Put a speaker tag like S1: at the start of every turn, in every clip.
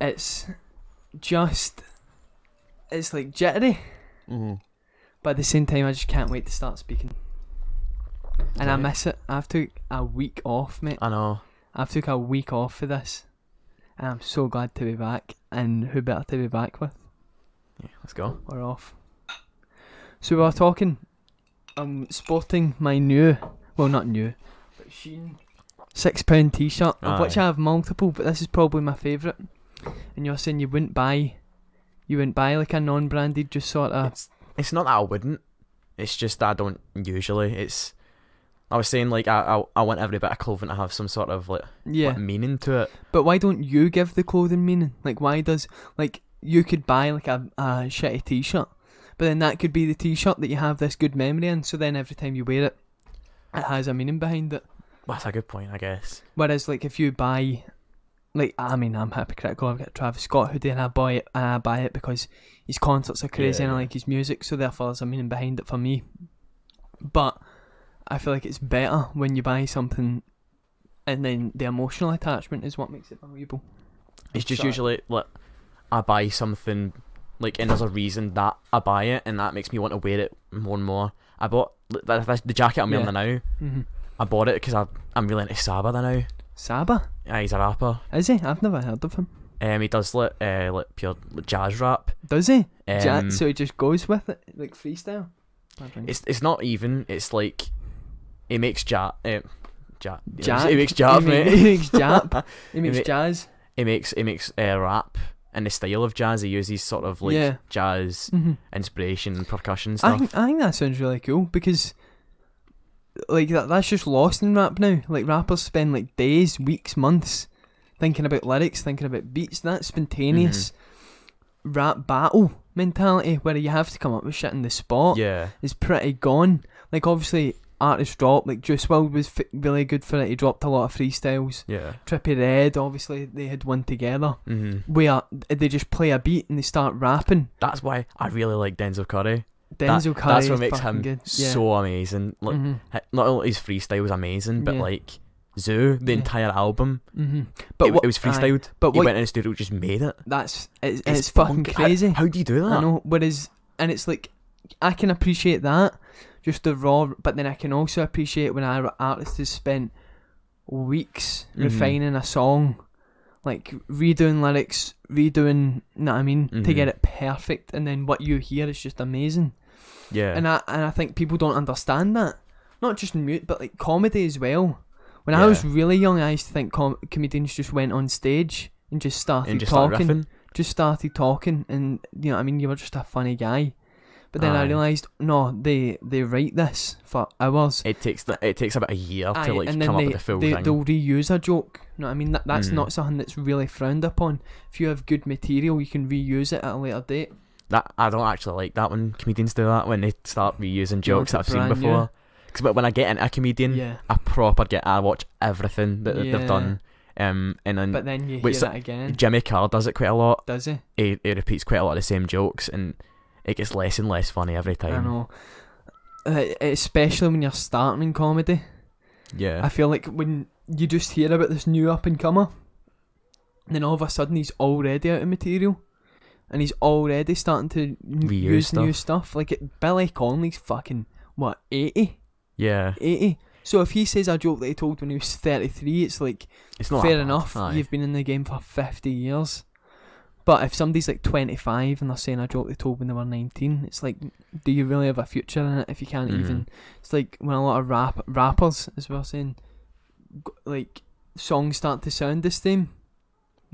S1: it's just it's like jittery,
S2: Mm-hmm.
S1: but at the same time, I just can't wait to start speaking. And I
S2: Right.
S1: miss it. I've took a week off, mate.
S2: I know.
S1: I've took a week off for this, and I'm so glad to be back. And who better to be back with?
S2: Yeah, let's go.
S1: We're off. So we were talking. I'm sporting my new, well, not new, but Sheen six pound T-shirt, of which
S2: Aye.
S1: I have multiple, but this is probably my favourite. And you're saying you wouldn't buy, you wouldn't buy like a non-branded, just sort of.
S2: it's it's not that I wouldn't. It's just that I don't usually. It's I was saying like I I, I want every bit of clothing to have some sort of like,
S1: Yeah,
S2: like, meaning to it.
S1: but why don't you give the clothing meaning? Like, why does like you could buy like a a shitty T-shirt, but then that could be the T-shirt that you have this good memory in. So then every time you wear it, it has a meaning behind it.
S2: Well, that's a good point, I guess.
S1: Whereas, like, if you buy, like, I mean, I'm hypocritical. I've got a Travis Scott hoodie and I buy it, and I buy it because his concerts are crazy
S2: Yeah,
S1: and I
S2: yeah.
S1: like his music, so therefore there's a meaning behind it for me. But I feel like it's better when you buy something, and then the emotional attachment is what makes it valuable.
S2: It's just
S1: Sorry.
S2: usually like I buy something like and there's a reason that I buy it and that makes me want to wear it more and more. I bought like, that, that- the jacket I'm wearing
S1: Yeah.
S2: now.
S1: hmm
S2: I bought it because I'm really into Saba now.
S1: Saba
S2: Yeah, he's a rapper.
S1: is he? I've never heard of him.
S2: Um, he does like uh, like pure like, jazz rap.
S1: Does he?
S2: Um,
S1: Ja- so he just goes with it, like freestyle.
S2: It's it's not even. It's like it makes ja eh, ja
S1: Jap.
S2: It makes jap,
S1: he ma-
S2: mate.
S1: He makes jap. He makes
S2: ma-
S1: jazz.
S2: It makes it makes uh, rap and the style of jazz. He uses sort of like
S1: Yeah.
S2: jazz
S1: hmm
S2: inspiration and percussion
S1: I
S2: stuff.
S1: think, I think that sounds really cool because, like, that, that's just lost in rap now. Like, rappers spend like days, weeks, months thinking about lyrics, thinking about beats. That spontaneous
S2: Mm-hmm.
S1: rap battle mentality where you have to come up with shit in the spot
S2: yeah,
S1: is pretty gone. Like, obviously, artists drop, like, Juice WRLD was f- really good for it. He dropped a lot of freestyles.
S2: yeah.
S1: Trippy Red, obviously, they had one together
S2: hmm
S1: where they just play a beat and they start rapping.
S2: That's why I really like Denzel Curry. That-
S1: Denzel Curry
S2: That's
S1: is
S2: what makes
S1: fucking
S2: him
S1: good. Yeah.
S2: so amazing. Like,
S1: Mhm.
S2: hi- Not only his freestyle was amazing, but
S1: Yeah.
S2: like Zoo, the
S1: Yeah.
S2: entire album,
S1: Mm-hmm.
S2: but
S1: But
S2: it,
S1: what,
S2: it was
S1: aye,
S2: freestyled.
S1: but
S2: he
S1: what
S2: went in the studio, just made it.
S1: that's it's, it's, fucking
S2: funky. How-
S1: crazy.
S2: How, do you do that?
S1: I know. Whereas and it's like I can appreciate that, just the raw. But then I can also appreciate when our artist has spent weeks
S2: Mhm.
S1: refining a song, like redoing lyrics, redoing. Know what I mean? To
S2: Mhm.
S1: get it perfect, and then what you hear is just amazing.
S2: Yeah.
S1: And I and I think people don't understand that. Not just mute, but like comedy as well. When I was
S2: Yeah.
S1: really young, I used to think com- comedians just went on stage and just started
S2: and just start
S1: talking,
S2: riffing.
S1: just started talking, and you know, what I mean, you were just a funny guy. But then I
S2: Aye.
S1: realised, no, they they write this for hours.
S2: It takes the, it takes about a year
S1: Aye,
S2: to like
S1: and
S2: come
S1: then
S2: up
S1: they,
S2: with the full
S1: they,
S2: thing.
S1: they'll reuse a joke. You know what I mean? That, that's
S2: Mm.
S1: not something that's really frowned upon. If you have good material, you can reuse it at a later date.
S2: That I don't actually like that when comedians do that when they start reusing jokes that I've seen
S1: brand new.
S2: before. Because when I get into a comedian,
S1: Yeah.
S2: I proper get I watch everything that
S1: Yeah.
S2: they've done. Um, and then
S1: But then you
S2: Wait,
S1: hear
S2: so-
S1: that again,
S2: Jimmy Carr does it quite a lot.
S1: does he?
S2: He, he repeats quite a lot of the same jokes, and it gets less and less funny every time.
S1: I know. Uh, especially when you're starting in comedy.
S2: Yeah,
S1: I feel like when you just hear about this new up and comer, and then all of a sudden he's already out of material. And he's already starting to n-
S2: Reuse
S1: use new stuff. Like it, Billy Connolly's fucking, what, 80?
S2: yeah.
S1: 80? So if he says a joke that he told when he was 33, it's like,
S2: It's not that
S1: fair
S2: bad.
S1: enough,
S2: Aye.
S1: you've been in the game for 50 years. But if somebody's like 25 and they're saying a joke they told when they were 19, it's like, do you really have a future in it if you can't
S2: Mhm.
S1: even? It's like when a lot of rap rappers, as well, saying, g- like, songs start to sound the same.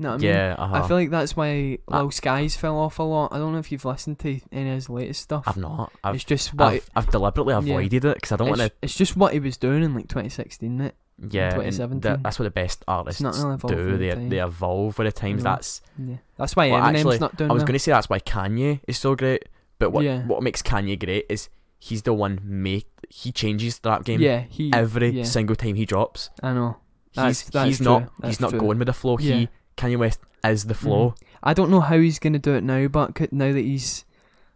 S1: No, I mean?
S2: yeah, uh-huh. Uh,
S1: I feel like that's why
S2: I-
S1: Lil Skies fell off a lot. I don't know if you've listened to any of his latest stuff.
S2: I've not. I've
S1: it's just what
S2: I've, I've deliberately
S1: Yeah.
S2: avoided it because I don't
S1: it's,
S2: want to.
S1: it's just what he was doing in like 2016, mate.
S2: Yeah, and
S1: 2017.
S2: that- that's what the best artists
S1: not really evolved
S2: do.
S1: with
S2: They
S1: time.
S2: they evolve with the times.
S1: know.
S2: That's
S1: Yeah, that's why
S2: Well,
S1: Eminem's
S2: actually,
S1: not doing.
S2: I was
S1: well.
S2: going to say that's why Kanye is so great, but what
S1: Oh, Yeah.
S2: what makes Kanye great is he's the one make he changes the rap game
S1: yeah, he
S2: every
S1: yeah.
S2: single time he drops.
S1: I know.
S2: He's
S1: That's- that's
S2: he's
S1: true,
S2: not
S1: that's
S2: he's not
S1: true.
S2: going with the flow.
S1: Yeah. Mm-hmm.
S2: He Kanye West is the flow.
S1: I don't know how he's gonna do it now, but c- now that he's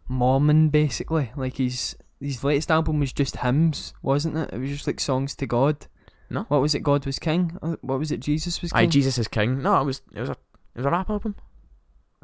S1: Mormon, basically, like he's his latest album was just hymns, wasn't it? It was just like songs to God.
S2: No.
S1: What was it? God was king. Uh, What was it? Jesus was king.
S2: Aye, Jesus is king. No, it was it was a it was a rap album.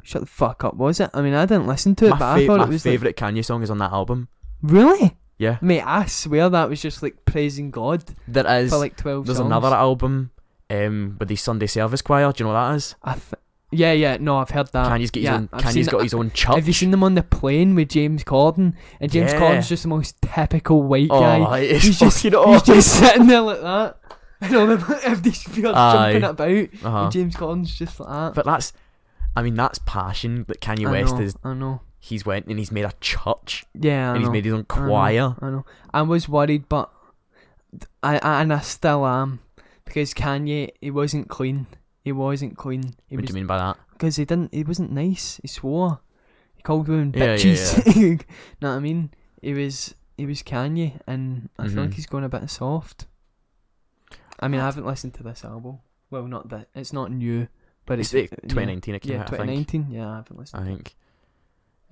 S1: Shut the fuck up, was it? I mean, I didn't listen to it,
S2: my
S1: but
S2: fa-
S1: I thought
S2: my
S1: it was like,
S2: favorite Kanye song is on that album.
S1: really,
S2: Yeah,
S1: mate. I swear that was just like praising God
S2: there is.
S1: for like twelve.
S2: there's
S1: songs.
S2: another album um, with the Sunday Service Choir. Do you know what that is?
S1: I th- yeah, yeah. No, I've heard that.
S2: Kanye's got his
S1: yeah,
S2: own.
S1: I've seen
S2: Kanye's
S1: it.
S2: got his own church.
S1: Have you seen them on the plane with James Corden? And James
S2: Yeah.
S1: Corden's just the most typical white
S2: Oh,
S1: guy.
S2: it's
S1: He's just-
S2: fucking awful.
S1: He's just sitting there like that. And all the if these people are jumping
S2: Aye.
S1: about,
S2: Uh-huh.
S1: and James Corden's just like that.
S2: But that's, I mean, that's passion that Kanye
S1: I
S2: West
S1: know,
S2: is.
S1: I know.
S2: He's went and he's made a church
S1: Yeah, I
S2: and he's
S1: know.
S2: made his own
S1: I know,
S2: choir.
S1: I know. I was worried, but I, I and I still am because Kanye he wasn't clean. He wasn't clean. He
S2: What do
S1: was
S2: you mean by that?
S1: because he didn't. He wasn't nice. He swore. He called women
S2: Yeah, yeah,
S1: bitches. know what I mean? He was he was Kanye, and I feel like
S2: Mhm.
S1: he's going a bit soft. I mean, I haven't listened to this album. Well, not that it's not new, but
S2: It's
S1: it's,
S2: like
S1: yeah,
S2: 2019 it came
S1: Yeah,
S2: out. I think.
S1: 2019. Yeah, I haven't listened.
S2: I think.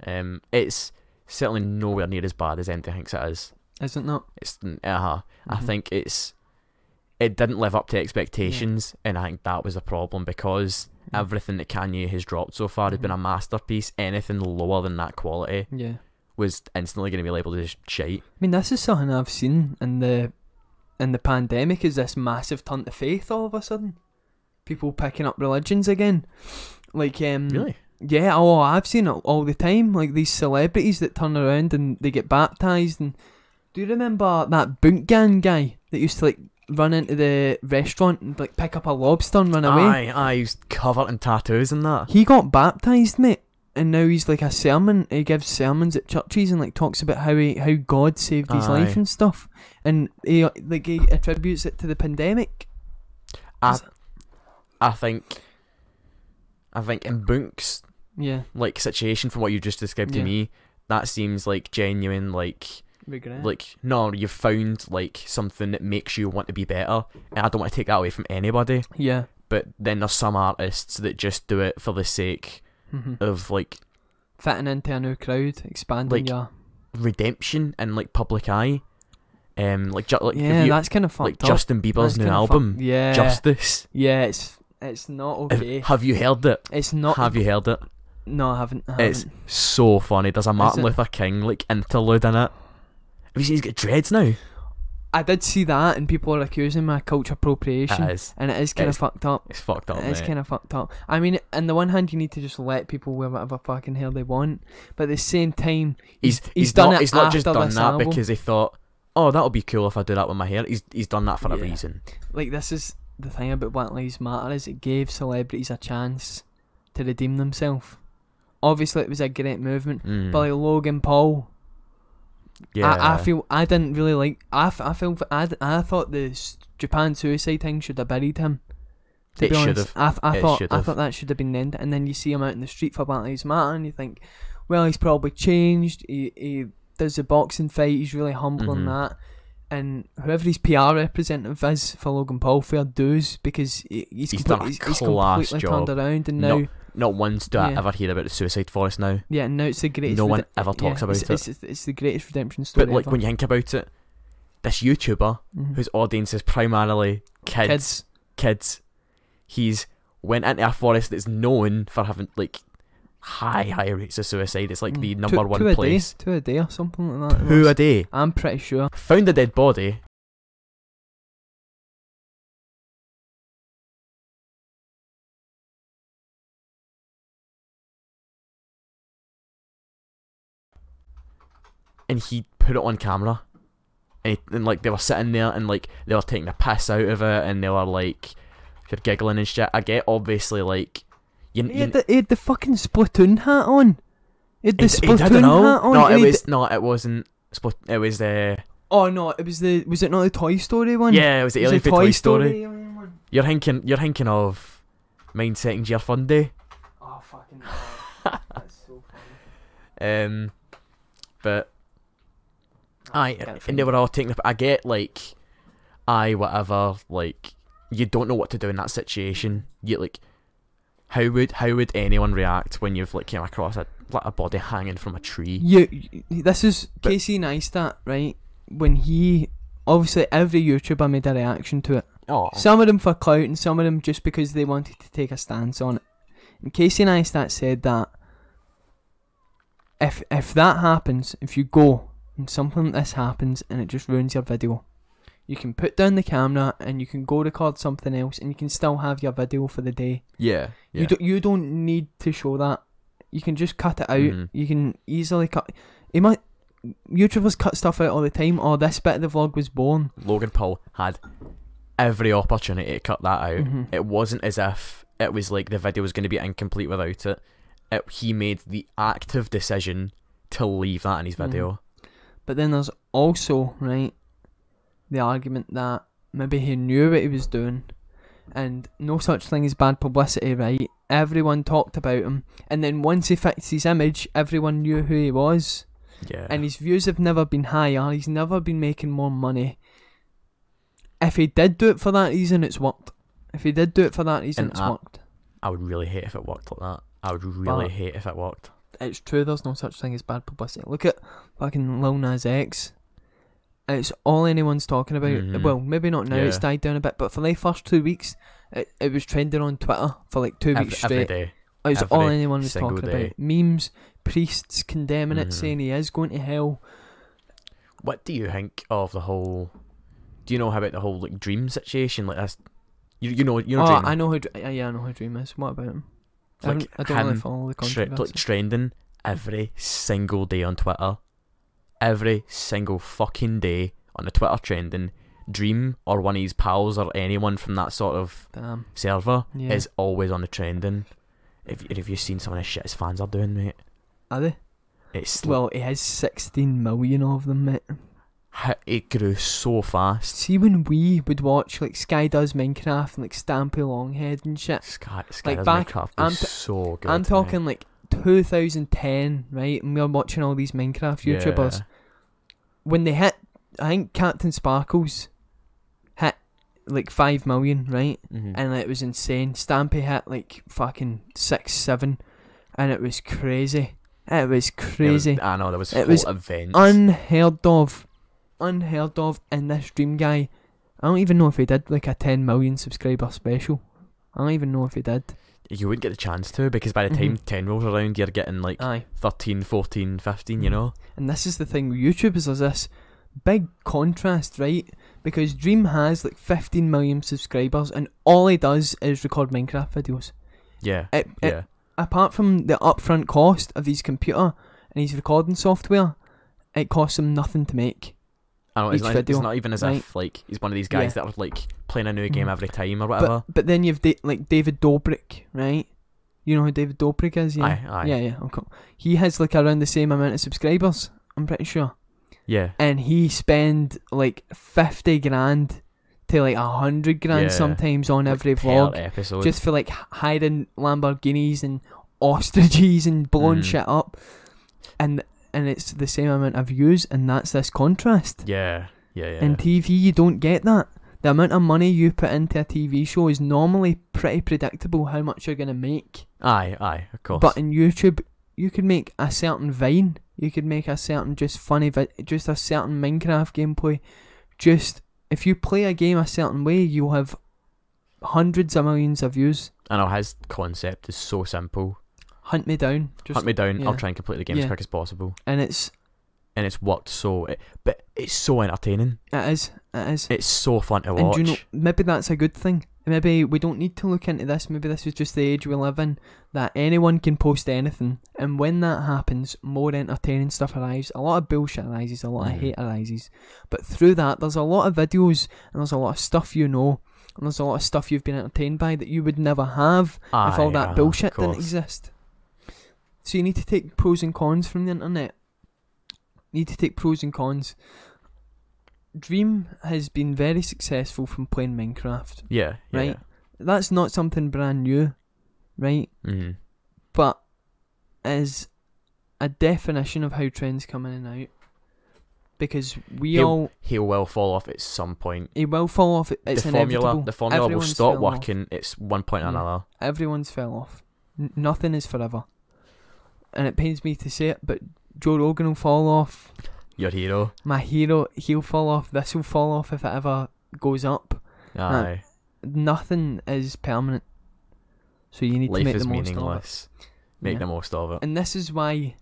S2: Um, it's certainly nowhere near as bad as Empty Thinks it is.
S1: Is it not?
S2: It's uh I
S1: Mhm.
S2: think it's it didn't live up to expectations, and I think that was the problem because
S1: Yeah.
S2: everything that Kanye has dropped so far has been
S1: Mhm.
S2: a masterpiece. Anything lower than that quality
S1: Yeah.
S2: was instantly going to be labelled as shite.
S1: I mean, this is something I've seen in the in the pandemic. Is this massive turn to faith all of a sudden? People picking up religions again, like um,
S2: Really?
S1: yeah. Oh, I've seen it all the time. Like these celebrities that turn around and they get baptized. And do you remember that boot gang guy that used to like run into the restaurant and like pick up a lobster and run away?
S2: Aye, aye, he's covered in tattoos and that.
S1: He got baptized, mate, and now he's like a sermon. He gives sermons at churches and like talks about how he how God saved his
S2: Aye.
S1: life and stuff. And he uh, like he attributes it to the pandemic.
S2: I, I think, I think in Bunk's
S1: Yeah,
S2: like situation from what you just described
S1: Yeah.
S2: to me, that seems like genuine. Like,
S1: regret.
S2: like no, you've found like something that makes you want to be better, and I don't want to take that away from anybody.
S1: yeah,
S2: But then there's some artists that just do it for the sake
S1: hmm
S2: of like
S1: fitting into a new crowd, expanding
S2: uh, Like,
S1: your
S2: redemption and like public eye, um, like ju- like if
S1: yeah.
S2: you-
S1: that's kind of fucked
S2: like
S1: up.
S2: Justin Bieber's
S1: That's
S2: new
S1: kinda
S2: album,
S1: fucked- yeah,
S2: Justice.
S1: yeah. It's it's not
S2: Have-
S1: okay.
S2: Have you heard it?
S1: it's not.
S2: Have you heard it?
S1: No, I haven't. I haven't.
S2: It's so funny. There's a Martin
S1: it?
S2: Luther King like interlude in it. Have you seen he's got dreads now?
S1: I did see that, and people are accusing my culture appropriation,
S2: It is.
S1: and it is kind of
S2: it's-
S1: fucked up.
S2: It's fucked up.
S1: It's
S2: mate.
S1: kind of fucked up. I mean, on the one hand, you need to just let people wear whatever fucking hair they want, but at the same time,
S2: he's,
S1: he's
S2: he's
S1: done
S2: not,
S1: it
S2: He's not just
S1: after
S2: done
S1: this
S2: that
S1: album.
S2: because he thought, oh, that'll be cool if I do that with my hair. He's he's done that for a
S1: Yeah.
S2: reason.
S1: like this is the thing about Black Lives Matter is it gave celebrities a chance to redeem themselves. Obviously, it was a great movement,
S2: Mm.
S1: but like Logan Paul,
S2: yeah,
S1: I, I feel I didn't really like. I f- I feel I, d- I thought the s- Japan suicide thing should have buried him. To
S2: It
S1: be
S2: should
S1: honest,
S2: have.
S1: I, th- I
S2: It
S1: thought
S2: should
S1: I
S2: have.
S1: thought that should have been the end. And then you see him out in the street for Black Lives Matter, and you think, well, he's probably changed. He he does a boxing fight. He's really humble
S2: Mhm.
S1: on that. And whoever his PR representative is for Logan Paul, fair dues because he, he's,
S2: He's
S1: complete-
S2: done a
S1: he's, he's
S2: class
S1: completely
S2: job.
S1: turned around, and now
S2: No- Not once do I
S1: Yeah.
S2: ever hear about the suicide forest now.
S1: yeah, and now it's the greatest.
S2: No one
S1: rede-
S2: ever talks
S1: yeah,
S2: about
S1: it's,
S2: it.
S1: It's, it's the greatest redemption story.
S2: But like
S1: ever.
S2: when you think about it, this YouTuber
S1: Mhm.
S2: whose audience is primarily kids, kids,
S1: kids,
S2: he's went into a forest that's known for having like high high rates of suicide. It's like the
S1: Mm.
S2: number
S1: Two-
S2: one
S1: two
S2: place.
S1: A day, two a day or something like that. it
S2: Who
S1: was.
S2: a day
S1: I'm pretty sure.
S2: found a dead body. And he put it on camera. And, he- and like they were sitting there and like they were taking the piss out of it and they were like they're giggling and shit. I get obviously like you,
S1: He
S2: you-
S1: had, the, he had the fucking Splatoon hat on. He had the
S2: he
S1: Splatoon
S2: didn't know.
S1: hat on.
S2: No,
S1: and
S2: it
S1: he d-
S2: was no, it wasn't. Split, it was the
S1: oh no, it was the. Was it not the Toy Story one?
S2: yeah, it was the
S1: It was
S2: alien
S1: the
S2: for Toy Story.
S1: alien one.
S2: You're thinking you're thinking of Mind Setting Year Fun Day.
S1: Oh fucking. hell, That's so funny.
S2: um but
S1: Can't
S2: I and
S1: think.
S2: they were all taking the I get like I whatever, like you don't know what to do in that situation. You like how would how would anyone react when you've like came across a like a body hanging from a tree?
S1: You, you- this is
S2: But-
S1: Casey Neistat, right? When he, obviously, every YouTuber made a reaction to it.
S2: Oh
S1: Some of them for clout, and some of them just because they wanted to take a stance on it. And Casey Neistat said that if if that happens, if you go and something like this happens and it just ruins your video, you can put down the camera and you can go record something else and you can still have your video for the day.
S2: Yeah. yeah.
S1: You don't you don't need to show that. You can just cut it out.
S2: Mhm.
S1: You can easily cut. It might. YouTubers cut stuff out all the time. Or this bit of the vlog was born.
S2: Logan Paul had every opportunity to cut that out.
S1: Mhm.
S2: It wasn't as if it was like the video was going to be incomplete without it. it. He made the active decision to leave that in his
S1: Mhm.
S2: video.
S1: But then there's also, right, the argument that maybe he knew what he was doing and no such thing as bad publicity, right? Everyone talked about him. And then once he fixed his image, everyone knew who he was.
S2: Yeah.
S1: And his views have never been higher. He's never been making more money. If he did do it for that reason, it's worked. If he did do it for that reason,
S2: And
S1: it's
S2: I-
S1: worked.
S2: I would really hate if it worked like that. I would really
S1: But-
S2: hate if it worked.
S1: it's true. There's no such thing as bad publicity. Look at fucking Lil Nas X. It's all anyone's talking about.
S2: Mhm.
S1: Well, maybe not now. It's
S2: Yeah.
S1: died down a bit, but for the first two weeks, it, it was trending on Twitter for like two
S2: Ev-
S1: weeks
S2: every
S1: straight.
S2: day.
S1: It was
S2: every
S1: all anyone was
S2: single
S1: talking
S2: day.
S1: about. Memes, priests condemning
S2: Mhm.
S1: it, saying he is going to hell.
S2: What do you think of the whole? Do you know how about the whole like dream situation? Like that's you, you know you know
S1: oh,
S2: dream
S1: I know who. Dr- Yeah, yeah, I know who Dream is. What about him? I
S2: Like
S1: don't, I don't really
S2: him
S1: follow the
S2: tre-
S1: controversy.
S2: like trending every single day on Twitter, every single fucking day on the Twitter trending. Dream or one of his pals or anyone from that sort of
S1: Damn.
S2: server
S1: um, Yeah.
S2: is always on the trending. If and if you've seen some of the shit his fans are doing, mate,
S1: Are they?
S2: it's like
S1: Well, he has 16 million of them, mate.
S2: ha- it grew so fast.
S1: See when we would watch like Sky does Minecraft and like Stampy Longhead and shit.
S2: Sky, Sky
S1: Like,
S2: like
S1: back-
S2: Minecraft was
S1: I'm t-
S2: so good.
S1: I'm
S2: mate.
S1: talking like 2010, right? And we are watching all these Minecraft YouTubers.
S2: Yeah.
S1: When they hit, I think Captain Sparkles hit like five million, right?
S2: Mhm.
S1: And like, it was insane. Stampy hit like fucking six, seven, and it was crazy. It was
S2: It was-
S1: crazy,
S2: I know there was
S1: It
S2: it
S1: was
S2: events.
S1: unheard of, unheard of. And this dream guy, I don't even know if he did like a 10 million subscriber special. I don't even know if he did.
S2: you wouldn't get the chance to because by the time
S1: Mm-hmm.
S2: 10 rolls around, you're getting like
S1: Aye.
S2: thirteen, fourteen, fifteen. 13, 14, 15, you
S1: Mhm.
S2: know?
S1: And this is the thing with YouTubers is this big contrast, right? Because Dream has like 15 million subscribers and all he does is record Minecraft videos.
S2: Yeah.
S1: It, it-
S2: yeah.
S1: apart from the upfront cost of his computer and his recording software, it costs him nothing to make.
S2: I know, it's,
S1: each
S2: not, it's
S1: video,
S2: not even as if like he's one of these guys that are like playing a new game
S1: Mhm.
S2: every time or whatever.
S1: But, but then you've da- like David Dobrik, right? You know who David Dobrik is? Yeah.
S2: Aye, aye.
S1: Yeah, yeah. Okay. He has like around the same amount of subscribers, I'm pretty sure.
S2: Yeah.
S1: and he spend like fifty grand to like a hundred grand
S2: Yeah.
S1: sometimes on
S2: Like,
S1: every
S2: per
S1: vlog,
S2: episode.
S1: just for like h- hiding Lamborghinis and ostriches and blowing
S2: Mhm.
S1: shit up, and and it's the same amount of views, and that's this contrast.
S2: yeah. Yeah. Yeah.
S1: In TV, you don't get that. The amount of money you put into a TV show is normally pretty predictable how much you're gonna make.
S2: aye. Aye. Of course.
S1: But in YouTube, you could make a certain vine. You could make a certain just funny, vi- just a certain Minecraft gameplay. Just if you play a game a certain way, you'll have hundreds of millions of views.
S2: I know his concept is so simple.
S1: Hunt me down, just
S2: Hunt me down. I'll
S1: yeah.
S2: try and complete the game as
S1: Yeah.
S2: quick as possible,
S1: and it's
S2: and it's worked so. It, but it's so entertaining.
S1: it is it is.
S2: It's so fun to
S1: and
S2: watch.
S1: do you know maybe that's a good thing. Maybe we don't need to look into this. Maybe this is just the age we live in that anyone can post anything, and when that happens, more entertaining stuff arrives. A lot of bullshit arises, a lot
S2: Mhm.
S1: of hate arises, but through that, there's a lot of videos and there's a lot of stuff you know, and there's a lot of stuff you've been entertained by that you would never have
S2: aye,
S1: if all that
S2: aye, of
S1: bullshit didn't
S2: course.
S1: exist. So you need to take pros and cons from the internet. You need to take pros and cons. Dream has been very successful from playing Minecraft.
S2: Yeah. yeah.
S1: Right. That's not something brand new, right?
S2: Mm-hmm.
S1: But is a definition of how trends come in and out. Because we
S2: He'll-
S1: all
S2: He will fall off at some point.
S1: it will fall off. It's
S2: the
S1: inevitable.
S2: formula, the formula
S1: Everyone's
S2: will stop
S1: fell off.
S2: working. It's one point or
S1: Mm.
S2: another.
S1: everyone's fell off. N- nothing is forever. And it pains me to say it, but Joe Rogan will fall off.
S2: Your hero.
S1: My hero, he'll fall off. This will fall off if it ever goes up.
S2: Aye.
S1: Nothing is permanent. So you need to
S2: Life
S1: make the
S2: is
S1: most of it.
S2: meaningless. Make
S1: Yeah.
S2: the most of it.
S1: And this is why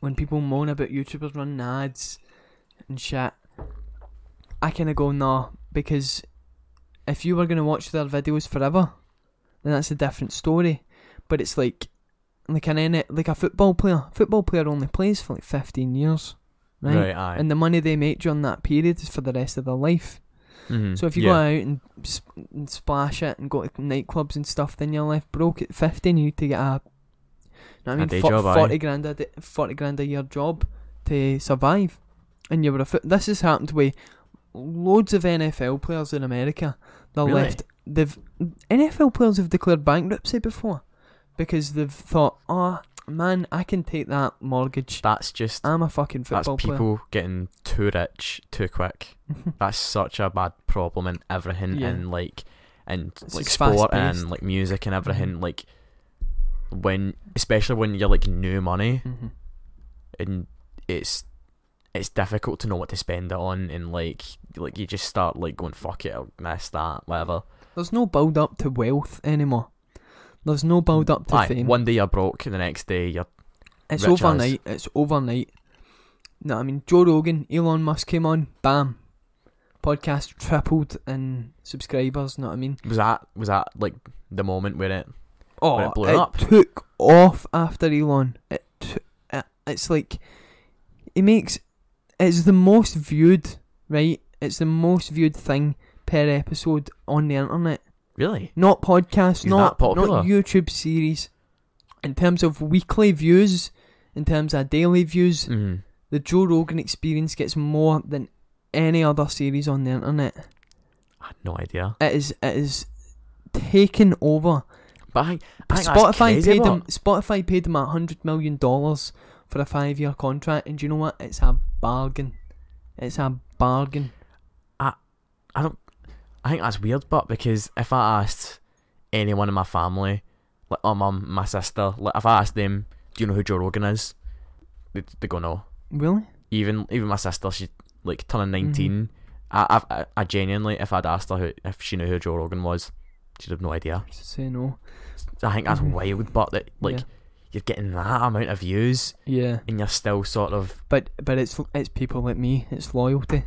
S1: when people moan about YouTubers running ads and shit, I kind of go, nah, because if you were going to watch their videos forever, then that's a different story. But it's like, like an N like a football player. Football player only plays for like 15 years, right?
S2: Right, aye.
S1: And the money they make during that period is for the rest of their life.
S2: Mhm,
S1: So if you
S2: yeah.
S1: go out and, sp- and splash it and go to nightclubs and stuff, then you're left broke at 15. You need to get a, you know what I mean,
S2: day
S1: Fo-
S2: job, aye.
S1: 40 grand a di- 40 grand a year job to survive. And you were a foot. This has happened with loads of NFL players in America. They're
S2: Really?
S1: left. They've NFL players have declared bankruptcy before because they've thought, oh man, I can take that mortgage.
S2: that's just
S1: I'm a fucking
S2: that's
S1: football
S2: people getting too rich too quick.
S1: player.
S2: That's such a bad problem in everything
S1: Yeah.
S2: and like and
S1: It's
S2: like
S1: just
S2: sport
S1: fast-paced. Mm-hmm.
S2: and like music and everything. Like when especially when you're like new money
S1: Mhm.
S2: and it's it's difficult to know what to spend it on and like like you just start like going fuck it or this that whatever.
S1: There's no build up to wealth anymore. There's no build up to
S2: Aye,
S1: fame.
S2: one day you're broke and the next day you're
S1: it's
S2: rich as.
S1: overnight. It's overnight. No, I mean Joe Rogan, Elon Musk came on, bam, podcast tripled in subscribers. Know what I mean?
S2: was that was that like the moment where it
S1: Oh,
S2: it blew up.
S1: took off after Elon. It, t- it it's like it makes it's the most viewed right. It's the most viewed thing per episode on the internet.
S2: really
S1: Not podcasts,
S2: He's
S1: not
S2: that popular.
S1: not YouTube series. In terms of weekly views, in terms of daily views,
S2: mm.
S1: the Joe Rogan Experience gets more than any other series on the internet.
S2: I had no idea.
S1: It is it is taken over.
S2: But I, I think that's
S1: Spotify
S2: crazy,
S1: paid
S2: what?
S1: him. Spotify paid him a hundred million dollars for a five-year contract, and do you know what? It's a bargain. It's a bargain.
S2: I think that's weird, but because if I asked anyone in my family, like my mum, my sister, like if I asked them, do you know who Joe Rogan is? They they go no.
S1: Really?
S2: Even even my sister, she like turning
S1: Mm-hmm.
S2: 19 I, I I genuinely, if I'd asked her who, if she knew who Joe Rogan was, she'd have no idea.
S1: Say no.
S2: I think that's
S1: Mhm.
S2: wild, but that like
S1: Yeah.
S2: you're getting that amount of views
S1: Yeah.
S2: and you're still sort of
S1: But but it's it's people like me. It's loyalty.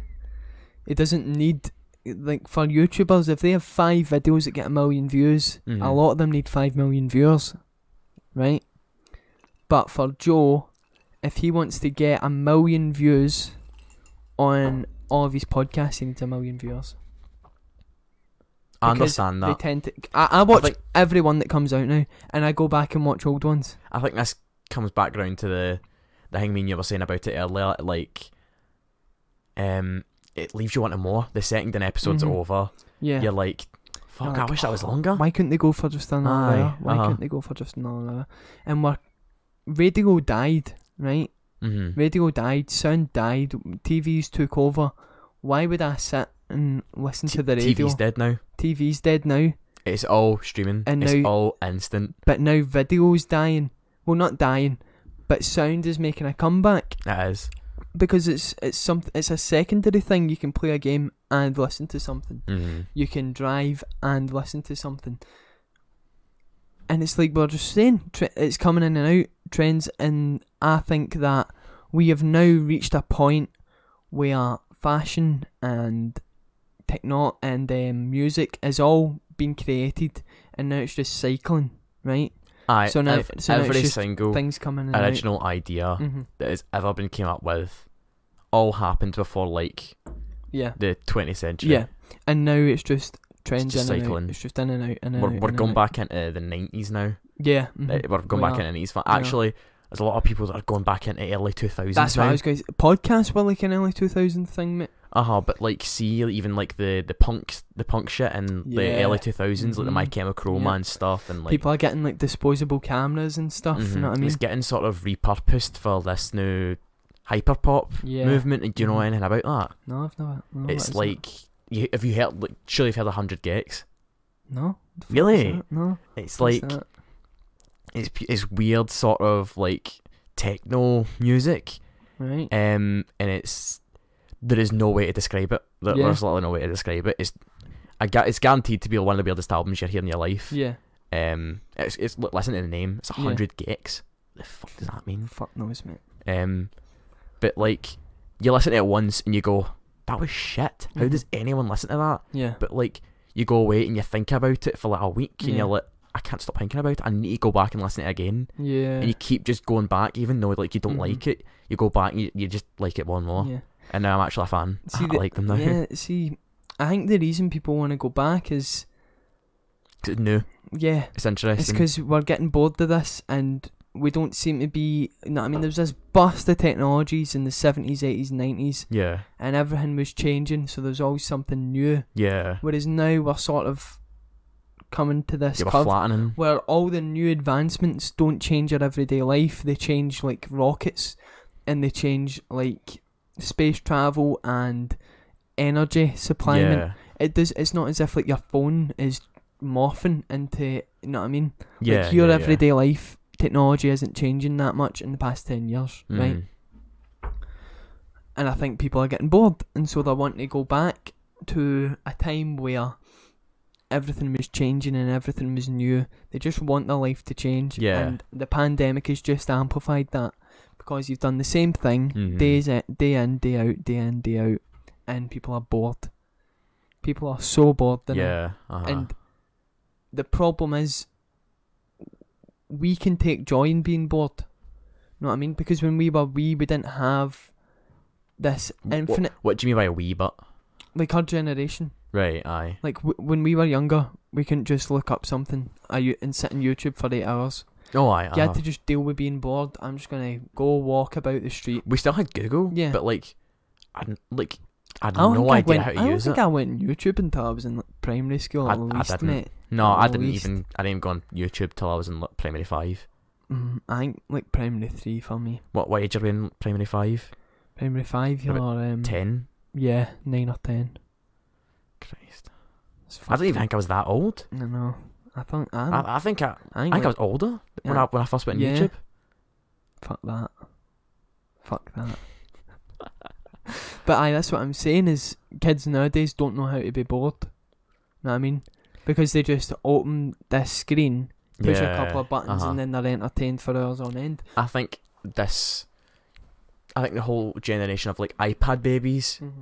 S1: It doesn't need like for YouTubers if they have five videos that get a million views.
S2: Mhm.
S1: A lot of them need five million viewers, right? But for Joe, if he wants to get a million views on all of his podcasts, he needs a million viewers.
S2: I
S1: Because
S2: understand
S1: They
S2: that.
S1: tend to. I, I watch
S2: think-
S1: everyone that comes out now, and I go back and watch old ones.
S2: I think this comes back round to the the thing me and you were saying about it earlier. Like, um, it leaves you wanting more. The second an episode's
S1: Mhm.
S2: over,
S1: Yeah.
S2: you're like, "Fuck,
S1: You're
S2: I
S1: like,
S2: wish that was
S1: "Oh,
S2: longer."
S1: Why couldn't they go for just another
S2: Ah. Aye,
S1: hour? Why
S2: uh-huh.
S1: couldn't they go for just another hour? And we're radio died, right?
S2: Mm-hmm.
S1: Radio died, sound died, TVs took over. Why would I sit and listen to the radio?
S2: TV's dead now.
S1: TV's dead now,
S2: It's all streaming.
S1: And
S2: it's
S1: now-
S2: all instant.
S1: but now video's dying. Well, not dying, but sound is making a comeback
S2: It is.
S1: because it's it's some it's a secondary thing. You can play a game and listen to something.
S2: Mm-hmm.
S1: You can drive and listen to something. And it's like we're just saying, tre- it's coming in and out trends, and I think that we have now reached a point where fashion and techno and um, music is all being created, and now it's just cycling, right?
S2: Aye.
S1: So now-
S2: ev-
S1: so now it's
S2: every
S1: just
S2: single
S1: Things coming in and out.
S2: original idea
S1: hmm
S2: that has ever been came up with, all happened before like
S1: Yeah,
S2: the 20th century.
S1: yeah. And now it's just trends
S2: just
S1: in and
S2: cycling.
S1: out. It's just in and out, in and
S2: We're,
S1: out,
S2: we're
S1: in
S2: going
S1: and out.
S2: back into the 90s now.
S1: Yeah, mhm.
S2: Uh, We're going
S1: We
S2: back
S1: are.
S2: into 90s. But
S1: We are.
S2: actually, there's a lot of people that are going back into early 2000s.
S1: That's why
S2: now.
S1: I was going. to Podcasts were like an early two thousand thing, mate.
S2: Uh huh. But like, see, even like the the punks, the punk shit in the
S1: Yeah.
S2: early two thousands, like the My
S1: Mhm.
S2: Chemical
S1: Yeah.
S2: Romance stuff, and like,
S1: People are getting like disposable cameras and stuff. You
S2: Mhm.
S1: know what I mean?
S2: It's getting sort of repurposed for this new hyperpop
S1: Yeah.
S2: movement. Do you know
S1: Mhm.
S2: anything about that?
S1: No, I've never. no, what
S2: it's
S1: is
S2: like, you, have you heard? Like, surely you've heard a hundred gigs.
S1: that? no. the fuck is
S2: Really?
S1: that? No.
S2: It's
S1: what's
S2: like
S1: that?
S2: it's p- it's weird sort of like techno music,
S1: right.
S2: um, and it's there is no way to describe it. There-
S1: Yeah.
S2: There's literally no way to describe it. It's I gu- it's guaranteed to be one of the weirdest albums you'll hear in your life.
S1: Yeah.
S2: Um, it's, it's look, listen to the name. It's
S1: Yeah.
S2: hundred gigs. The fuck does that mean?
S1: Fuck knows, mate.
S2: Um, but like, you listen to it once and you go, "That was shit." How
S1: Mhm.
S2: does anyone listen to that?
S1: Yeah.
S2: But like, you go away and you think about it for like a week and
S1: Yeah.
S2: you're like, "I can't stop thinking about it. I need to go back and listen to it again."
S1: Yeah.
S2: And you keep just going back, even though like you don't
S1: Mhm.
S2: like it. You go back and you, you just like it one more.
S1: yeah.
S2: And now I'm actually a fan.
S1: See,
S2: I
S1: the-
S2: like them now.
S1: Yeah, see, I think the reason people want to go back is,
S2: It's new.
S1: yeah,
S2: It's
S1: it's
S2: interesting.
S1: because we're getting bored of this and we don't seem to be. You know what I mean? There was this burst of technologies in the 70s, 80s, 90s,
S2: yeah.
S1: and everything was changing, so there's always something new.
S2: Yeah.
S1: Whereas now we're sort of coming to this
S2: They were
S1: curve
S2: flattening.
S1: where all the new advancements don't change our everyday life. They change like rockets, and they change like space travel and energy supplyment.
S2: Yeah.
S1: It does. It's not as if like your phone is morphing into. You know what I mean?
S2: Yeah.
S1: like your
S2: yeah, yeah.
S1: everyday life technology isn't changing that much in the past ten years, right?
S2: Mm.
S1: and I think people are getting bored, and so they want to go back to a time where everything was changing and everything was new. They just want their life to change,
S2: Yeah.
S1: and the pandemic has just amplified that because you've done the same thing
S2: Mhm.
S1: days in, day in, day out, day in, day out, and people are bored. People are so bored. they're not-
S2: Yeah. Uh-huh.
S1: and the problem is, we can take joy in being bored. Know what I mean? Because when we were wee, we didn't have this
S2: Wh-
S1: infinite,
S2: What do you mean by a wee bit?
S1: like our generation.
S2: Right, aye.
S1: Like w- when we were younger, we couldn't just look up something uh, you- and sit on YouTube for eight hours.
S2: Oh, aye.
S1: You
S2: aye.
S1: had to just deal with being bored. I'm just gonna go walk about the street.
S2: we still had Google,
S1: Yeah. Oh,
S2: but like, I didn't- like I had
S1: I don't
S2: no
S1: think
S2: idea
S1: I went.
S2: how to
S1: I don't
S2: use
S1: think
S2: it.
S1: I went on YouTube until I was in like, primary school.
S2: I-
S1: at
S2: I
S1: least,
S2: didn't.
S1: mate.
S2: no, I
S1: at
S2: didn't
S1: least.
S2: even. I didn't even go on YouTube till I was in like, primary five.
S1: Mm, I think like primary three for me.
S2: What, what age are we in primary five?
S1: Primary five, you're
S2: About
S1: um,
S2: Ten.
S1: Yeah, nine or ten.
S2: Christ.
S1: It's
S2: I don't even
S1: fucking-
S2: think I was that old.
S1: No, no. I think I. Um, I,
S2: I, I think I, I
S1: think,
S2: think I
S1: like,
S2: was older when
S1: Yeah.
S2: I when I first went on
S1: Yeah.
S2: YouTube.
S1: fuck that. Fuck that. but aye, that's what I'm saying is kids nowadays don't know how to be bored. Know what I mean? Because they just open this screen, push a couple of buttons,
S2: uh-huh.
S1: and then they're entertained for hours on end.
S2: I think this. I think the whole generation of like iPad babies
S1: Mm-hmm.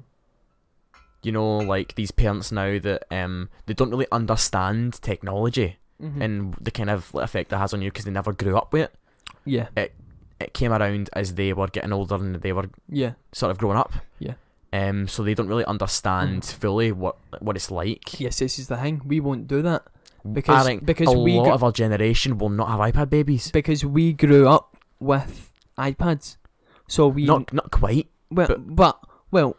S2: you know, like these parents now that um they don't really understand technology
S1: Mhm.
S2: and the kind of effect it has on you because they never grew up with it.
S1: yeah,
S2: It came around as they were getting older and they were
S1: yeah,
S2: sort of growing up.
S1: Yeah. Mm.
S2: Um, so they don't really understand fully what what it's like.
S1: yes. This is the thing. We won't do that
S2: I
S1: because
S2: think
S1: because
S2: a
S1: we
S2: lot
S1: gr-
S2: of our generation will not have iPad babies.
S1: because we grew up with iPads, so we
S2: Not not quite.
S1: Well,
S2: But-
S1: but, well,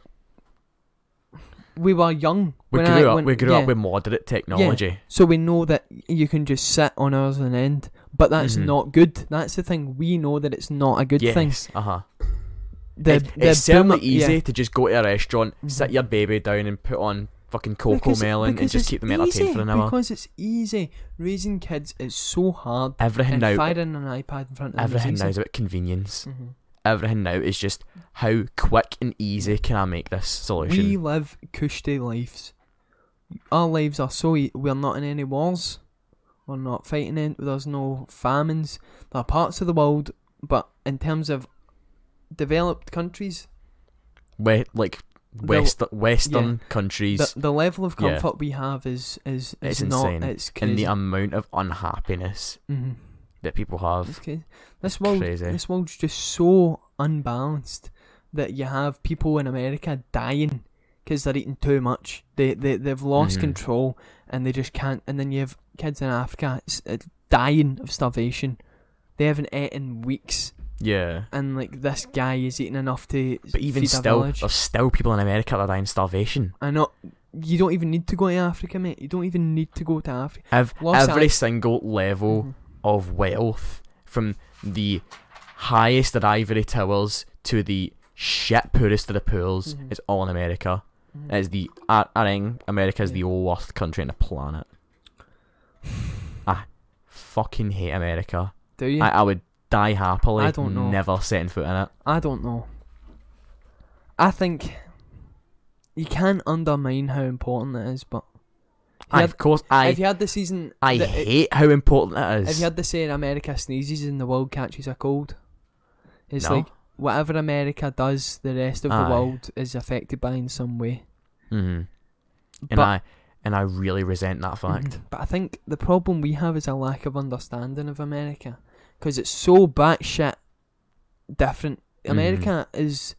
S1: we were young.
S2: We
S1: when
S2: grew
S1: I-
S2: up.
S1: when-
S2: we grew
S1: yeah.
S2: up with moderate technology.
S1: So we know that you can just sit on hours on end, but that's
S2: Mhm.
S1: not good. That's the thing. We know that it's not a good thing.
S2: yes. Uh huh.
S1: The,
S2: It-
S1: the
S2: it's certainly
S1: boomer-
S2: easy
S1: yeah.
S2: to just go to a restaurant, sit
S1: Mhm.
S2: your baby down, and put on fucking cocoa
S1: Because-
S2: melon and
S1: because
S2: just
S1: it's
S2: keep them entertained
S1: easy,
S2: for an hour.
S1: Because it's easy. Raising kids is so hard.
S2: Everything
S1: And
S2: now,
S1: firing an iPad in front of
S2: everything now
S1: them is
S2: is about convenience.
S1: easy. Mhm.
S2: Everything now is just how quick and easy can I make this solution?
S1: We live cushy lives. Our lives are so e- we're not in any wars. We're not fighting in. There's no famines. There are parts of the world, but in terms of developed countries,
S2: We- like West, Western countries
S1: the, the level of
S2: yeah.
S1: comfort we have is is,
S2: It's
S1: is not.
S2: insane.
S1: It's
S2: and the
S1: crazy.
S2: amount of unhappiness
S1: Mhm.
S2: that people
S1: It's
S2: have.
S1: crazy. This world,
S2: crazy.
S1: this world's just so unbalanced that you have people in America dying because they're eating too much. They they they've lost
S2: Mhm.
S1: control and they just can't. And then you have kids in Africa s- uh, dying of starvation. They haven't eaten weeks,
S2: Yeah.
S1: and like this guy is eating enough to.
S2: But even
S1: feed a
S2: still,
S1: village.
S2: there's still people in America that are dying of starvation.
S1: I know. You don't even need to go to Africa, mate. You don't even need to go to Africa.
S2: Ev-
S1: Los
S2: every
S1: Al-
S2: single level
S1: Mm-hmm.
S2: of wealth from the highest of ivory towers to the shit poorest of the pools
S1: Mhm.
S2: is all in America.
S1: Mhm.
S2: It's the I, I think America is
S1: Yeah.
S2: the worst country on the planet. I fucking hate America.
S1: Do you?
S2: I, I would die happily.
S1: I don't know.
S2: Never setting foot in it.
S1: I don't know. I think you can undermine how important it is, but
S2: Aye,
S1: had-
S2: of course, I
S1: have you had the season?
S2: I
S1: the-
S2: hate how important it is.
S1: Have you had the saying America sneezes and the world catches a cold? It's
S2: No.
S1: like whatever America does, the rest of
S2: Aye.
S1: the world is affected by in some way.
S2: Mhm. And
S1: But-
S2: I and I really resent that fact.
S1: Mhm. But I think the problem we have is a lack of understanding of America because it's so batshit different.
S2: Mhm.
S1: America is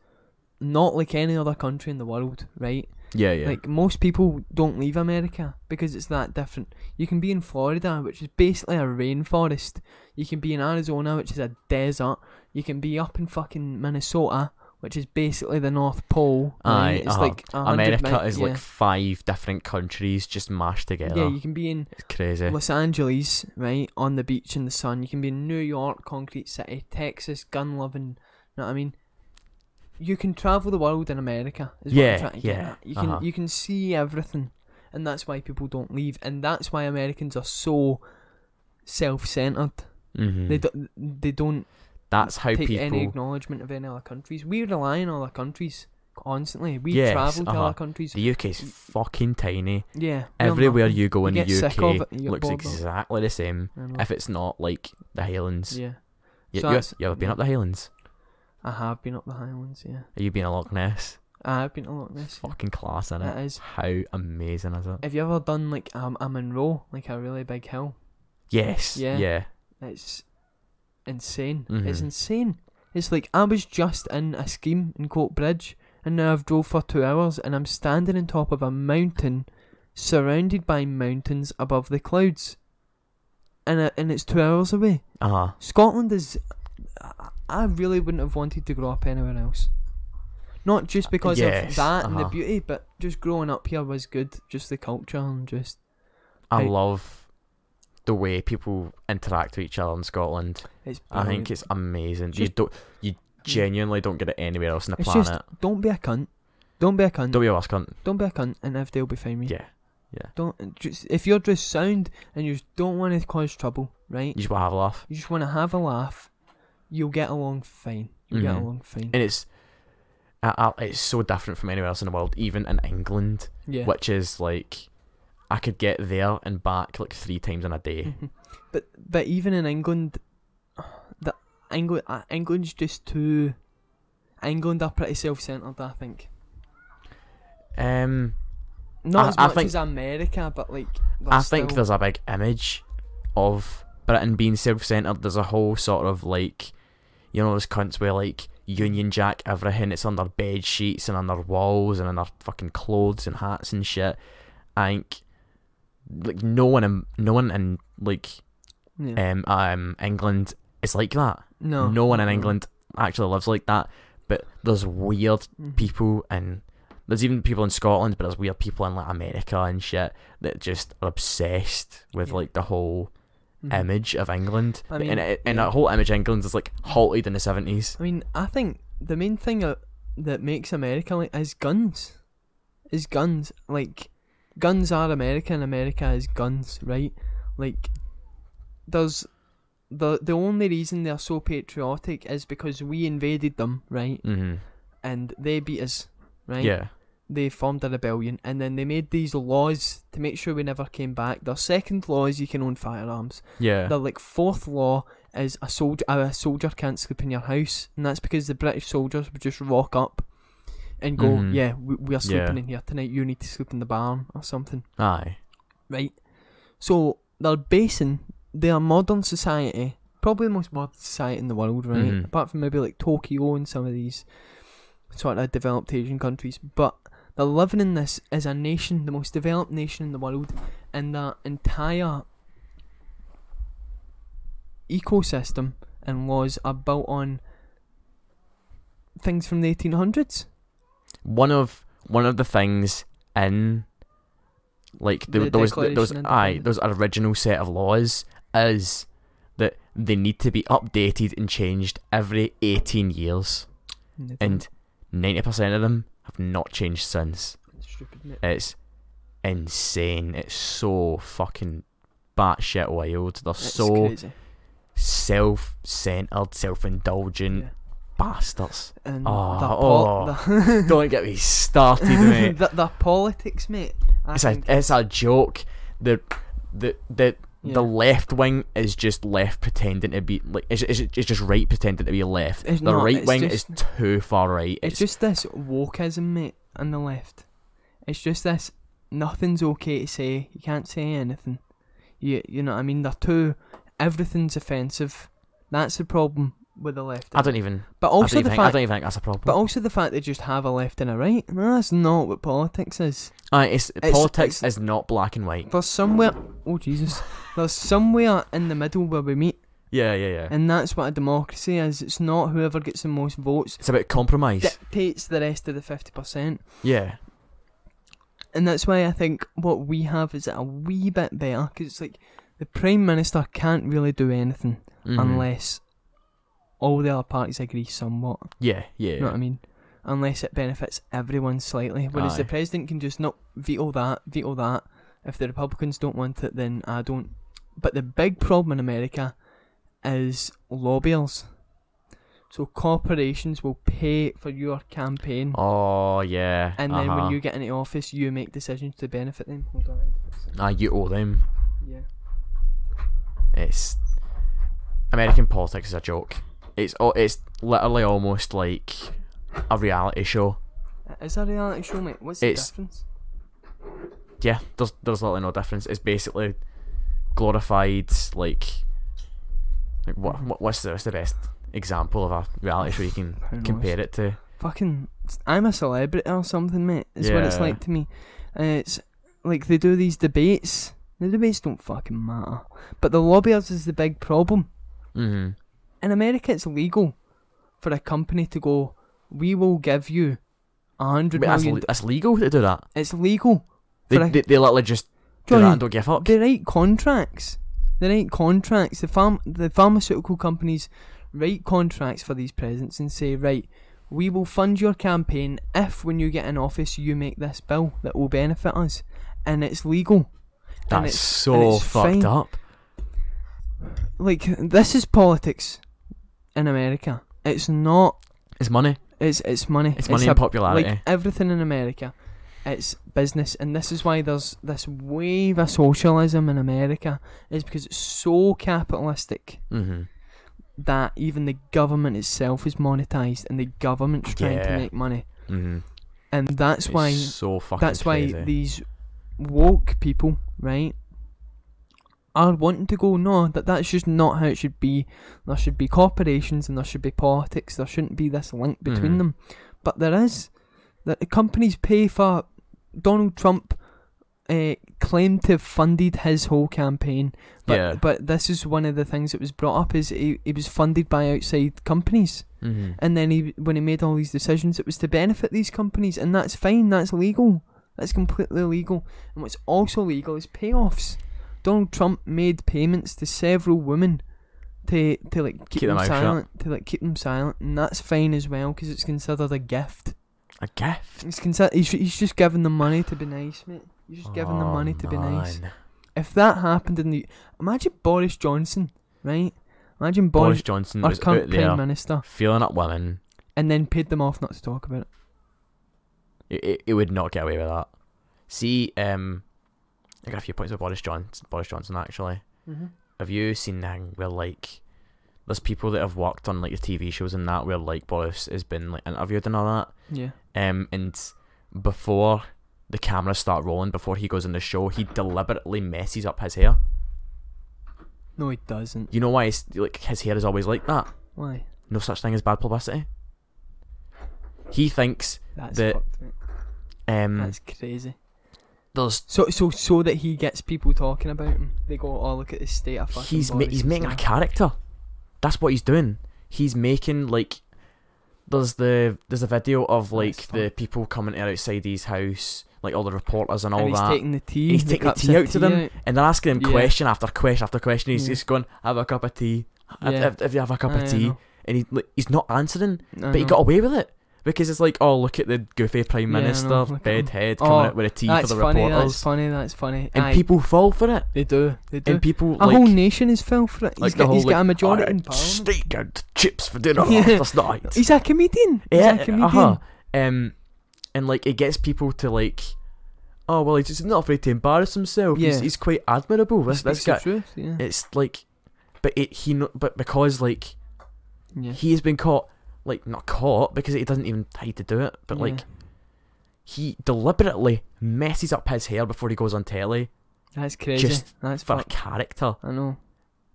S1: not like any other country in the world, right?
S2: Yeah, yeah.
S1: Like most people don't leave America because it's that different. You can be in Florida, which is basically a rainforest. You can be in Arizona, which is a desert. You can be up in fucking Minnesota, which is basically the North Pole.
S2: Aye,
S1: right? it's
S2: uh-huh.
S1: like a hundred
S2: America
S1: mi-
S2: is
S1: yeah.
S2: like five different countries just mashed together.
S1: yeah. You can be in
S2: it's crazy.
S1: Los Angeles, right, on the beach in the sun. You can be in New York, concrete city, Texas, gun loving. Know what I mean? You can travel the world in America. Is what
S2: Yeah,
S1: I'm trying to get
S2: yeah,
S1: at. You can
S2: uh-huh.
S1: you can see everything, and that's why people don't leave, and that's why Americans are so self-centered.
S2: Mhm.
S1: They do, they don't
S2: That's how
S1: take
S2: people.
S1: any acknowledgement of any other countries. We rely on other countries constantly. We
S2: Yes,
S1: travel to
S2: uh-huh.
S1: other countries.
S2: the UK's fucking tiny.
S1: Yeah, we are
S2: Everywhere
S1: nothing.
S2: you go in
S1: You
S2: the
S1: get sick of
S2: UK
S1: it and you get
S2: looks
S1: bored of it.
S2: exactly the same.
S1: I know.
S2: If it's not like the Highlands,
S1: yeah,
S2: you,
S1: So
S2: you,
S1: that's-
S2: you ever been up the Highlands?
S1: I have been up the Highlands. Yeah.
S2: Have you been a Loch Ness?
S1: Ah, I've been to Loch Ness. yeah.
S2: Fucking class, innit?
S1: That is.
S2: How amazing is it?
S1: Have you ever done like um, a Monroe, like a really big hill?
S2: Yes.
S1: Yeah.
S2: Yeah.
S1: It's insane. It's
S2: Mhm.
S1: insane. It's like I was just in a scheme in Court Bridge, and now I've drove for two hours, and I'm standing on top of a mountain, surrounded by mountains above the clouds, and uh, and it's two hours away.
S2: Uh huh.
S1: Scotland is. I- I really wouldn't have wanted to grow up anywhere else. Not just because of
S2: yes,
S1: that and the
S2: uh-huh.
S1: beauty, but just growing up here was good. Just the culture and just
S2: I
S1: Hey.
S2: love the way people interact with each other in Scotland.
S1: It's
S2: I
S1: brilliant.
S2: think it's amazing. you
S1: Just-
S2: don't, you genuinely don't get it anywhere else on the
S1: It's
S2: planet.
S1: just- don't be a cunt. Don't be a cunt.
S2: Don't
S1: Don't,
S2: be a worse cunt.
S1: be a cunt, and everything will be fine. with you.
S2: Yeah.
S1: Don't just if you're just sound and you just don't want to cause trouble, right?
S2: You just want to have a laugh,
S1: You just want to have a laugh. You'll get along fine. You'll get
S2: Mhm.
S1: along fine.
S2: and it's, I, I- it's so different from anywhere else in the world. Even in England,
S1: yeah.
S2: which is like, I could get there and back like three times in a day.
S1: Mhm. but but even in England, the England uh, England's just too. England are pretty self-centered, I think. Hmm.
S2: Um,
S1: Not
S2: I-
S1: as
S2: I
S1: much
S2: think-
S1: as America, but like.
S2: I
S1: they're
S2: think
S1: still-
S2: there's a big image of Britain being self-centered. There's a whole sort of like, you know, those cunts where like Union Jack everything. It's on their bed sheets and on their walls and on their fucking clothes and hats and shit. I think like no one in no one in like
S1: Yeah.
S2: um um England is like that.
S1: no.
S2: no one in
S1: no.
S2: England actually lives like that. But there's weird
S1: Mhm.
S2: people and there's even people in Scotland, but there's weird people in like America and shit that just are obsessed with
S1: Yeah.
S2: like the whole
S1: Mhm.
S2: image of England.
S1: I mean,
S2: eh, and it, and
S1: yeah.
S2: that whole image of England is like halted in the seventies.
S1: I mean, I think the main thing uh, that makes America like is guns. Is guns like guns are America and America is guns, right? Like there's the the only reason they're so patriotic is because we invaded them, right?
S2: Mm-hmm.
S1: And they beat us, right?
S2: Yeah,
S1: They formed a rebellion and then they made these laws to make sure we never came back. Their second law is you can own firearms.
S2: yeah,
S1: The like fourth law is a soldier a soldier can't sleep in your house, and that's because the British soldiers would just rock up and go,
S2: Mhm.
S1: "Yeah, we, we are sleeping
S2: Yeah.
S1: in here tonight. You need to sleep in the barn or something."
S2: aye,
S1: Right. So they're basing their modern society, probably the most modern society in the world, right?
S2: Mhm.
S1: Apart from maybe like Tokyo and some of these sort of developed Asian countries, but they're living in this as a nation, the most developed nation in the world, and their entire ecosystem and laws are built on things from the 1800s.
S2: one of one of the things in like the,
S1: The
S2: those
S1: Declaration
S2: those
S1: of
S2: aye
S1: Independence.
S2: those original set of laws is that they need to be updated and changed every eighteen years.
S1: they
S2: and ninety percent of them have not changed since.
S1: don't- stupid mate.
S2: It's insane. It's so fucking batshit wild. They're
S1: It's
S2: so
S1: crazy.
S2: self-centered, self-indulgent
S1: Yeah.
S2: bastards.
S1: And
S2: Oh,
S1: the pol- the-
S2: Don't get me started, mate.
S1: the, the politics, mate. I
S2: It's a
S1: think
S2: it's a joke. the the the
S1: Yeah.
S2: the left wing is just left pretending to be like it's, it's, it's just right pretending to be left.
S1: It's
S2: the
S1: not,
S2: right
S1: it's
S2: wing
S1: just-
S2: is too far right.
S1: It's just this wokeism, mate, on the left. It's just this nothing's okay to say. You can't say anything. You you know what I mean? They're too everything's offensive. That's the problem with the left.
S2: I don't even.
S1: But
S2: I, don't
S1: also
S2: even
S1: the
S2: think, I
S1: fact
S2: don't even think that's a problem.
S1: but also the fact they just have a left and a right. No, that's not what politics is.
S2: Aye, it's,
S1: it's-
S2: politics
S1: it's-
S2: is not black and white.
S1: There's somewhere oh Jesus. There's somewhere in the middle where we meet
S2: Yeah, yeah, yeah.
S1: and that's what a democracy is. It's not whoever gets the most votes
S2: It's about compromise.
S1: dictates the rest of the fifty percent.
S2: yeah.
S1: and that's why I think what we have is a wee bit better because it's like the prime minister can't really do anything
S2: Mhm.
S1: unless all the other parties agree somewhat.
S2: Yeah, yeah.
S1: You know what I mean? Unless it benefits everyone slightly. Whereas the
S2: Aye.
S1: president can just not veto that, veto that. If the Republicans don't want it, then I don't. But the big problem in America is lobbyers. So corporations will pay for your campaign.
S2: Oh yeah.
S1: And then
S2: uh-huh.
S1: when you get into office, you make decisions to benefit them. Hold on.
S2: Ah, you owe them.
S1: Yeah.
S2: It's American politics is a joke. It's oh, it's literally almost like a reality show.
S1: Is that a reality show, mate? What's the
S2: It's-
S1: difference?
S2: Yeah, there's there's literally no difference. It's basically glorified like like what, what what's the what's the best example of a reality show you can
S1: Who knows?
S2: compare it to?
S1: Fucking, I'm a celebrity or something, mate. Is what it's
S2: Yeah.
S1: like to me. And it's like they do these debates. The debates don't fucking matter. But the lobbyers is the big problem.
S2: Mm-hmm.
S1: In America, it's legal for a company to go, we will give you a hundred
S2: But that's,
S1: million.
S2: le- that's legal to do that.
S1: it's legal.
S2: They,
S1: for a-
S2: they, they literally just do
S1: Johnny,
S2: that and don't give up.
S1: They write contracts. They write contracts. The farm, the pharmaceutical companies write contracts for these presents and say, right, we will fund your campaign if, when you get in office, you make this bill that will benefit us, and it's legal. and
S2: That's
S1: it's-
S2: so
S1: it's
S2: fucked
S1: fine.
S2: up.
S1: Like this is politics in America. It's not.
S2: It's money.
S1: It's it's money.
S2: It's money and
S1: a-
S2: popularity.
S1: Like everything in America, it's business, and this is why there's this wave of socialism in America is because it's so capitalistic.
S2: mm-hmm.
S1: that even the government itself is monetized and the government's trying
S2: Yeah.
S1: to make money.
S2: Mm-hmm.
S1: And that's why
S2: so fucking
S1: that's why
S2: crazy.
S1: these woke people, right, are wanting to go, no, that that's just not how it should be. There should be corporations and there should be politics. There shouldn't be this link between
S2: Mhm.
S1: them. But there is. That the companies pay for Donald Trump uh, claimed to have funded his whole campaign. But,
S2: Yeah.
S1: but this is one of the things that was brought up is he, he was funded by outside companies
S2: mm-hmm.
S1: and then he when he made all these decisions it was to benefit these companies and that's fine that's legal that's completely legal and what's also legal is payoffs donald trump made payments to several women to to like keep,
S2: Keep their
S1: them
S2: mouth shut.
S1: silent to like keep them silent and that's fine as well because it's considered a gift
S2: a gift.
S1: it's considered he's, he's just giving them money to be nice mate you're just giving them
S2: Oh,
S1: money to be nice
S2: man.
S1: if that happened in the imagine boris johnson right imagine boris,
S2: Boris Johnson
S1: our
S2: was out
S1: current prime
S2: there
S1: minister
S2: feeling up women.
S1: and then paid them off not to talk about it
S2: It, it, it would not get away with that. See, um, I got a few points with Boris Johnson. Boris Johnson actually.
S1: mm-hmm.
S2: Have you seen that where like there's people that have worked on like the TV shows and that where like Boris has been like interviewed and all that.
S1: yeah
S2: Um, and before the cameras start rolling, before he goes on the show, he deliberately messes up his hair.
S1: No, it doesn't.
S2: You know why? It's, like his hair is always like that.
S1: Why?
S2: No such thing as bad publicity. He thinks
S1: That's
S2: The-
S1: fucked, mate.
S2: um,
S1: That's crazy.
S2: there's
S1: So, so, so that he gets people talking about him. They go, "Oh, look at the state of fucking."
S2: he's ma-
S1: Boris
S2: he's
S1: and
S2: making a
S1: stuff."
S2: character. That's what he's doing. He's making like there's the there's a video of like
S1: That's
S2: the
S1: fucked.
S2: people coming out outside his house, like all the reporters and all
S1: and he's
S2: that.
S1: taking the tea.
S2: He's
S1: the
S2: taking the
S1: cups
S2: tea
S1: of
S2: out to them.
S1: out.
S2: and they're asking him
S1: Yeah.
S2: question after question after question. He's
S1: Yeah.
S2: just going, "Have a cup of tea. Have,
S1: Yeah.
S2: have, have you have a cup
S1: Aye,
S2: of
S1: I
S2: tea?"
S1: know.
S2: And he like, he's not answering,
S1: I
S2: but he
S1: know.
S2: got away with it because it's like, "Oh, look at the goofy prime
S1: Yeah, I know,
S2: minister,
S1: look at him.
S2: bedhead
S1: Oh,
S2: coming out with a tea for
S1: That's
S2: the
S1: funny. That's
S2: reporters,"
S1: funny. That's funny.
S2: and
S1: Aye,
S2: people fall for it.
S1: they do. They do.
S2: And people
S1: a
S2: like
S1: whole nation is fell for it.
S2: like
S1: He's
S2: the
S1: got,
S2: whole
S1: he's
S2: like, uh,
S1: got a majority
S2: "I
S1: in
S2: had
S1: parliament.
S2: Steak and chips for dinner
S1: Yeah.
S2: last night.
S1: He's a comedian. He's a comedian.
S2: uh-huh. Um, and like it gets people to like, oh well, he's just not afraid to embarrass himself. He's,
S1: Yeah.
S2: he's quite admirable. This,
S1: He
S2: this
S1: speaks the
S2: guy,
S1: truth, yeah.
S2: it's like, but it he kno- but because like
S1: yeah.
S2: he has been caught, like not caught because he doesn't even try to do it, but
S1: Yeah.
S2: like he deliberately messes up his hair before he goes on telly
S1: That's crazy.
S2: just
S1: That's
S2: for
S1: fuck.
S2: character,
S1: I know.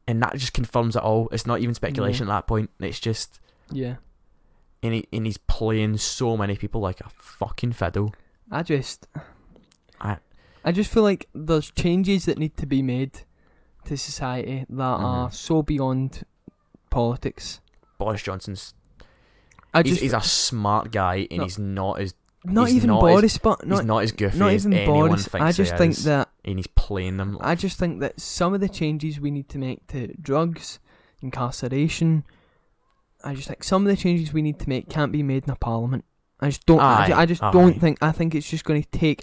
S2: and that just confirms it all. It's not even speculation at that point. It's just
S1: Yeah.
S2: and he, and he's playing so many people like a fucking fiddle.
S1: I just
S2: I-
S1: I just feel like there's changes that need to be made to society that are
S2: Mhm.
S1: so beyond politics.
S2: Boris Johnson's
S1: I
S2: he's,
S1: just
S2: he's a smart guy and
S1: No.
S2: he's not as
S1: not
S2: he's
S1: even
S2: not as-
S1: Boris, but not
S2: he's not as goofy
S1: not
S2: as
S1: even
S2: anyone
S1: Boris.
S2: thinks
S1: I just
S2: he
S1: think
S2: is,
S1: that
S2: and he's playing them.
S1: I just think that some of the changes we need to make to drugs, incarceration, I just think some of the changes we need to make can't be made in a parliament. I just don't. I
S2: Aye,
S1: ju- I just,
S2: aye.
S1: don't think. I think it's just going to take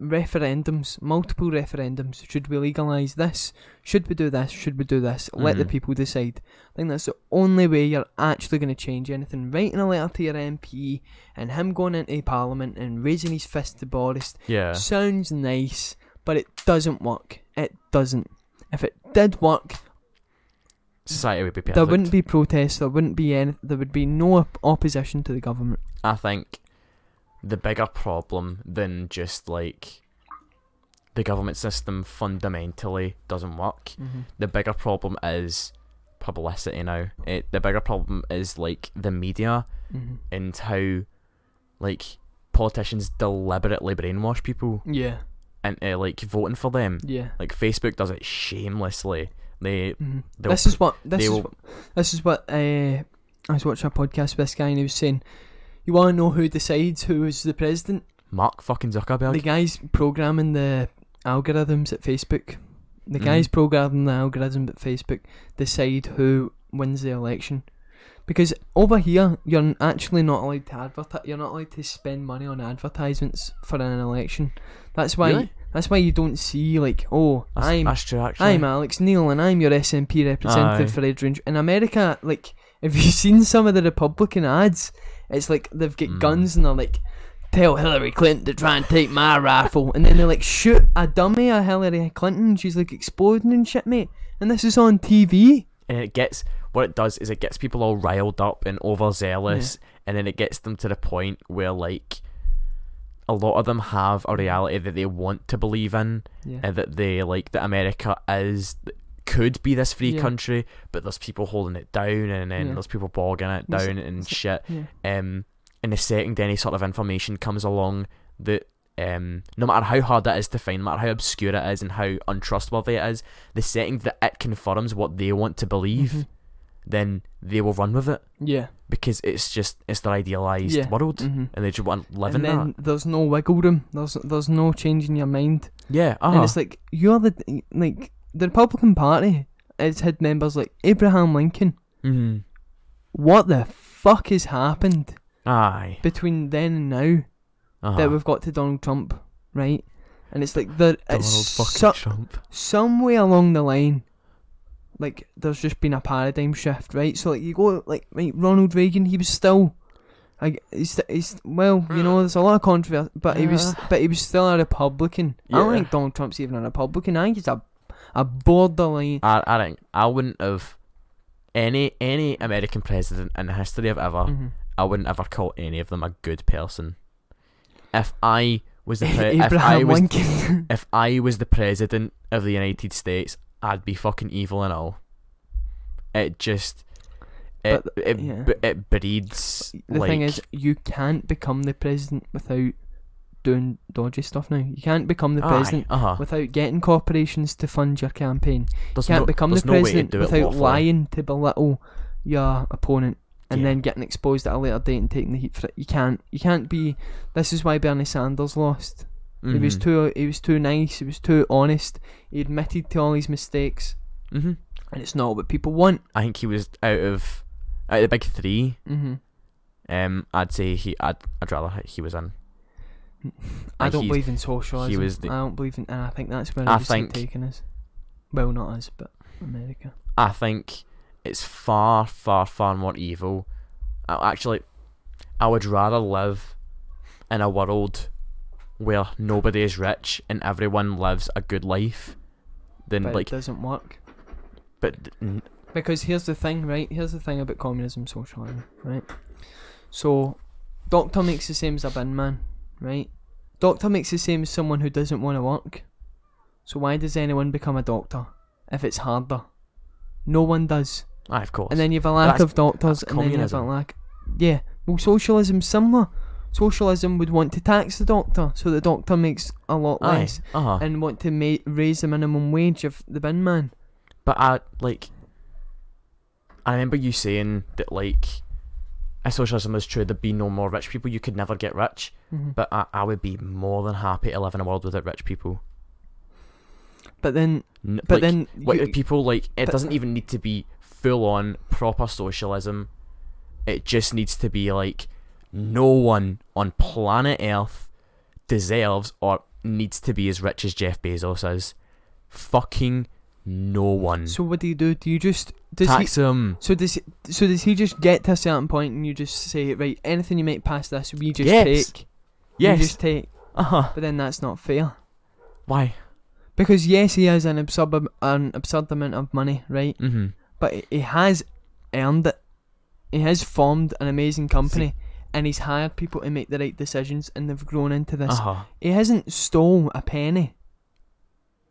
S1: referendums, multiple referendums. Should we legalise this? Should we do this? Should we do this? Let the
S2: Mhm.
S1: people decide. I think that's the only way you're actually going to change anything. Writing a letter to your MP and him going into parliament and raising his fist to Boris
S2: yeah,
S1: Sounds nice, but it doesn't work. It doesn't. If it did work,
S2: society would be perfect.
S1: there wouldn't be protests. There wouldn't be any. There would be no op- opposition to the government.
S2: I think the bigger problem than just like the government system fundamentally doesn't work. The bigger problem is publicity now. It, the bigger problem is like the media
S1: Mm-hmm.
S2: and how like politicians deliberately brainwash people
S1: Yeah,
S2: into like voting for them.
S1: yeah.
S2: Like Facebook does it shamelessly. They
S1: Mhm.
S2: They'll-
S1: This is what this
S2: they
S1: is.
S2: will-
S1: what- This is what uh, I was watching a podcast with this guy, and he was saying, "You want to know who decides who is the president?
S2: Mark fucking Zuckerberg.
S1: The guys programming the algorithms at Facebook. The guys
S2: Mhm.
S1: programming the algorithm at Facebook decide who wins the election. Because over here, you're n- actually not allowed to advertise. You're not allowed to spend money on advertisements for an election. That's why.
S2: Really?
S1: That's why you don't see like, oh,
S2: that's,
S1: I'm
S2: that's true. Actually,
S1: I'm Alex Neil and I'm your SNP representative for Edrange. In America, like, have you seen some of the Republican ads? It's like they've got
S2: Mm.
S1: guns and they're like, tell Hillary Clinton to try and take my rifle. And then they like shoot a dummy of Hillary Clinton. She's like exploding and shit, mate. And this is on TV.
S2: and it gets what it does is it gets people all riled up and overzealous, and then it gets them to the point where like a lot of them have a reality that they want to believe in,
S1: Yeah.
S2: and that they like that America is could be this free
S1: Yeah.
S2: country, but there's people holding it down, and then
S1: Yeah.
S2: there's people bogging it
S1: It's-
S2: down and shit.
S1: yeah.
S2: Um, and the second any sort of information comes along that. Um, no matter how hard that is to find, no matter how obscure it is and how untrustworthy it is, the second that it confirms what they want to believe,
S1: Mhm.
S2: then they will run with it
S1: Yeah.
S2: because it's just it's their idealized
S1: Yeah.
S2: world
S1: hmm
S2: and they just want to live
S1: And
S2: in
S1: then there's no wiggle room. There's there's no changing your mind.
S2: that. Yeah,
S1: And
S2: uh
S1: it's like you're the like the Republican Party. It's had members like Abraham Lincoln.
S2: mm,
S1: what the fuck has happened
S2: aye,
S1: between then and now
S2: uh-huh.
S1: that we've got to Donald Trump, right? And it's like there,
S2: Donald
S1: it's
S2: fucking
S1: so,
S2: Trump.
S1: somewhere along the line, like there's just been a paradigm shift, right? So like you go like right, Ronald Reagan, he was still, like he's, he's well, you know, there's a lot of controversy, but he was but he was still a Republican. I don't
S2: Yeah.
S1: think Donald Trump's even a Republican. I think he's a a borderline.
S2: I, I think I wouldn't have any any American president in the history of ever.
S1: Mhm.
S2: I wouldn't ever call any of them a good person. If I was the pre- if I
S1: Abraham
S2: was
S1: Lincoln.
S2: if I was the president of the United States, I'd be fucking evil and all. It just it
S1: But,
S2: it,
S1: yeah.
S2: b- it breeds
S1: The
S2: like
S1: thing is, you can't become the president without doing dodgy stuff now. You can't become the president
S2: Uh huh.
S1: without getting corporations to fund your campaign.
S2: There's
S1: you can't
S2: no,
S1: become the
S2: there's no way to
S1: president
S2: do it
S1: without
S2: lawfully.
S1: lying to belittle your opponent and
S2: Yeah.
S1: then getting exposed at a later date and taking the heat for it. You can't. You can't be. This is why Bernie Sanders lost. He was
S2: Mhm.
S1: too. He was too nice. He was too honest. He admitted to all his mistakes,
S2: Mhm.
S1: and it's not what people want.
S2: I think he was out of out of the big three.
S1: hmm
S2: Um, I'd say he. I'd, I'd rather he was in.
S1: I
S2: Like,
S1: don't
S2: he's-
S1: believe in socialism.
S2: he was the-
S1: I don't believe in, and I think that's where
S2: I
S1: I think
S2: think-
S1: taken us. Well, not us, but America.
S2: I think it's far, far, far more evil. I, actually, I would rather live in a world where nobody is rich and everyone lives a good life, then
S1: but
S2: like,
S1: it doesn't work.
S2: but n-
S1: Because here's the thing, right? Here's the thing about communism, socialism, right? So, doctor makes the same as a bin man, right? Doctor makes the same as someone who doesn't want to work. So why does anyone become a doctor if it's harder? No one does.
S2: aye, of course.
S1: And then you have a lack
S2: that's-
S1: of doctors,
S2: that's
S1: and then you have a
S2: communism.
S1: lack. Yeah. Well, socialism's similar. Socialism would want to tax the doctor, so the doctor makes a lot
S2: aye,
S1: less,
S2: uh
S1: and want to ma- raise the minimum wage of the bin man.
S2: But I like. I remember you saying that like, if socialism was true, there'd be no more rich people. You could never get rich.
S1: Mhm.
S2: But I, I would be more than happy to live in a world without rich people.
S1: But then,
S2: N-
S1: but
S2: like,
S1: then,
S2: what
S1: you-
S2: if people like it
S1: but-
S2: doesn't even need to be full on proper socialism. It just needs to be like no one on planet Earth deserves or needs to be as rich as Jeff Bezos is. Fucking no one.
S1: so what do you do? Do you just does he?
S2: Tax him.
S1: So does so does he just get to a certain point and you just say right anything you make past this we just
S2: Yes.
S1: take
S2: Yes.
S1: we just take
S2: Uh huh.
S1: but then that's not fair
S2: Why?
S1: because yes he has an absurd an absurd amount of money right
S2: Mm-hmm.
S1: but he- he has earned it. He has formed an amazing company, and he's hired people to make the right decisions, and they've grown into this.
S2: Uh huh.
S1: He hasn't stole a penny.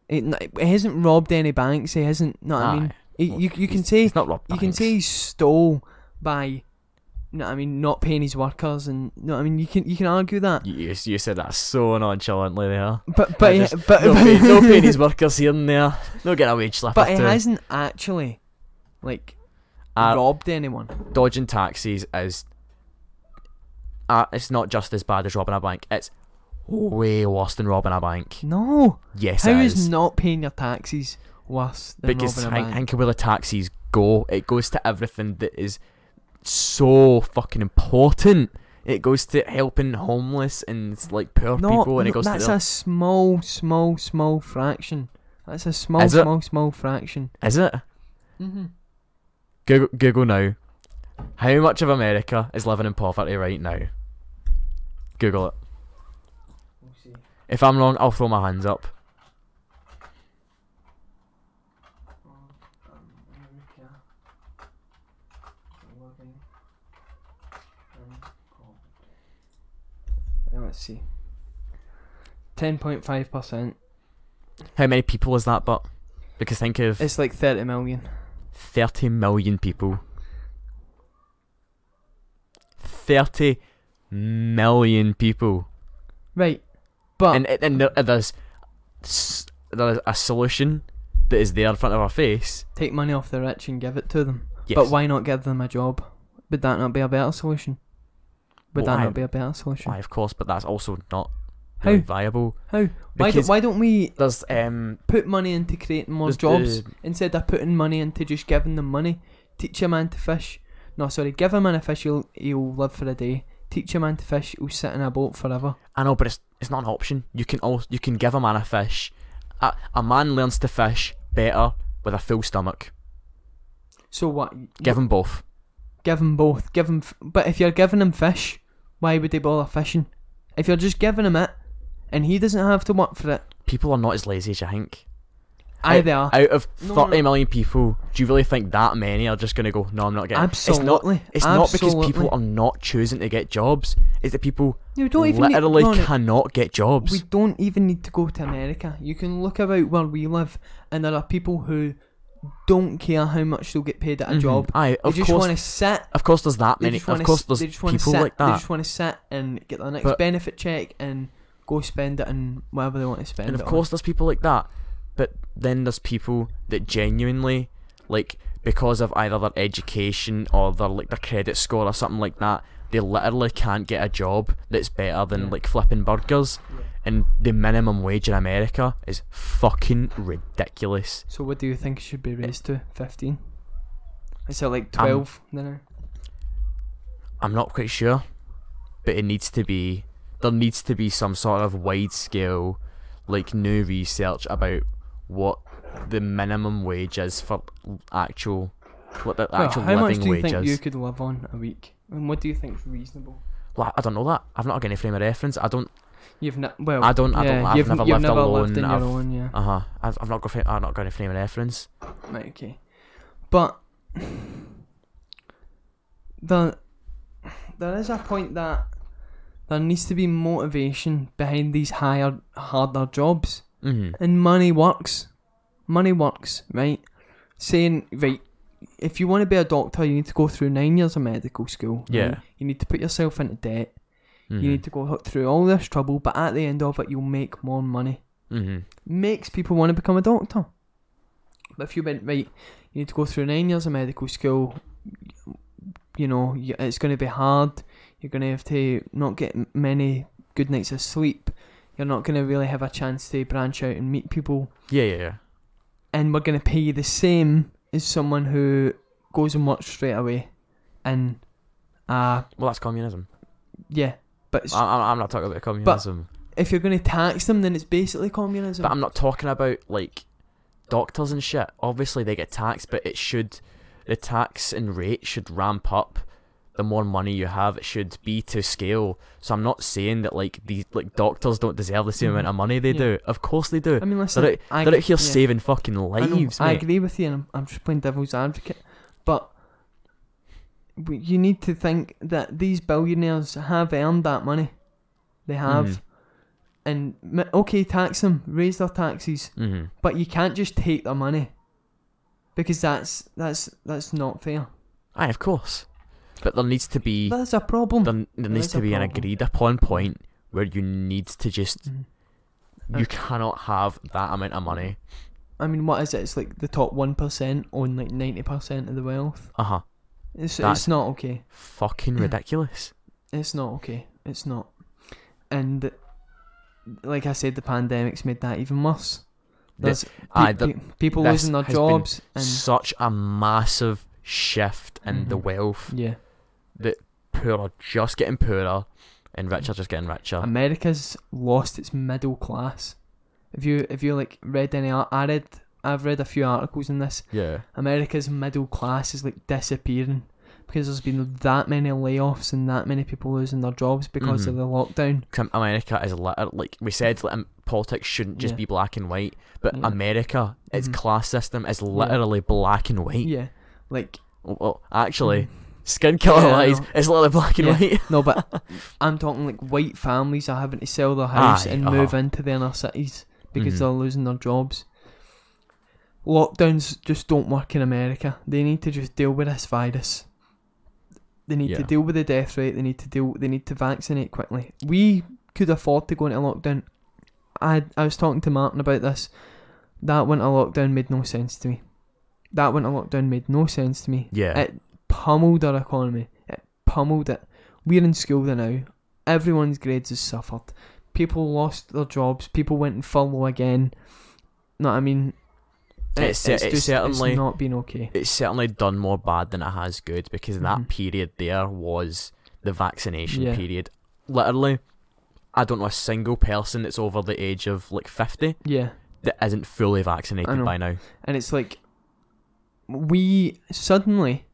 S1: He, n- he hasn't robbed any banks. He hasn't. Know what I mean, he,
S2: Well,
S1: you you can say
S2: It's not robbed.
S1: you can
S2: banks.
S1: say he stole by, know what I mean, not paying his workers, and know what I mean, you can you can argue that.
S2: You, you, you said that so nonchalantly there.
S1: But but he-
S2: just-
S1: but
S2: No, pay, no paying his workers here and there. No getting a wage slip.
S1: but
S2: or
S1: he
S2: two.
S1: hasn't actually, like,
S2: Uh,
S1: robbed anyone.
S2: dodging taxis is uh, it's not just as bad as robbing a bank. It's way worse than robbing a bank.
S1: No.
S2: Yes,
S1: How
S2: it
S1: is
S2: is.
S1: not paying your taxes worse than
S2: because
S1: robbing a
S2: think,
S1: bank?
S2: think of where the taxis go. It goes to everything that is so fucking important. It goes to helping homeless and like poor
S1: no,
S2: people, and it
S1: no,
S2: goes
S1: that's
S2: to
S1: a small, small, small fraction. That's a small,
S2: Is it?
S1: small, small fraction.
S2: the, is it
S1: Mm-hmm.
S2: Google, Google now. How much of America is living in poverty right now? Google it. If I'm wrong, I'll throw my hands up.
S1: Let's see. Ten point five percent.
S2: How many people is that? But because think of
S1: It's like thirty million.
S2: 30 million people. 30 million people.
S1: Right, but
S2: And, and there- there's, s- there's a solution that is there in front of our face.
S1: take money off the rich and give it to them.
S2: Yes.
S1: But why not give them a job? Would that not be a better solution? Would
S2: Well,
S1: that
S2: I-
S1: not be a better solution?
S2: Why, of course, but that's also not
S1: How?
S2: really viable.
S1: How? Why, do,
S2: Because
S1: why don't we
S2: there's um
S1: put money into creating more
S2: there's
S1: jobs
S2: the-
S1: instead of putting money into just giving them money? Teach a man to fish. No, sorry, give a man a fish, he'll, he'll live for a day. Teach a man to fish, he'll sit in a boat forever.
S2: I know, but it's it's not an option. You can also you can give a man a fish. A, a man learns to fish better with a full stomach.
S1: So what?
S2: Give him both.
S1: Give him both. Give him. F- but if you're giving him fish, why would they bother fishing? If you're just giving him it, and he doesn't have to work for it,
S2: People are not as lazy as you think.
S1: aye,
S2: Out-
S1: they are.
S2: Out of thirty
S1: No,
S2: million
S1: no, no.
S2: people, do you really think that many are just going to go? No, I'm not getting.
S1: Absolutely.
S2: It's not. It's not because
S1: Absolutely.
S2: people are not choosing to get jobs. It's that people
S1: You don't even need-
S2: literally
S1: no, no.
S2: cannot get jobs.
S1: We don't even need to go to America. You can look about where we live, and there are people who don't care how much they'll get paid at a
S2: Mhm.
S1: job.
S2: Aye,
S1: They
S2: of
S1: just
S2: course.
S1: want to sit.
S2: Of course, there's that
S1: They
S2: many.
S1: just wanna
S2: Of course,
S1: s-
S2: there's
S1: they just wanna
S2: people
S1: sit,
S2: like
S1: They
S2: that.
S1: just want to sit and get their next
S2: But-
S1: benefit check and go spend it on whatever they want to spend
S2: and of
S1: it
S2: course there's people like that but then there's people that genuinely like because of either their education or their like their credit score or something like that they literally can't get a job that's better than
S1: Yeah.
S2: like flipping burgers
S1: on.
S2: and the minimum wage in america is fucking ridiculous
S1: So what do you think it should be raised to? 15? Is it
S2: Um,
S1: like 12 then?
S2: i'm not quite sure but it needs to be there needs to be some sort of wide scale like new research about what the minimum wage is for actual what the
S1: Well,
S2: actual
S1: how
S2: living
S1: much do you
S2: wage
S1: think
S2: is.
S1: you could live on a week? And what do you think's reasonable?
S2: Well, I don't know that. I've not got any frame of reference. I don't.
S1: You've not. Well,
S2: I don't. I don't.
S1: Oh, yeah,
S2: I've
S1: you've,
S2: never
S1: you've
S2: lived
S1: never
S2: alone.
S1: lived in
S2: I've,
S1: your own. Yeah.
S2: Uh huh. I've, I've not got. fa- I've not got any frame of reference.
S1: Right, okay. But there, there is a point that there needs to be motivation behind these higher, harder jobs.
S2: Mm-hmm.
S1: And money works. Money works, right? Saying, right, if you want to be a doctor, you need to go through nine years of medical school. right?
S2: Yeah.
S1: You need to put yourself into debt.
S2: mm-hmm,
S1: You need to go through all this trouble, but at the end of it, you'll make more money
S2: Mm-hmm.
S1: makes people want to become a doctor. But if you went right, you need to go through nine years of medical school. You know, y- it's going to be hard. You're going to have to not get m- many good nights of sleep. You're not going to really have a chance to branch out and meet people.
S2: Yeah, yeah, yeah.
S1: And we're going to pay you the same as someone who goes and works straight away. And uh
S2: Well, that's communism.
S1: yeah, but it's,
S2: I, I'm- I'm not talking about communism,
S1: if you're going to tax them, then it's basically communism.
S2: but I'm not talking about like doctors and shit. Obviously, they get taxed, but it should the tax and rate should ramp up. The more money you have, it should be to scale. So I'm not saying that like these like doctors don't deserve the same amount of money they
S1: Mm-hmm. Yeah.
S2: do. Of course they do.
S1: I mean, listen,
S2: They're out,
S1: I
S2: they're out
S1: get-
S2: here
S1: yeah.
S2: saving fucking
S1: I know,
S2: lives,
S1: I,
S2: mate.
S1: agree with you, and I'm, I'm just playing devil's advocate. But we- you need to think that these billionaires have earned that money. They have.
S2: Mhm.
S1: And m- okay, tax them, raise their taxes,
S2: Mm-hmm.
S1: but you can't just take their money because that's that's that's not fair.
S2: Aye, of course. But there needs to be
S1: That's a problem.
S2: there, there needs
S1: is
S2: to
S1: a
S2: be an
S1: problem.
S2: agreed upon point where you need to just
S1: Mhm.
S2: you cannot have that amount of money.
S1: I mean, what is it? It's like the top one percent own like ninety percent of the wealth.
S2: Uh huh.
S1: It's
S2: That's-
S1: it's not okay.
S2: Fucking
S1: Mm-hmm.
S2: ridiculous.
S1: It's not okay. It's not. And like I said, the pandemic's made that even worse. There's pe-
S2: aye, the-
S1: pe- people
S2: this
S1: losing their
S2: has been
S1: jobs and
S2: Such a massive shift in the
S1: Mhm.
S2: wealth.
S1: yeah,
S2: Poor are just getting poorer, and richer just getting richer.
S1: America's lost its middle class. If you if you like read any, ar- I read I've read a few articles on this.
S2: yeah.
S1: America's middle class is like disappearing because there's been that many layoffs and that many people losing their jobs because of
S2: Mhm.
S1: the lockdown.
S2: 'Cause America is littered. Like we said, like, um, politics shouldn't just
S1: Yeah.
S2: be black and white. But
S1: Yeah.
S2: America, its
S1: Mhm.
S2: class system is literally black and white.
S1: Yeah, like
S2: Well, actually, skin color
S1: Yeah, I
S2: wise,
S1: know.
S2: it's literally black and
S1: Yeah.
S2: white.
S1: No, but I'm talking like white families are having to sell their house
S2: Aye,
S1: and
S2: uh-huh.
S1: move into the inner cities because
S2: Mhm.
S1: they're losing their jobs. Lockdowns just don't work in America. They need to just deal with this virus. They need to
S2: Yeah.
S1: deal with the death rate. They need to deal. They need to vaccinate quickly. We could afford to go into lockdown. I I was talking to Martin about this. That winter lockdown made no sense to me. That winter lockdown made no sense to me
S2: Yeah.
S1: it pummeled our economy. It pummeled it. Eh, We're in school there now. Everyone's grades has suffered. People lost their jobs. People went and furlough again. No, I mean, Eh,
S2: It's- it's certainly-
S1: it's not been okay.
S2: it's certainly done more bad than it has good because
S1: Mhm.
S2: that period there was the vaccination
S1: Yeah.
S2: period. Literally, I don't know a single person that's over the age of like 50
S1: Yeah,
S2: that isn't fully vaccinated
S1: know.
S2: by now.
S1: and it's like we suddenly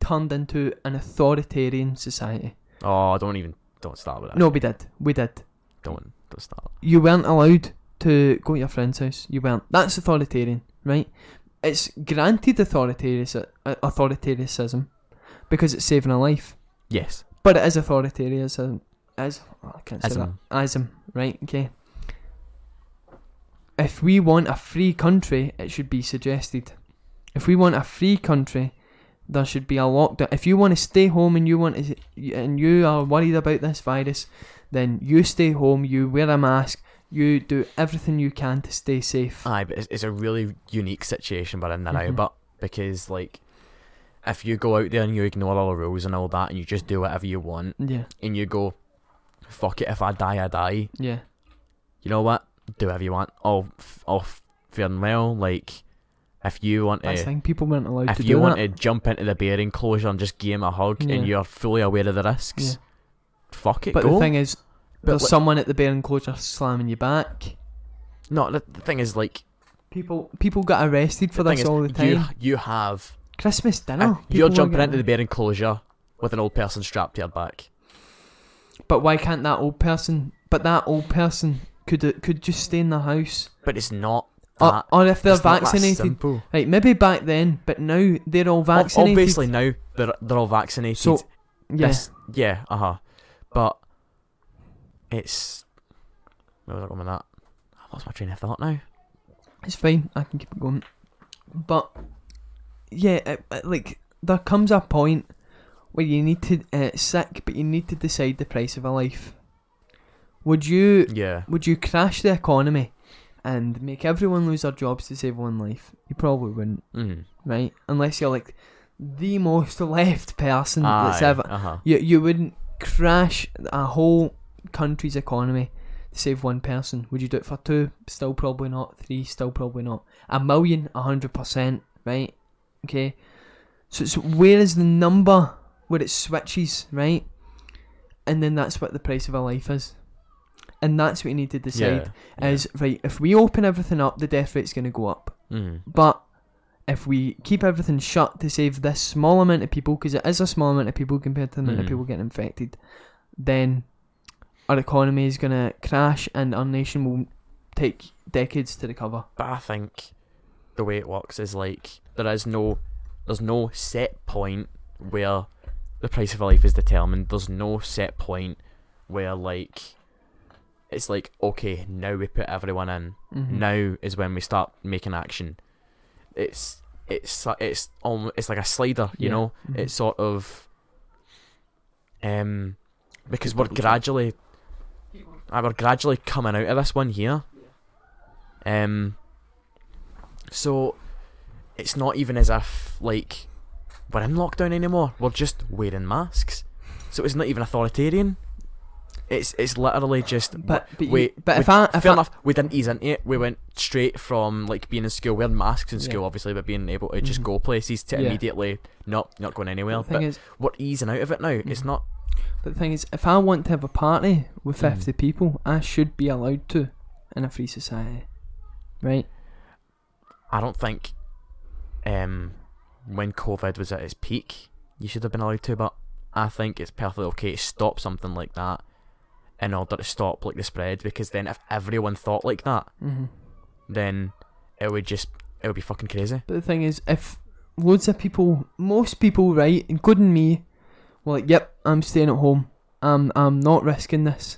S1: turned into an authoritarian society.
S2: Oh, don't even. Don't start with that.
S1: No, we did. We did.
S2: Don't, don't start.
S1: you weren't allowed to go to your friend's house. You weren't. That's authoritarian, right? It's granted authoritarianism, authoritarianism because it's saving a life,
S2: Yes.
S1: but it is authoritarianism. As oh, I can't say
S2: Ism.
S1: that. Asm, right? Okay. If we want a free country, it should be suggested. If we want a free country, there should be a lockdown. If you want to stay home and you want to, and you are worried about this virus, then you stay home. You wear a mask. You do everything you can to stay safe.
S2: Aye, but it's, it's a really unique situation we're in now,
S1: Mhm.
S2: but because like. If you go out there and you ignore all the rules and all that, and you just do whatever you want,
S1: yeah,
S2: and you go, fuck it, if I die, I die.
S1: yeah,
S2: You know what? Do whatever you want. All, f- all f- fair and well. Like, if you want
S1: that's the
S2: to,
S1: thing. People weren't allowed
S2: if
S1: to
S2: you
S1: do
S2: want
S1: that.
S2: to jump into the bear enclosure and just give him a hug,
S1: Yeah.
S2: and you're fully aware of the risks,
S1: Yeah.
S2: fuck it,
S1: But
S2: go.
S1: the thing is,
S2: But
S1: there's
S2: like-
S1: someone at the bear enclosure slamming you back.
S2: no, the, the thing is, like,
S1: People, people got arrested for
S2: the thing
S1: this
S2: is,
S1: all the time.
S2: you you have
S1: Christmas
S2: a-
S1: dinner. people
S2: you're jumping
S1: were
S2: into the
S1: getting-
S2: bear enclosure with an old person strapped to your back.
S1: But why can't that old person But that old person could uh, could just stay in the house,
S2: But it's not.
S1: or,
S2: That,
S1: or if Oh, they're
S2: Ah, it's not that
S1: vaccinated.
S2: simple.
S1: Right, maybe back then, but now they're all
S2: Ob-
S1: vaccinated.
S2: Obviously now they're they're all vaccinated.
S1: So, yeah.
S2: This- yeah, uh huh. But it's where was I going with that? I lost my train of thought now.
S1: It's fine. I can keep it going. But yeah, it, it- like there comes a point where you need to uh, sick, but you need to decide the price of a life. Would you
S2: Yeah.
S1: would you crash the economy and make everyone lose their jobs to save one life? You probably wouldn't,
S2: Mm.
S1: right? Unless you're like the most left person that's ever.
S2: Uh huh.
S1: You you wouldn't crash a whole country's economy to save one person. Would you do it for two? Still probably not. Three? Still probably not. A million? A hundred percent. Right? Okay. So it's where is the number where it switches, right? And then that's what the price of a life is. And that's what you need to decide
S2: yeah.
S1: is right, if we open everything up, the death rate's gonna go up.
S2: Mm.
S1: But if we keep everything shut to save this small amount of people, because it is a small amount of people compared to the amount of
S2: Mhm.
S1: people getting infected, then our economy is going to crash and our nation will take decades to recover.
S2: But I think the way it works is like there is no there's no set point where the price of a life is determined. There's no set point where like it's like okay now we put everyone in.
S1: Mhm.
S2: Now is when we start making action. It's it's it's almost it's like a slider, you
S1: Yeah.
S2: know.
S1: Mhm.
S2: It's sort of um because we're
S1: Double check.
S2: gradually uh, we're gradually coming out of this one here. Um so it's not even as if like we're in lockdown anymore. We're just wearing masks. So it's not even authoritarian. It's it's literally just
S1: But, but, you-
S2: wait,
S1: but
S2: we-
S1: if I. If
S2: fair
S1: I
S2: enough. We didn't ease into it. We went straight from like being in school, wearing masks in
S1: Yeah.
S2: school, obviously, but being able to just
S1: Mhm.
S2: go places to
S1: Yeah.
S2: immediately not not going anywhere.
S1: the thing
S2: But
S1: is,
S2: we're easing out of it now. It's
S1: Mhm.
S2: not.
S1: but the thing is, if I want to have a party with
S2: Mhm.
S1: 50 people, I should be allowed to in a free society. Right?
S2: I don't think. Um, when COVID was at its peak, you should have been allowed to. But I think it's perfectly okay to stop something like that, in order to stop like the spread. Because then, if everyone thought like that,
S1: hmm
S2: then it would just it would be fucking crazy.
S1: But the thing is, if loads of people, most people, right, including me, were like, "Yep, I'm staying at home. I'm I'm not risking this."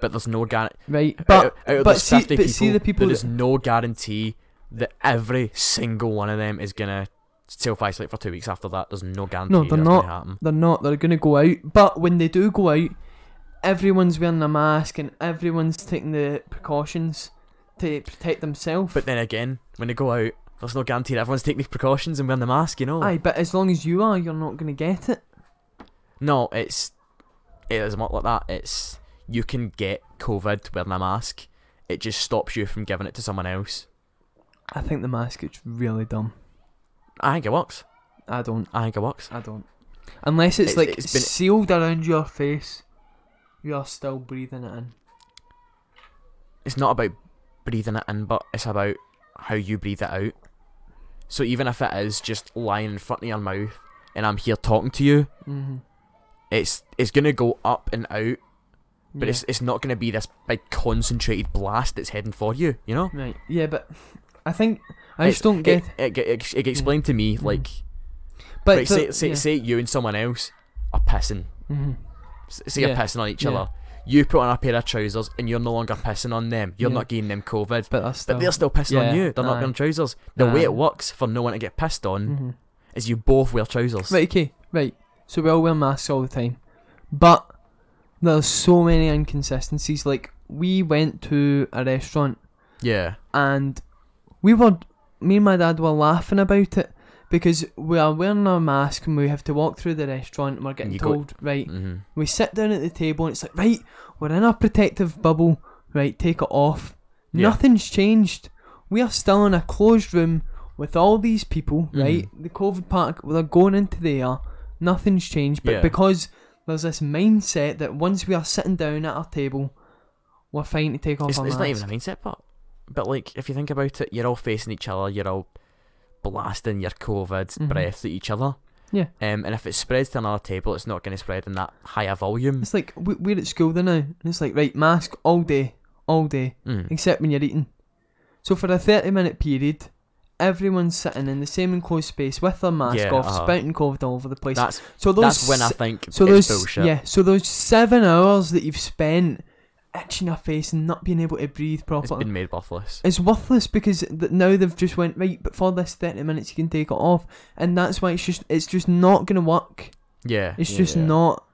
S2: But there's no guarantee.
S1: Right,
S2: out,
S1: but
S2: out of
S1: but
S2: those
S1: see-
S2: 50
S1: but see the people
S2: there is
S1: that-
S2: no guarantee that every single one of them is gonna self isolate for two weeks after that. There's no guarantee
S1: No, they're
S2: that's
S1: not.
S2: gonna happen.
S1: they're not. They're gonna go out. But when they do go out, everyone's wearing a mask and everyone's taking the precautions to protect themselves.
S2: But then again, when they go out, there's no guarantee that everyone's taking the precautions and wearing the mask. You know,
S1: aye, but as long as you are, you're not gonna get it.
S2: no, it's it is not like that. It's you can get COVID wearing a mask. It just stops you from giving it to someone else.
S1: I think the mask is really dumb.
S2: I think it works.
S1: I don't.
S2: I think it works.
S1: I don't. Unless it's,
S2: It's-
S1: like
S2: it's been-
S1: sealed around your face, you're still breathing it in.
S2: it's not about breathing it in, but it's about how you breathe it out. So even if it is just lying in front of your mouth and I'm here talking to you,
S1: Mm-hmm.
S2: it's it's gonna go up and out, but it's it's not gonna be this big concentrated blast that's heading for you. You know,
S1: Right. Yeah, but I think I
S2: It's-
S1: just don't get.
S2: it. It, it, it explained to me
S1: Mhm.
S2: like,
S1: but
S2: right, say,
S1: the-
S2: say,
S1: yeah.
S2: say you and someone else are pissing.
S1: Mhm.
S2: S- Say you're
S1: Yeah,
S2: pissing on each
S1: yeah.
S2: other. You put on a pair of trousers and you're no longer pissing on them. You're
S1: Yeah.
S2: not getting them COVID.
S1: But that's still.
S2: But they're still pissing on
S1: yeah,
S2: you. They're not
S1: aye.
S2: wearing trousers. The way
S1: Aye.
S2: it works for no one to get pissed on
S1: Mhm.
S2: is you both wear trousers.
S1: Right. Okay. Right. So we all wear masks all the time, but there's so many inconsistencies. Like we went to a restaurant
S2: Yeah.
S1: and we were, me and my dad were laughing about it because we are wearing our mask and we have to walk through the restaurant and we're getting
S2: You go-
S1: told right.
S2: hmm
S1: We sit down at the table and it's like, right, we're in our protective bubble, right, take it off.
S2: Yeah.
S1: Nothing's changed. We are still in a closed room with all these people,
S2: Mm-hmm.
S1: right? The COVID park, they're going into the air, nothing's changed. But
S2: Yeah.
S1: because there's this mindset that once we are sitting down at our table, we're fine to take off
S2: It's,
S1: our
S2: it's
S1: mask.
S2: not even a mindset part. But like, if you think about it, you're all facing each other. You're all blasting your COVID
S1: Mhm.
S2: breaths at each other.
S1: Yeah.
S2: Um, and if it spreads to another table, it's not going to spread in that higher volume.
S1: It's like we- we're at school there now, and it's like right mask all day, all day,
S2: Mm.
S1: except when you're eating. So for a thirty-minute period, everyone's sitting in the same enclosed space with their mask
S2: Yeah,
S1: off,
S2: uh-huh.
S1: spouting COVID all over the place.
S2: That's
S1: so those
S2: that's when I
S1: s-
S2: think
S1: so
S2: it's
S1: those
S2: bullshit.
S1: yeah, so those seven hours that you've spent itching your face and not being able to breathe
S2: it's
S1: properly.
S2: been made worthless.
S1: It's worthless because th- now they've just went right, but for this thirty minutes you can take it off, and that's why it's just it's just not gonna work.
S2: Yeah.
S1: It's just
S3: Yeah.
S1: not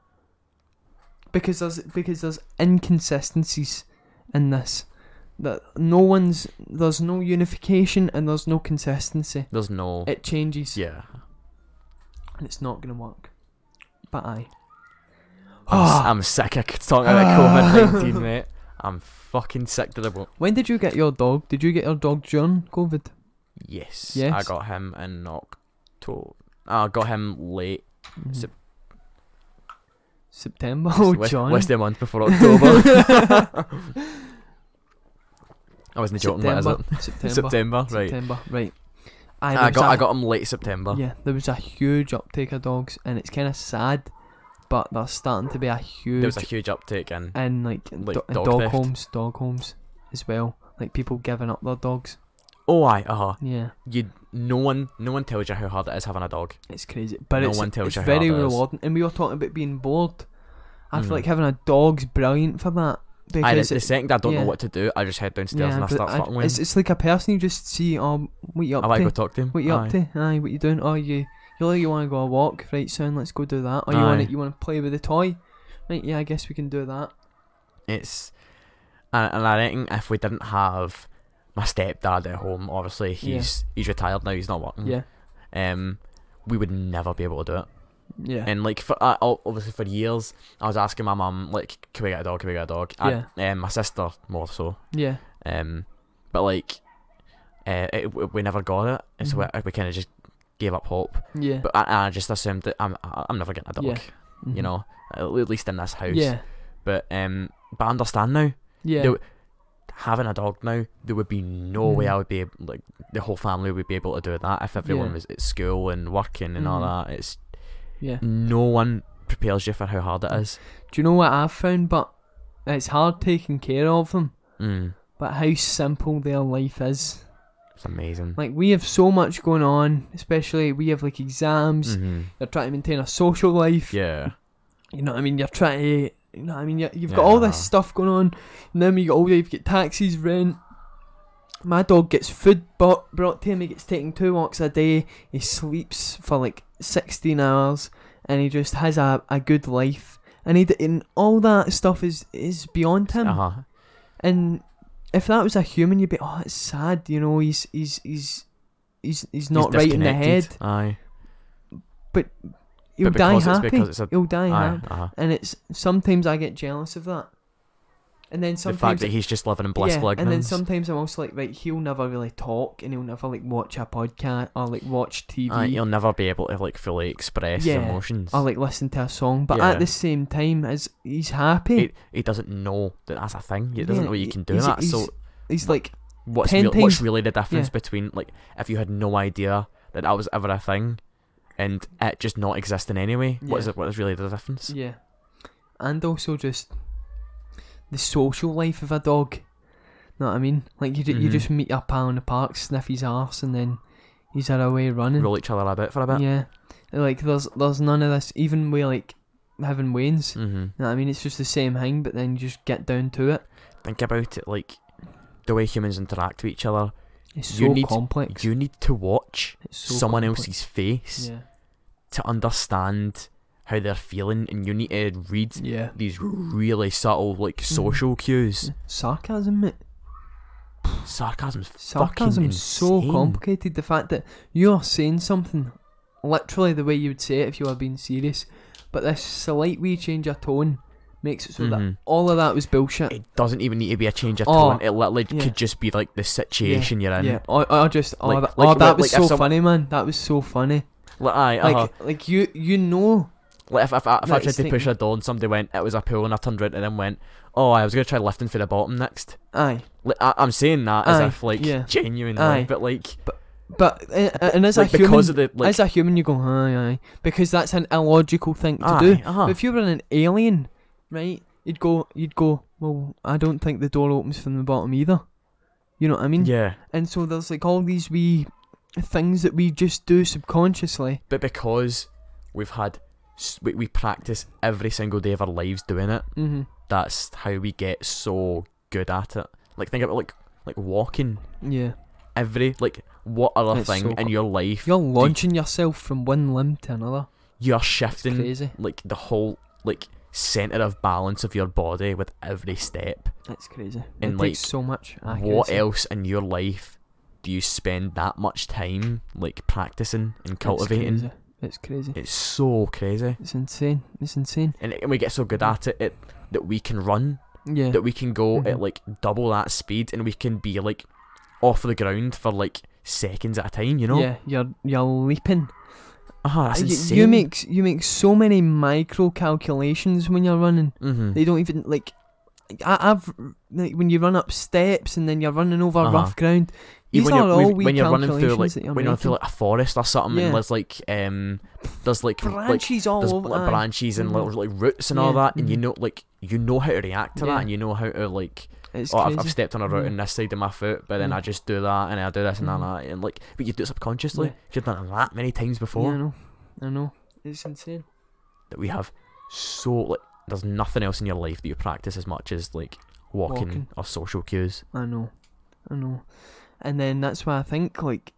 S1: because there's because there's inconsistencies in this that no one's there's no unification and there's no consistency.
S2: There's no.
S1: It changes
S2: yeah.
S1: and it's not gonna work. But aye.
S2: I'm,
S1: Ah.
S2: s- I'm sick of talking about COVID 19, mate. I'm fucking sick to the bone.
S1: When did you get your dog? Did you get your dog during COVID?
S2: Yes. I
S1: Yes.
S2: got him in October. I got him late. Sep-
S1: September. Oh,
S2: Mm-hmm. West,
S1: John.
S2: West the month before October. I wasn't joking, what is it?
S1: September. September.
S2: September, right.
S1: September, right. Aye, there
S2: I
S1: was
S2: got,
S1: a-
S2: I got him late September.
S1: Yeah, there was a huge uptake of dogs, and it's kind of sad, but there's starting to be a huge
S2: There was a huge uptake in.
S1: in like,
S2: like,
S1: do- in
S2: dog
S1: dog,
S2: theft.
S1: homes, dog homes as well. Like people giving up their dogs.
S2: Oh, aye, uh huh.
S1: Yeah,
S2: You, no one, no one tells you how hard it is having a dog.
S1: it's crazy, but
S2: No
S1: it's,
S2: one tells
S1: it's
S2: you how
S1: very
S2: hard it is.
S1: rewarding. And we were talking about being bored. I
S2: Mm.
S1: feel like having a dog's brilliant for that because
S2: I,
S1: it-
S2: the second I don't
S1: yeah.
S2: know what to do, I just head downstairs
S1: yeah,
S2: and I
S1: but
S2: start
S1: I-
S2: fucking with
S1: it's,
S2: him.
S1: it's like a person you just see. Oh, what you up
S2: I might
S1: to?
S2: go talk to him.
S1: What you
S2: aye.
S1: up to? Aye, what you doing? Oh, you you like you want to go a walk? Right, son, let's go do that. Or you
S2: Aye.
S1: want to you want to play with the toy? Right, yeah, I guess we can do that.
S2: It's and, and I reckon if we didn't have my stepdad at home, obviously
S1: Yeah.
S2: he's he's retired now, he's not working.
S1: Yeah,
S2: Um, we would never be able to do it.
S1: yeah,
S2: And like for uh, ob- obviously for years, I was asking my mum like, "Can we get a dog? Can we get a dog?" I, um, my sister more so.
S1: yeah,
S2: Um, but like, uh, it, we we never got it, and
S1: Mm-hmm.
S2: so we, we kind of just gave up hope.
S1: yeah.
S2: But I, I just assumed that I'm I'm never getting a dog.
S1: Yeah.
S2: You
S1: Mhm.
S2: know, at least in this house.
S1: Yeah,
S2: But um, but I understand now.
S1: yeah,
S2: There- having a dog now, there would be no way
S1: Mhm.
S2: I would be ab- like the whole family would be able to do that if everyone
S1: Yeah.
S2: was at school and working and all
S1: Mhm.
S2: that. It's
S1: yeah.
S2: no one prepares you for how hard it is.
S1: Do you know what I've found? But it's hard taking care of them.
S2: Mm,
S1: But how simple their life is.
S2: it's amazing.
S1: Like we have so much going on, especially we have like exams.
S2: hmm
S1: They're trying to maintain a social life.
S2: Yeah,
S1: You know what I mean? You're trying to, you know what I mean? you you've got all
S2: Yeah.
S1: this stuff going on, and then we got older, you've got taxis, rent. My dog gets food bought, brought to him, he gets taken two walks a day, he sleeps for like 16 hours, and he just has a, a good life. And, he, d- and all that stuff is, is beyond him.
S2: uh huh.
S1: And if that was a human, you'd be, oh, it's sad, you know, he's, he's, he's, he's, he's not right in the head.
S2: Aye,
S1: He'll
S2: but
S1: die
S2: because it's
S1: happy.
S2: because it's a
S1: He'll die happy.
S2: aye, uh-huh.
S1: and it's sometimes I get jealous of that. And then
S2: the fact
S1: sometimes
S2: that he's just living in
S1: yeah,
S2: blissful
S1: and then
S2: ignorance.
S1: sometimes I'm also like, right, he'll never really talk, and he'll never like watch a podcast or like watch TV
S2: Aye, you'll never be able to like fully express
S1: Yeah,
S2: emotions.
S1: or like listen to a song. But
S2: Yeah.
S1: at the same time, as he's happy,
S2: he, he doesn't know that that's a thing. He doesn't
S1: Yeah,
S2: know you can do
S1: he's-
S2: that.
S1: he's-
S2: so
S1: he's like,
S2: what's
S1: Ten
S2: real, what's
S1: times-
S2: really the difference
S1: yeah.
S2: between like if you had no idea that that was ever a thing and it just not existing anyway what is
S1: Yeah.
S2: it what is really the difference
S1: yeah, and also just the social life of a dog. Know what I mean? Like you, ju- you
S2: Mhm.
S1: just meet your pal in the park, sniff his arse, and then he's had away running.
S2: roll each other a bit for a bit
S1: Yeah, like there's there's none of this. Even with like having Wayne's,
S2: hmm
S1: know what I mean, it's just the same thing, but then you just get down to it.
S2: think about it like the way humans interact with each other
S1: It's so
S2: You need to-
S1: complex.
S2: you need to watch
S1: it's so
S2: someone
S1: complex.
S2: else's face
S1: Yeah.
S2: to understand how they're feeling and you need to read
S1: Yeah.
S2: these really subtle like
S1: Mm.
S2: social cues
S1: Sarcasm, mate. Mm.
S2: sarcasm's
S1: Sarcasm
S2: fucking
S1: is so
S2: insane.
S1: complicated. The fact that you're saying something literally the way you would say it if you were being serious, but this slight wee change of tone makes it so
S2: Mhm.
S1: that all of that was bullshit.
S2: it doesn't even need to be a change of
S1: Oh,
S2: tone it literally
S1: yeah.
S2: could just be like the situation you're in
S1: yeah, or, or just oh,
S2: Like-
S1: that,
S2: like-
S1: oh, that
S2: like-
S1: was
S2: like if
S1: so
S2: some-
S1: funny, man. That was so funny.
S2: Like, aye,
S1: Like,
S2: uh-huh.
S1: like you, you know,
S2: like if, if, I- if I
S1: Like,
S2: tried
S1: it's
S2: to push
S1: taken-
S2: a door and somebody went, it was a pull, and I turned around and then went, oh, I was going to try lifting for the bottom next.
S1: aye,
S2: Like, I, I'm saying that as
S1: Aye,
S2: if, like,
S1: yeah.
S2: genuinely,
S1: Aye.
S2: but like,
S1: But uh, uh, and as
S2: like
S1: a human,
S2: because of the like
S1: as a human, you go aye aye because that's an illogical thing to
S2: aye,
S1: do.
S2: uh-huh.
S1: But if you were an alien, right, you'd go, you'd go. Well, I don't think the door opens from the bottom either. You know what I mean?
S2: yeah,
S1: And so there's like all these wee things that we just do subconsciously.
S2: but because we've had s- we, we practice every single day of our lives doing it.
S1: Mm-hmm.
S2: That's how we get so good at it. Like think about like like walking.
S1: Yeah,
S2: Every like what other
S1: It's
S2: thing
S1: so
S2: in
S1: co-
S2: your life
S1: you're launching yourself from one limb to another.
S2: you're
S1: It's
S2: shifting
S1: crazy.
S2: like the whole like center of balance of your body with every step.
S1: It's crazy.
S2: And,
S1: it
S2: like,
S1: takes so much.
S2: What
S1: accuracy.
S2: else in your life do you spend that much time like practicing and cultivating?
S1: It's crazy. It's crazy.
S2: It's so crazy,
S1: It's insane. It's insane.
S2: and, it, and we get so good at it, it that we can run,
S1: Yeah.
S2: that we can go at
S1: Mhm.
S2: like double that speed, and we can be like off the ground for like seconds at a time. You know,
S1: Yeah, you're you're leaping.
S2: ah, that's
S1: Y-
S2: insane.
S1: You make s- you make so many micro calculations when you're running.
S2: hmm
S1: They don't even like. I, I've like when you run up steps and then you're running over
S2: Uh-huh.
S1: rough ground. These
S2: when you're,
S1: are all
S2: we've-
S1: wee
S2: when you're running through
S1: calculations
S2: like
S1: that you're
S2: when you're through like a forest or something,
S1: Yeah.
S2: and there's like um, there's like like
S1: Branches all
S2: there's
S1: over.
S2: like
S1: aye.
S2: branches and
S1: Mhm.
S2: little like roots and all
S1: Yeah,
S2: that, and you
S1: mhm.
S2: know like you know how to react to
S1: Yeah.
S2: that, and you know how to like
S1: It's
S2: oh I've,
S1: crazy.
S2: I've stepped on a root
S1: Mhm.
S2: and this side of my foot, but then I
S1: Mhm.
S2: just do that and I do this and then
S1: Mhm.
S2: that, and like but you do it subconsciously.
S1: Yeah.
S2: You've done it that many times
S1: Yeah,
S2: before
S1: I know. I know. It's insane.
S2: that we have so like there's nothing else in your life that you practice as much as like walking,
S1: Walking.
S2: or social cues.
S1: I know, I know, and then that's why I think like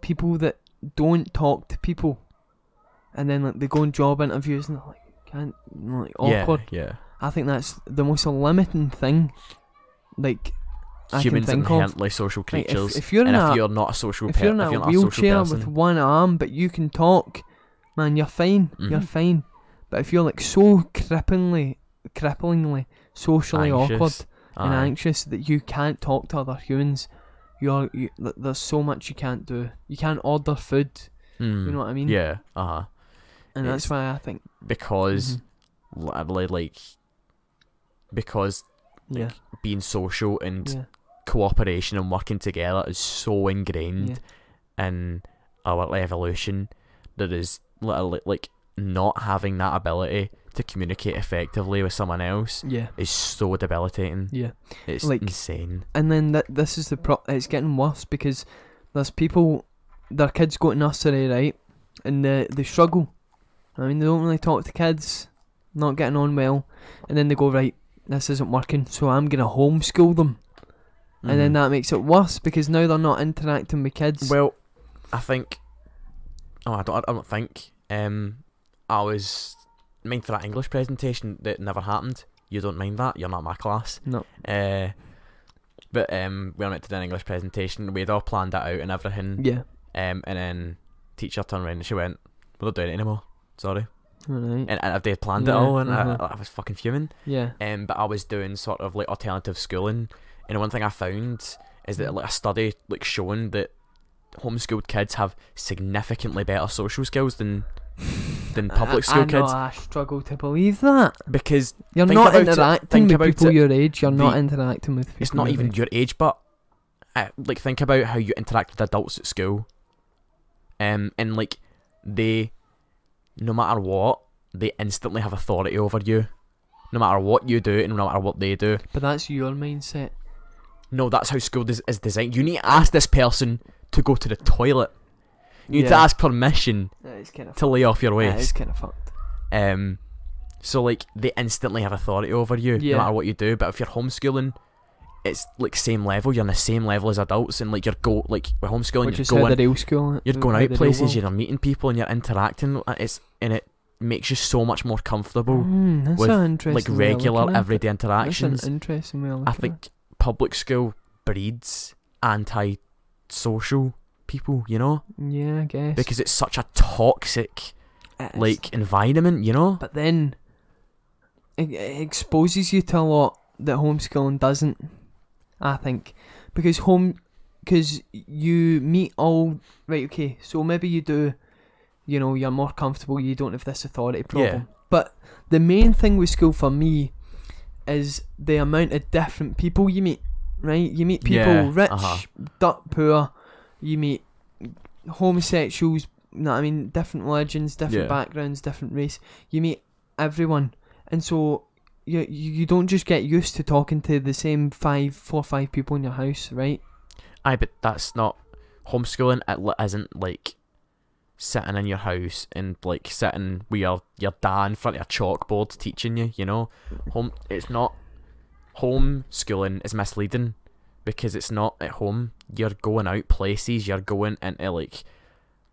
S1: people that don't talk to people, and then like they go on job interviews and they're like can't like awkward.
S2: Yeah,
S1: I think that's the most limiting thing. Like I
S2: yeah.
S1: can
S2: Humans
S1: think of-
S2: inherently social
S1: like, if-
S2: creatures,
S1: if, you're in
S2: and
S1: a
S2: if you're not a social,
S1: if you're in
S2: per-
S1: a
S2: if you're not a social
S1: wheelchair
S2: person,
S1: with one arm but you can talk, man, you're fine. You're
S2: Mhm.
S1: fine. But if you're like so cripplingly, cripplingly socially awkward
S2: Anxious.
S1: and
S2: aye.
S1: anxious that you can't talk to other humans. You're you, th- there's so much you can't do. You can't order food.
S2: Mm.
S1: You know what I mean?
S2: Yeah, uh huh.
S1: and that's
S2: it's-
S1: why I think
S2: because
S1: Mhm.
S2: li- like because
S1: Mm-hmm. yeah,
S2: being social and
S1: yeah,
S2: cooperation and working together is so ingrained in our evolution that is literally like not having that ability to communicate effectively with someone else
S1: yeah,
S2: is so debilitating.
S1: yeah.
S2: It's
S1: Like-
S2: insane.
S1: And then that this is the pro. It's getting worse because there's people, their kids go to nursery right, and they they struggle. I mean, they don't really talk to kids, not getting on well, and then they go right. This isn't working, so I'm gonna homeschool them, and then
S2: Mhm.
S1: that makes it worse because now they're not interacting with kids.
S2: Well, I think. Oh, I don't. I don't think. Um, I was. I mean, for that English presentation that never happened. You don't mind that. You're not my class.
S1: No.
S2: Uh, but um, we were meant to do an English presentation. We'd all planned that out and everything.
S1: yeah,
S2: Um, and then teacher turned around and she went, "We're not doing it anymore." Sorry.
S1: all right,
S2: And, and if they would planned
S1: Yeah,
S2: it all, and
S1: mhm.
S2: I, I was fucking fuming.
S1: yeah.
S2: Um, but I was doing sort of like alternative schooling, and one thing I found is that like a study like showing that homeschooled kids have significantly better social skills than than public
S1: I-
S2: school
S1: I know,
S2: kids
S1: I struggle to believe that.
S2: because
S1: You're
S2: Think
S1: not
S2: about it,
S1: interacting
S2: think
S1: with
S2: about
S1: people
S2: it.
S1: your age. You're not
S2: The-
S1: interacting with people.
S2: it's not
S1: your
S2: even
S1: age.
S2: your age, but uh, like think about how you interact with adults at school, um, and like they, no matter what, they instantly have authority over you, no matter what you do and no matter what they do.
S1: But that's your mindset.
S2: No, that's how school is, is designed. You need to ask this person to go to the toilet. You need to
S1: Yeah.
S2: ask permission
S1: That is kind of.
S2: to lay off your
S1: That is
S2: waist.
S1: kind of fucked.
S2: Um, so like they instantly have authority over you,
S1: Yeah.
S2: no matter what you do. But if you're homeschooling, it's like same level. You're on the same level as adults, and like you're go like with homeschooling,
S1: Which is
S2: you're
S1: how the
S2: going,
S1: real school.
S2: you're going
S1: how the
S2: out
S1: real
S2: places,
S1: world-
S2: you're meeting people, and you're interacting. uh, It's and it makes you so much more comfortable
S1: Mm, that's
S2: with,
S1: an interesting
S2: like
S1: way of
S2: regular
S1: looking at it.
S2: everyday interactions.
S1: That's an interesting way of
S2: I
S1: looking at
S2: think public school breeds anti-social people, you know,
S1: it. Yeah, I guess.
S2: because it's such a toxic
S1: It is.
S2: like environment, you know.
S1: But then, it, it exposes you to a lot that homeschooling doesn't. I think because home, because you meet all right. Okay, so maybe you do. You know, you're more comfortable. You don't have this authority problem.
S2: Yeah.
S1: But the main thing with school for me is the amount of different people you meet. Right, you meet people
S2: Yeah,
S1: rich,
S2: uh-huh.
S1: dirt poor, you meet homosexuals, know what I mean, different religions, different
S2: Yeah.
S1: backgrounds, different race. You meet everyone, and so you you you don't just get used to talking to the same five, four, five people in your house, right?
S2: Aye, but that's not homeschooling. It li- isn't like sitting in your house and like sitting with your your dad in front of a chalkboard teaching you. You know, home. It's not homeschooling is misleading because it's not at home. You're going out places. You're going into like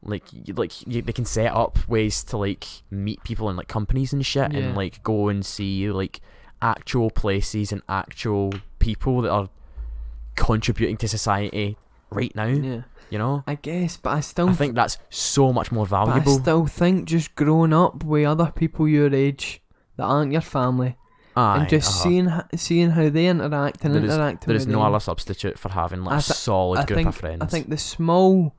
S2: like you- like you, they can set up ways to like meet people in like companies and shit
S1: Yeah.
S2: and like go and see like actual places and actual people that are contributing to society right now.
S1: Yeah,
S2: You know,
S1: I guess, but I still
S2: Eh? I think that's so much more
S1: But I
S2: valuable.
S1: still think just growing up with other people your age that aren't your family
S2: Aye,
S1: and just
S2: uh-huh.
S1: seeing h- seeing how they interact and
S2: There is-
S1: interact
S2: there
S1: with
S2: is no
S1: them.
S2: other substitute for having like
S1: I
S2: a
S1: thi-
S2: solid
S1: I
S2: group
S1: think
S2: of friends.
S1: I think the small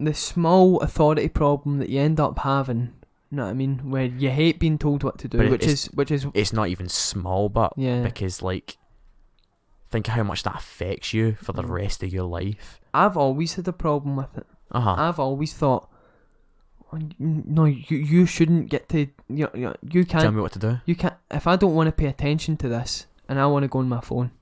S1: the small authority problem that you end up having, you know what I mean, where you hate being told what to do,
S2: But it
S1: which
S2: is-
S1: is which is
S2: it's not even small, but
S1: yeah.
S2: because like, think of how much that affects you for
S1: Mm.
S2: the rest of your life.
S1: I've always had a problem with it.
S2: Uh huh.
S1: I've always thought "Oh, n- no, you you shouldn't get to you you, you can't
S2: Tell me what to do.
S1: you can't if I don't want to pay attention to this and I want to go on my phone,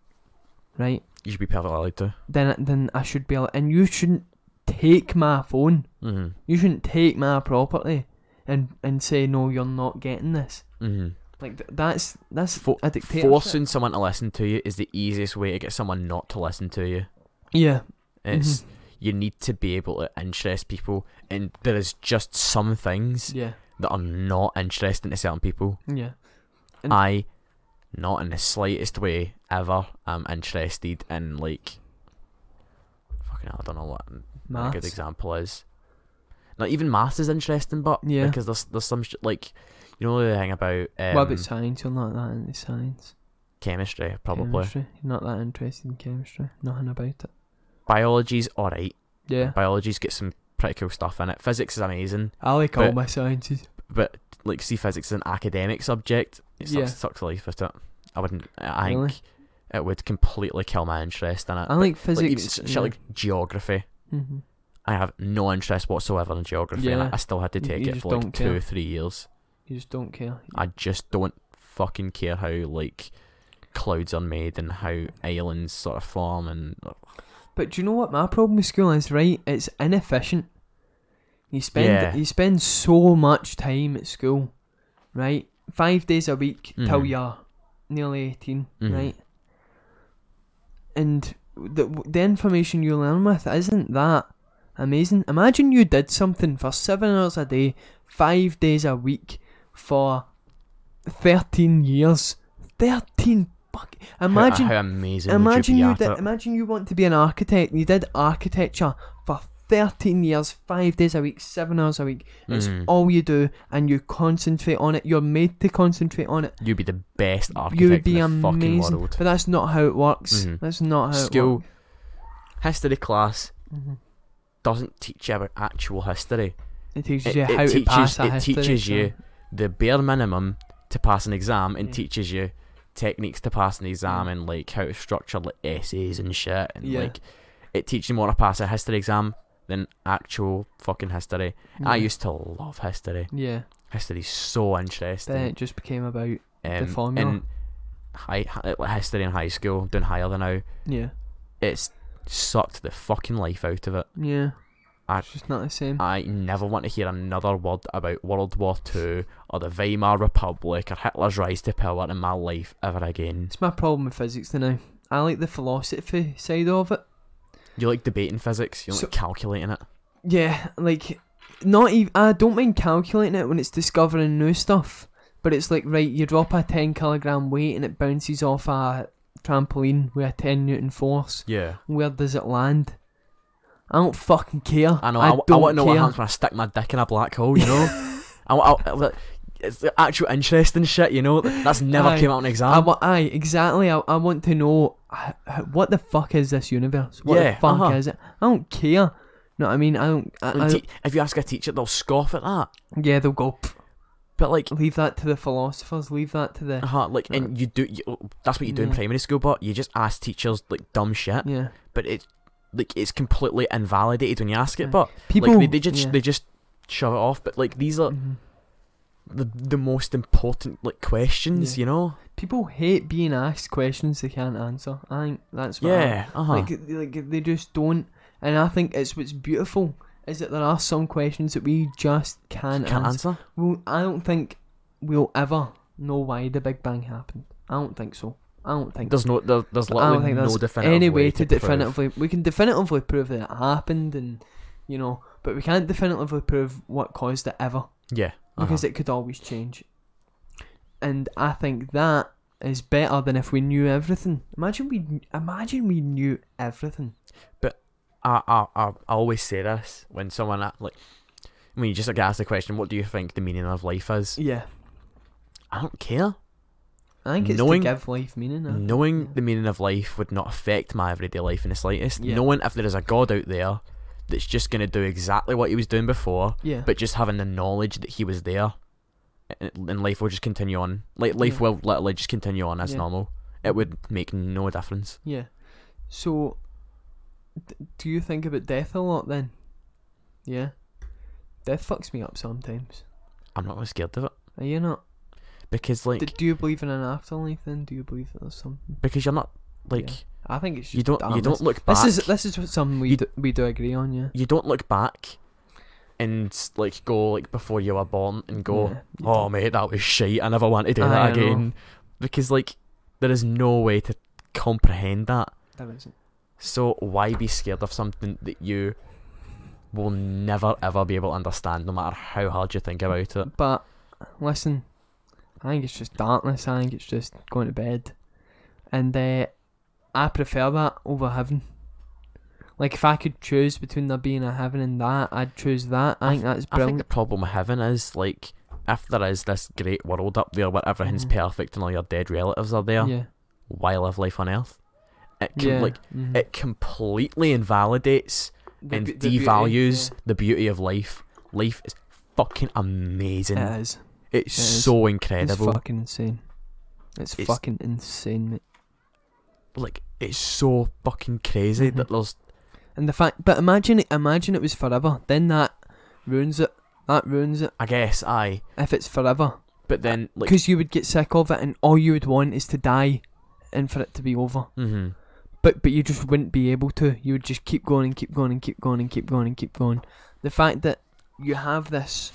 S1: right?
S2: You should be perfectly allowed to.
S1: Then then I should be able, and you shouldn't take my phone.
S2: Mhm.
S1: You shouldn't take my property and and say no, you're not getting this.
S2: Mhm.
S1: Like th- that's that's
S2: Fo-
S1: a dictatorship.
S2: Forcing someone to listen to you is the easiest way to get someone not to listen to you.
S1: Yeah,
S2: It's
S1: Mm-hmm.
S2: you need to be able to interest people, and there is just some things
S1: yeah,
S2: that are not interesting to certain people.
S1: yeah. And-
S2: I, not in the slightest way ever, am interested in like. Fucking hell, I don't know what a good
S1: Maths.
S2: example is. Now, even maths is interesting, but
S1: Yeah.
S2: because there's there's some sh- like, you know the thing about um,
S1: what about science? You're not that into science.
S2: chemistry probably.
S1: Chemistry. You're not that interested in chemistry. Nothing about it.
S2: Biology's alright.
S1: Yeah.
S2: Biology's got some pretty cool stuff in it. Physics is amazing.
S1: I like all
S2: But-
S1: my sciences.
S2: but like see physics is an academic subject it sucks,
S1: Yeah.
S2: sucks the life out of it I wouldn't I think
S1: Really?
S2: it would completely kill my interest in it
S1: I like
S2: uh, But, like, even
S1: physics.
S2: s- shit like geography
S1: mm-hmm.
S2: I have no interest whatsoever in geography and I,
S1: Yeah.
S2: I still had to
S1: You-
S2: take
S1: you
S2: it
S1: just
S2: for like
S1: don't
S2: two
S1: care.
S2: or three years
S1: You just don't care.
S2: I just don't fucking care how like clouds are made and how islands sort of form and
S1: But do you know what my problem with school is? Right, it's inefficient. You spend
S2: Yeah.
S1: you spend so much time at school, right? Five days a week till
S2: Mhm.
S1: you're nearly 18
S2: Mhm.
S1: right? And the the information you learn with isn't that amazing. Imagine you did something for seven hours a day, five days a week, for thirteen years. Thirteen. Fuck. Imagine
S2: how, how amazing
S1: Imagine you
S2: would you, be
S1: did,
S2: at it?
S1: imagine you want to be an architect and you did architecture for 13 years, 5 days a week, 7 hours a week. It's
S2: Mhm.
S1: all you do and you concentrate on it. You're made to concentrate on it.
S2: you'd be the best architect
S1: You would be
S2: in the fucking
S1: amazing.
S2: world
S1: But that's not how it works.
S2: Mhm.
S1: That's not how it
S2: School
S1: works.
S2: history class
S1: Mhm.
S2: doesn't teach you about actual history.
S1: It teaches
S2: It,
S1: you
S2: it
S1: how to
S2: teaches,
S1: pass a
S2: it
S1: history
S2: teaches
S1: exam.
S2: you the bare minimum to pass an exam and
S1: Yeah.
S2: teaches you techniques to pass an exam and like how to structure like essays and shit and
S1: Mm. Yeah.
S2: like it teaches you more to pass a history exam than actual fucking history. I
S1: Yeah.
S2: used to love history.
S1: Yeah,
S2: History's so interesting.
S1: then it just became about.
S2: um,
S1: formula.
S2: In high, hi- like, history in high school, doing higher than now,
S1: Yeah.
S2: it's sucked the fucking life out of it.
S1: Yeah.
S2: I-
S1: it's just not the same.
S2: I never want to hear another word about World War Two or the Weimar Republic or Hitler's rise to power in my life ever again.
S1: it's my problem with physics now. I like the philosophy side of it.
S2: You like debating physics? You like
S1: So-
S2: calculating it?
S1: Yeah, like not even. I don't mind calculating it when it's discovering new stuff, but it's like right, you drop a ten kilogram weight and it bounces off a trampoline with a ten newton force.
S2: Yeah.
S1: Where does it land? I don't fucking care.
S2: I know.
S1: I,
S2: I,
S1: don't
S2: want to know
S1: care.
S2: what happens when I stick my dick in a black hole. You know. I, wa- I, wa- it's the actual interesting shit. You know. That's never
S1: Aye.
S2: came out on exam.
S1: I wa- aye, exactly. I, I want to know h- h- what the fuck is this universe? What
S2: Yeah,
S1: the fuck
S2: uh-huh.
S1: is it? I don't care. No, I mean I don't. I,
S2: And
S1: I-
S2: te- if you ask a teacher, they'll scoff at that.
S1: yeah, they'll go. "Pff,
S2: But like,
S1: Leave that to the philosophers. Leave that to the.
S2: uh like, and you do. You, that's what you do in
S1: Yeah.
S2: primary school, but you just ask teachers Uh-huh. like dumb shit.
S1: Mm. Yeah.
S2: But it like it's completely invalidated when you ask
S1: Aye.
S2: it. But
S1: People
S2: like, they, they just
S1: yeah.
S2: they just shove it off. But like these are
S1: Mhm.
S2: the the most important like questions,
S1: Yeah.
S2: you know?
S1: people hate being asked questions they can't answer. I think that's what happened.
S2: Yeah. Uh huh.
S1: Like, like they just don't. And I think it's what's beautiful is that there are some questions that we just can't,
S2: Can't
S1: answer.
S2: answer.
S1: Well, I don't think we'll ever know why the Big Bang happened. I don't think so. I don't think.
S2: There's no there, there's
S1: I don't
S2: literally
S1: think
S2: no
S1: there's
S2: definitive
S1: any way to
S2: prove.
S1: definitively. We can definitively prove that it happened, and you know, but we can't definitively prove what caused it ever
S2: Yeah. uh-huh.
S1: because it could always change. And I think that is better than if we knew everything. Imagine we imagine we knew everything.
S2: I, I, I I always say this when someone a- like when you just like ask the question, what do you think the meaning of life is?
S1: Yeah,
S2: I don't care.
S1: I think it's
S2: Knowing-
S1: to give life meaning. I think,
S2: Knowing
S1: yeah.
S2: the meaning of life would not affect my everyday life in the slightest.
S1: Yeah.
S2: Knowing if there is a god out there that's just gonna do exactly what he was doing before,
S1: yeah,
S2: but just having the knowledge that he was there, and, and life will just continue on. Like life
S1: Yeah.
S2: will literally just continue on as
S1: Yeah.
S2: normal. It would make no difference.
S1: yeah. So, d- do you think about death a lot then? Yeah, death fucks me up sometimes.
S2: I'm not really scared of it
S1: Are you not?
S2: because like
S1: D- do you believe in an afterlife? Then do you believe that there's something?
S2: because you're not like
S1: Yeah. I think it's just
S2: you don't you
S1: darkness.
S2: don't look back.
S1: This is this is what some we
S2: You-
S1: do, we do agree on. Yeah.
S2: you don't look back and like go like before you were born and go,
S1: Yeah, you
S2: oh
S1: don't.
S2: mate, that was shit. I never want to do
S1: Aye,
S2: that
S1: I know.
S2: again because like there is no way to comprehend that.
S1: There isn't.
S2: So why be scared of something that you will never ever be able to understand, no matter how hard you think about it?
S1: But listen, I think it's just darkness. I think it's just going to bed, and uh, I prefer that over heaven. Like if I could choose between there being a heaven and that, I'd choose that. I think that's
S2: I think
S1: brilliant.
S2: the problem with heaven is like if there is this great world up there where everything's
S1: Mhm.
S2: perfect and all your dead relatives are there,
S1: yeah,
S2: why live life on earth? It can
S1: yeah.
S2: like
S1: mhm.
S2: it completely invalidates
S1: The
S2: and
S1: be- the beauty,
S2: devalues
S1: yeah.
S2: the beauty of life. Life is fucking amazing.
S1: It is.
S2: it's
S1: it is.
S2: so
S1: It's
S2: incredible.
S1: fucking insane. It's,
S2: It's-
S1: fucking insane, mate.
S2: like it's so fucking crazy
S1: Mhm.
S2: that there's
S1: And the fact, but imagine, imagine it was forever. Then that ruins it. That ruins it
S2: I guess I
S1: if it's forever.
S2: but then like
S1: because you would get sick of it, and all you would want is to die, and for it to be over.
S2: hmm
S1: But but you just wouldn't be able to. You would just keep going and keep going and keep going and keep going and keep going. The fact that you have this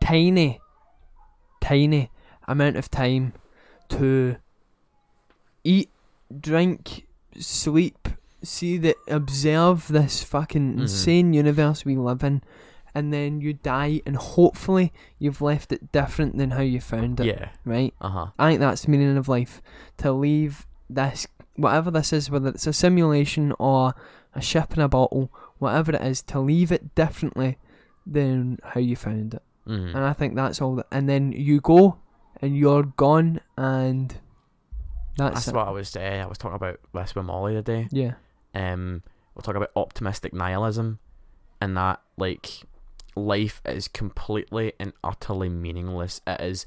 S1: tiny, tiny amount of time to eat, drink, sleep, see that, observe this fucking
S2: Mhm.
S1: insane universe we live in, and then you die, and hopefully you've left it different than how you found it.
S2: yeah.
S1: Right.
S2: Uh-huh.
S1: I think that's the meaning of life. To leave this, whatever this is, whether it's a simulation or a ship in a bottle, whatever it is, to leave it differently than how you found it.
S2: Mhm.
S1: And I think that's all that. And then you go and you're gone, and that's,
S2: That's
S1: it.
S2: what I was uh, I was talking about this with Molly today.
S1: Yeah.
S2: Um we'll talk about optimistic nihilism and that like life is completely and utterly meaningless. It is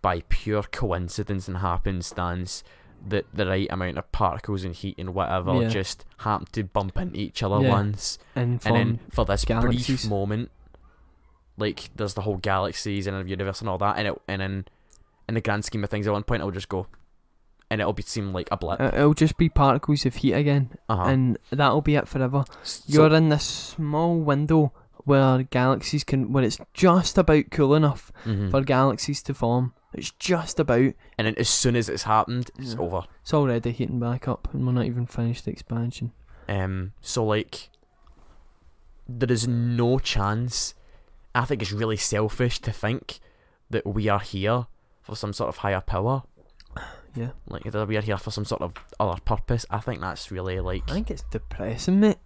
S2: by pure coincidence and happenstance that the right amount of particles and heat and whatever
S1: Yeah.
S2: just happen to bump into each other
S1: Yeah.
S2: once.
S1: And
S2: And
S1: from
S2: then for this
S1: galaxies.
S2: brief moment, like there's the whole galaxies and the universe and all that, and it and then in the grand scheme of things, at one point it'll just go, and it'll be seem like a blip.
S1: it- it'll just be particles of heat again,
S2: Uh-huh.
S1: Uh, and that'll be it forever.
S2: So-
S1: You're in this small window where galaxies can, where it's just about cool enough
S2: mhm.
S1: for galaxies to form. It's just about.
S2: and then as soon as it's happened, it's
S1: Yeah.
S2: over.
S1: It's already heating back up, and we're not even finished the expansion.
S2: Um, so like, there is no chance. I think it's really selfish to think that we are here for some sort of higher power.
S1: Yeah.
S2: Like that we are here for some sort of other purpose. I think that's really like.
S1: I think it's depressing, mate.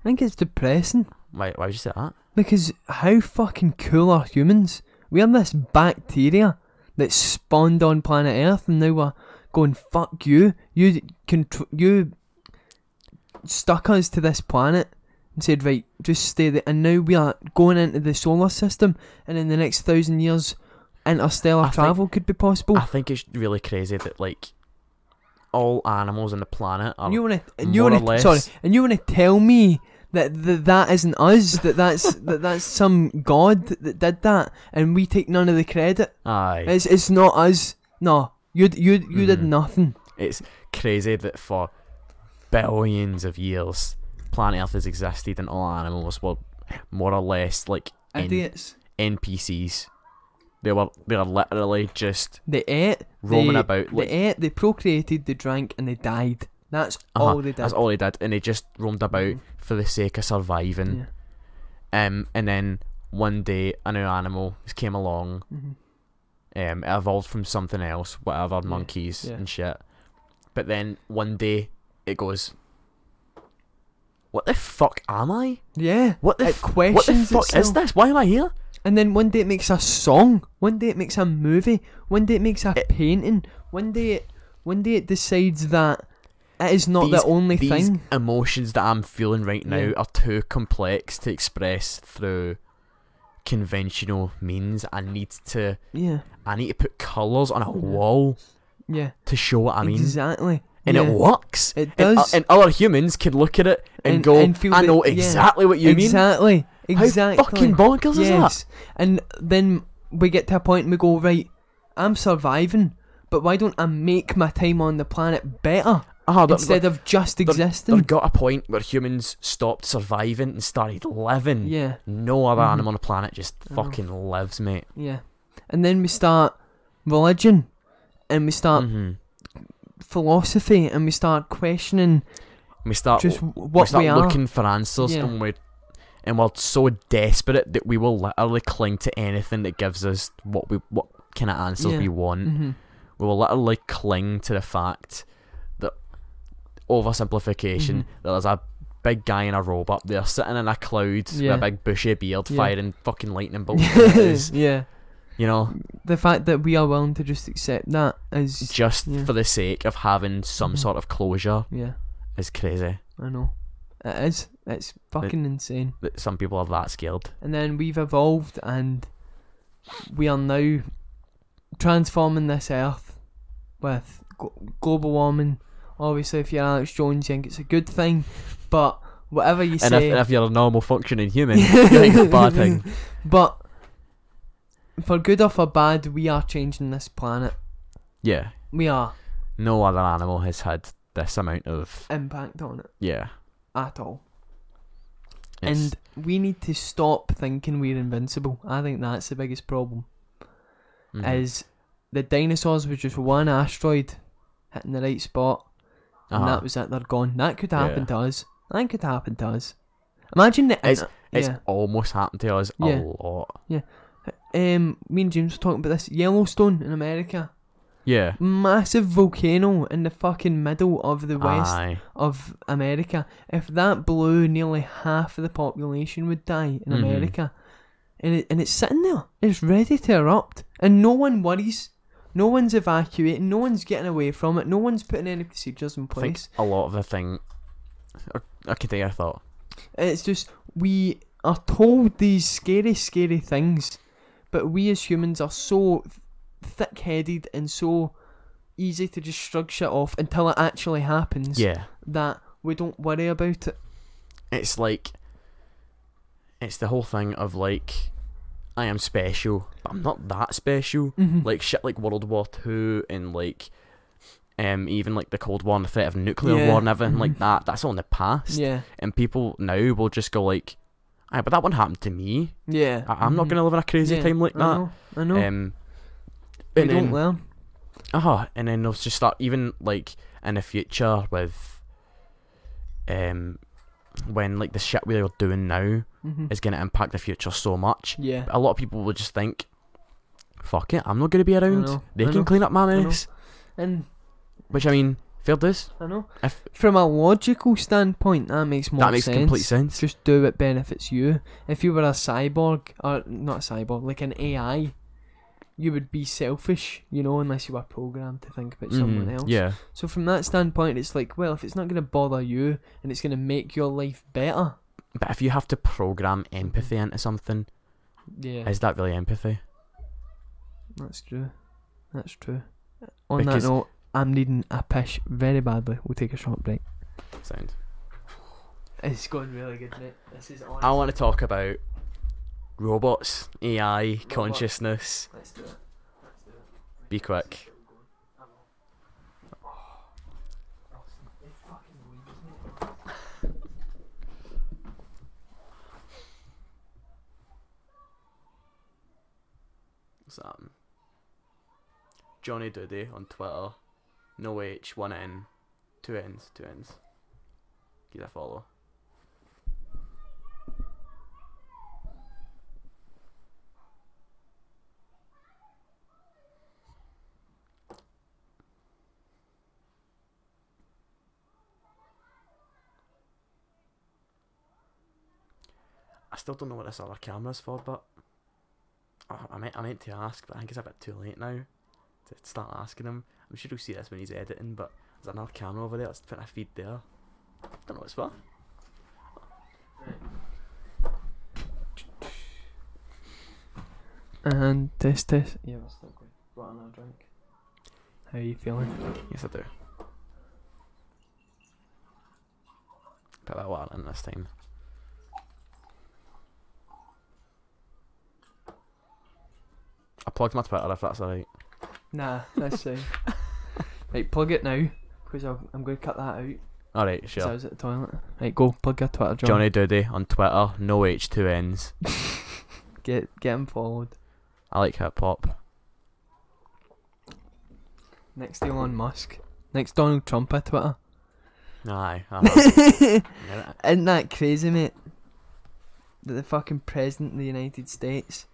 S1: I think it's depressing
S2: Why? Why would you say that?
S1: because how fucking cool are humans? We're this bacteria that spawned on planet Earth, and now we're going fuck you. You contr- you stuck us to this planet and said right, just stay there. And now we are going into the solar system, and in the next thousand years, interstellar
S2: I think-
S1: travel could be possible.
S2: I think it's really crazy that like all animals on the planet are
S1: And you want to, you
S2: more or
S1: want to, sorry,
S2: less.
S1: and you want to tell me that, that that isn't us, that that's that that's some god that did that, and we take none of the credit.
S2: aye.
S1: It's it's not us. No, you d- you d- you did
S2: Mhm.
S1: nothing.
S2: It's crazy that for billions of years, planet Earth has existed and all animals were more or less like N-
S1: Idiots.
S2: NPCs. They were they were literally just
S1: They ate.
S2: roaming
S1: they,
S2: about.
S1: They
S2: Like,
S1: ate. They procreated. They drank, and they died. That's
S2: uh-huh,
S1: all they did.
S2: That's all they did, and they just roamed about
S1: Mhm.
S2: for the sake of surviving.
S1: Yeah.
S2: Um, and then one day a new animal came along.
S1: Mhm.
S2: Um, it evolved from something else, whatever
S1: Yeah,
S2: monkeys
S1: yeah.
S2: and shit. But then one day it goes, "What the fuck am I?
S1: Yeah.
S2: What the
S1: It
S2: f- what the
S1: questions
S2: fuck is
S1: itself.
S2: this? Why am I here?
S1: And then one day it makes a song. One day it makes a movie. One day it makes a
S2: It-
S1: painting. One day it, one day it decides that it is not
S2: These-
S1: the only
S2: These
S1: thing.
S2: emotions that I'm feeling right now
S1: Yeah.
S2: are too complex to express through conventional means. I need to,
S1: Yeah.
S2: I need to put colours on a wall
S1: Yeah.
S2: to show what I mean,
S1: exactly.
S2: and
S1: Yeah.
S2: it works."
S1: It
S2: And, uh,
S1: does.
S2: and other humans can look at it and,
S1: And-
S2: go,
S1: and feel
S2: I
S1: that-
S2: know
S1: yeah.
S2: exactly what you mean.
S1: exactly. Exactly.
S2: How fucking bonkers is that?
S1: yes. And then we get to a point and we go, right, I'm surviving, but why don't I make my time on the planet better
S2: Ah, there,
S1: instead of just existing?
S2: there got a point where humans stopped surviving and started living.
S1: yeah,
S2: No other
S1: Mhm.
S2: animal on the planet just
S1: I know.
S2: fucking lives, mate.
S1: yeah. And then we start religion and we start
S2: Mhm.
S1: philosophy and we start questioning
S2: We start,
S1: just
S2: we
S1: what we,
S2: start
S1: are.
S2: looking for answers
S1: Yeah.
S2: and we're, and we're so desperate that we will literally cling to anything that gives us what we what kind of answers
S1: Yeah.
S2: we want.
S1: hmm
S2: we will literally cling to the fact that oversimplification
S1: Mhm.
S2: that there's a big guy in a robe up there sitting in a cloud
S1: Yeah.
S2: with a big bushy beard
S1: Yeah.
S2: firing fucking lightning bolts at us,
S1: yeah.
S2: you know
S1: The fact that we are willing to just accept that is.
S2: just
S1: Yeah.
S2: for the sake of having some
S1: Mhm.
S2: sort of closure
S1: Yeah,
S2: is crazy
S1: I know. It is. It's fucking insane.
S2: that some people are that scared
S1: and then we've evolved and we are now transforming this earth with glo- global warming. Obviously, if you're Alex Jones, you think it's a good thing, but whatever you
S2: and if,
S1: say,
S2: and if you're a normal functioning human you think it's a bad thing
S1: but for good or for bad, we are changing this planet.
S2: yeah
S1: We are
S2: no other animal has had this amount of
S1: impact on it
S2: yeah
S1: at all,
S2: it's-
S1: and we need to stop thinking we're invincible. I think that's the biggest problem.
S2: mhm.
S1: is the dinosaurs was just one asteroid hitting the right spot, and
S2: Uh-huh.
S1: that was it. They're gone. That could happen
S2: Yeah.
S1: to us. That could happen to us. Imagine the uh,
S2: It's- it's
S1: yeah.
S2: almost happened to us
S1: Yeah.
S2: a lot
S1: Um, me and James were talking about this Yellowstone in America,
S2: yeah
S1: massive volcano in the fucking middle of
S2: Ah,
S1: the west
S2: Aye.
S1: of America. If that blew, nearly half of the population would die in
S2: Mhm.
S1: America, and it, and it's sitting there, it's ready to erupt, and no one worries. No one's evacuating. No one's getting away from it. No one's putting any procedures in
S2: think
S1: place.
S2: a lot of the thing. Okay, there I thought.
S1: It's just we are told these scary, scary things, but we as humans are so thick-headed and so easy to just shrug shit off until it actually happens
S2: Yeah,
S1: that we don't worry about it.
S2: it's like it's the whole thing of like I am special, but I'm not that special.
S1: Mhm.
S2: Like shit, like World War Two and like um even like the Cold War and the threat of nuclear
S1: Yeah,
S2: war and everything like
S1: mhm.
S2: that. That's all in the past,
S1: yeah,
S2: and people now will just go like, "Aye, but that one happened to me.
S1: yeah.
S2: I- I'm not
S1: mhm.
S2: gonna live in a crazy
S1: Yeah,
S2: time like
S1: I
S2: that."
S1: know, I know.
S2: Um,
S1: we
S2: and
S1: don't
S2: then-
S1: learn.
S2: Uh huh. And then they'll just start even like in the future with um when like the shit we are doing now
S1: Mhm.
S2: is gonna impact the future so much.
S1: Yeah.
S2: A lot of people will just think, Fuck it, I'm not gonna be around.
S1: know,
S2: they
S1: I
S2: can
S1: know,
S2: clean up my
S1: I know.
S2: mess.
S1: And
S2: Which I mean, fair this.
S1: I know.
S2: If-
S1: From a logical standpoint, that makes more
S2: that makes
S1: sense.
S2: complete sense.
S1: Just do what benefits you. If you were a cyborg, or not a cyborg, like an AI, you would be selfish, you know, unless you were programmed to think about someone
S2: Mhm,
S1: else.
S2: Yeah.
S1: So from that standpoint, it's like, well, if it's not going to bother you and it's going to make your life better,
S2: But if you have to program empathy into something,
S1: yeah,
S2: is that really empathy?
S1: that's true. That's true. On
S2: Because-
S1: that note, I'm needing a pish very badly. We'll take a short break.
S2: Sound.
S1: It's going really good, mate. This is on.
S2: I want to talk about robots, AI,
S1: Robots.
S2: consciousness.
S1: Let's do it. Let's do it.
S2: Be quick. Something. Johnny Doody on Twitter. No H, one N, two N's, two N's. Give that a follow. I still don't know what this other camera's for, but oh, I meant I meant to ask, but I think it's a bit too late now to start asking him. I'm sure he'll see this when he's editing, but there's another camera over there. Let's put a feed there. Don't know what it's for.
S1: And test test. Yeah, that's still good. Got another drink. How are you feeling?
S2: Yes, I do. Put that water in this time. I plugged my Twitter if that's alright.
S1: Nah, that's fine. right, plug it now, because I'm going to cut that out. 'cause
S2: Alright, sure.
S1: I was at the toilet. Right, go plug your Twitter, John.
S2: Johnny Doody on Twitter, no H, two N's.
S1: Get get him followed.
S2: I like hip hop.
S1: Next Elon Musk. Next Donald Trump at Twitter.
S2: Aye. aye. Yeah,
S1: Isn't that crazy, mate? That the fucking president of the United States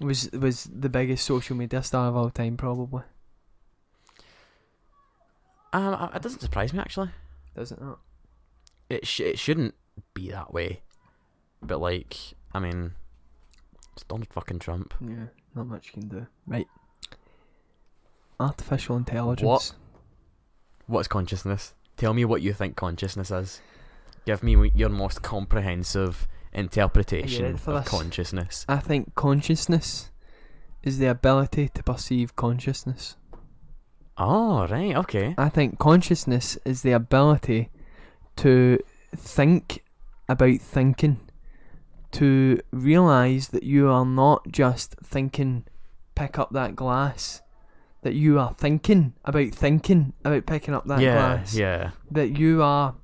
S1: was was the biggest social media star of all time, probably.
S2: um, I- it doesn't surprise me actually.
S1: Does it not?
S2: It sh- it shouldn't be that way, but like, I mean, it's Donald fucking Trump.
S1: Yeah. Not much you can do. Right. Artificial intelligence.
S2: What's consciousness? Tell me what you think consciousness is. Give me your most comprehensive interpretation
S1: ready
S2: of
S1: for this?
S2: consciousness.
S1: I think consciousness is the ability to perceive consciousness.
S2: Oh right, okay.
S1: I think consciousness is the ability to think about thinking, to realize that you are not just thinking, pick up that glass, that you are thinking about thinking about picking up that
S2: yeah,
S1: glass,
S2: yeah.
S1: that you are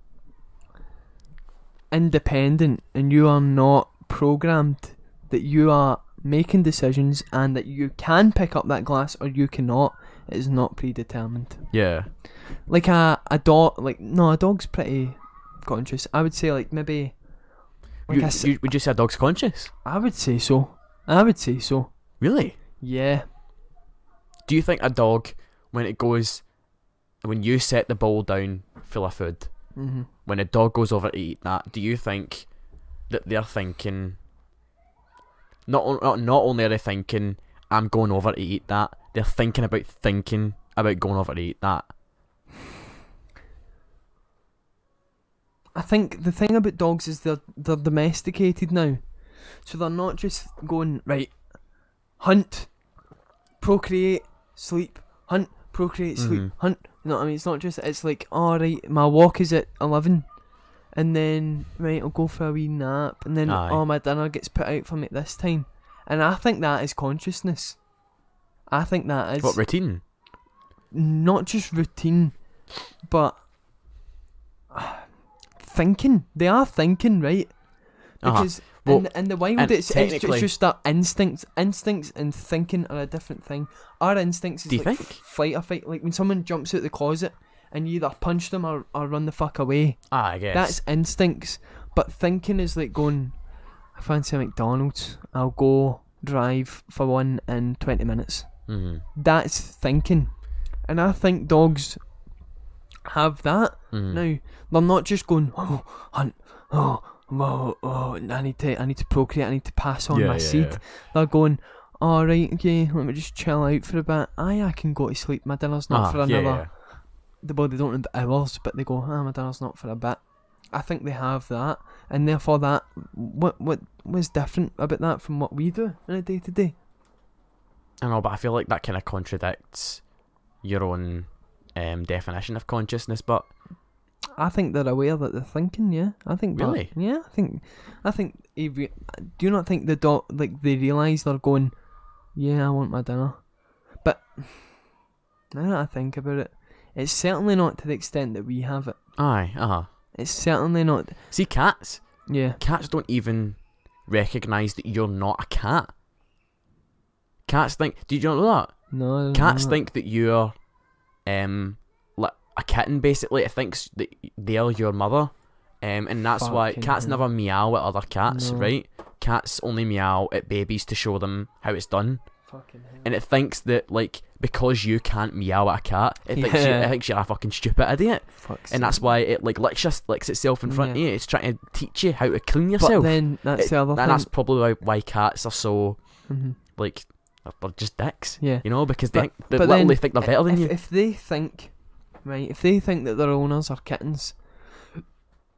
S1: independent and you are not programmed, that you are making decisions and that you can pick up that glass or you cannot. It is not predetermined
S2: Yeah.
S1: like a a dog like no a dog's pretty conscious i would say like maybe like
S2: You,
S1: a s-
S2: you, would you say a dog's conscious?
S1: i would say so i would say so
S2: Really?
S1: yeah
S2: Do you think a dog, when it goes, when you set the bowl down full of food,
S1: mm-hmm.
S2: when a dog goes over to eat that, do you think that they're thinking? Not on- not not only are they thinking, I'm going over to eat that. They're thinking about thinking about going over to eat that.
S1: i think the thing about dogs is they're they're domesticated now so they're not just going right hunt procreate sleep hunt procreate sleep
S2: Mhm.
S1: hunt you know what i mean it's not just it's like all right, my walk is at 11 and then right i'll go for a wee nap and then
S2: Aye.
S1: oh my dinner gets put out for me at this time and i think that is consciousness i think that is
S2: what routine?
S1: not just routine but thinking they are thinking right
S2: Uh-huh.
S1: because
S2: Well,
S1: in, the, in the wild
S2: and
S1: it's, it's, ju-
S2: technically-
S1: it's just that instincts instincts and thinking are a different thing our instincts is
S2: Do you
S1: like
S2: think?
S1: fight or fight like when someone jumps out the closet and you either punch them or, or run the fuck away
S2: Ah, I guess.
S1: that's instincts. But thinking is like going, I fancy a McDonald's. I'll go drive for one in 20 minutes.
S2: Mm,
S1: That's thinking. And I think dogs have that.
S2: mm.
S1: Now, they're not just going, oh, hunt, oh, oh, oh, I need to, I need to procreate, I need to pass on
S2: Yeah,
S1: my
S2: yeah,
S1: seed.
S2: yeah.
S1: They're going, all right, okay, let me just chill out for a bit. Aye, I can go to sleep. My dinner's not
S2: Ah,
S1: for
S2: yeah,
S1: another
S2: yeah.
S1: the body don't need hours, but they go, ah, my dinner's not for a bit. I think they have that, and therefore that what what was different about that from what we do in a day to day.
S2: I know, but I feel like that kind of contradicts your own um, definition of consciousness, but
S1: I think they're aware that they're thinking. Yeah, I think. that-
S2: Really?
S1: yeah, I think. I think. If you, do you not think the dot like they realise they're going? Yeah, I want my dinner, but now that I think about it, it's certainly not to the extent that we have it.
S2: aye, uh huh.
S1: It's certainly not.
S2: See, cats,
S1: Yeah,
S2: cats don't even recognize that you're not a cat. Cats think. Did you know that?
S1: no. I don't
S2: Cats
S1: know.
S2: think that you're, um, like a kitten. Basically, it thinks that they're your mother, um, and that's why
S1: Fucking
S2: cats
S1: hell.
S2: never meow at other cats,
S1: No.
S2: right? Cats only meow at babies to show them how it's done,
S1: Fucking hell.
S2: and it thinks that like because you can't meow at a cat, it thinks you,
S1: Yeah.
S2: it thinks you're a fucking stupid idiot,
S1: Fuck's
S2: and that's
S1: sake.
S2: why it like licks, us, licks itself in front
S1: Yeah.
S2: of you. It's trying to teach you how to clean
S1: But
S2: yourself.
S1: then that's
S2: It-
S1: the other
S2: and
S1: thing.
S2: that's probably why, why cats are so
S1: Mhm.
S2: like they're- they're just dicks.
S1: Yeah.
S2: You know, because they,
S1: But-
S2: think- they
S1: but
S2: literally
S1: then
S2: think they're better than
S1: if,
S2: you.
S1: If they think, right, if they think that their owners are kittens,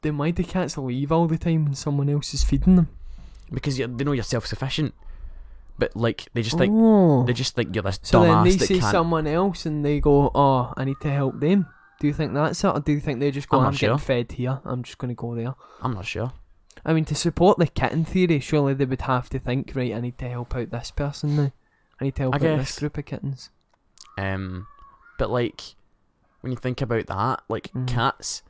S1: then why do cats leave all the time when someone else is feeding them?
S2: because you they know you're self sufficient. But like they just think
S1: oh.
S2: they just think you're this
S1: so then
S2: dumbass
S1: they
S2: that
S1: see
S2: can't.
S1: someone else and they go, "Oh, I need to help them." Do you think that's it, or do you think they just go,
S2: I'm
S1: "I'm,
S2: not sure.
S1: getting fed here. I'm just going to go there"?
S2: I'm not sure.
S1: I mean, to support the kitten theory, surely they would have to think, right? I need to help out this person now. I need to help
S2: I
S1: out
S2: guess.
S1: this group of kittens.
S2: Um, but like when you think about that, like
S1: Mhm.
S2: cats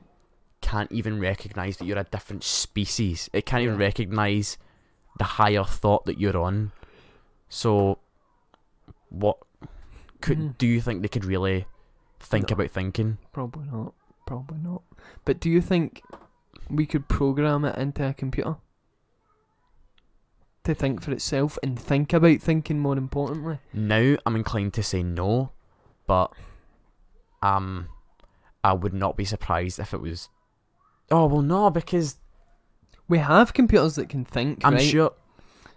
S2: can't even recognize that you're a different species. It can't even recognize the higher thought that you're on. So, what could
S1: Mhm.
S2: do you think they could really think
S1: No.
S2: about thinking?
S1: Probably not. Probably not. But do you think we could program it into a computer to think for itself and think about thinking more importantly?
S2: Now I'm inclined to say no, but um, I would not be surprised if it was. Oh well, no, because
S1: We have computers that can think.
S2: I'm
S1: right?
S2: sure.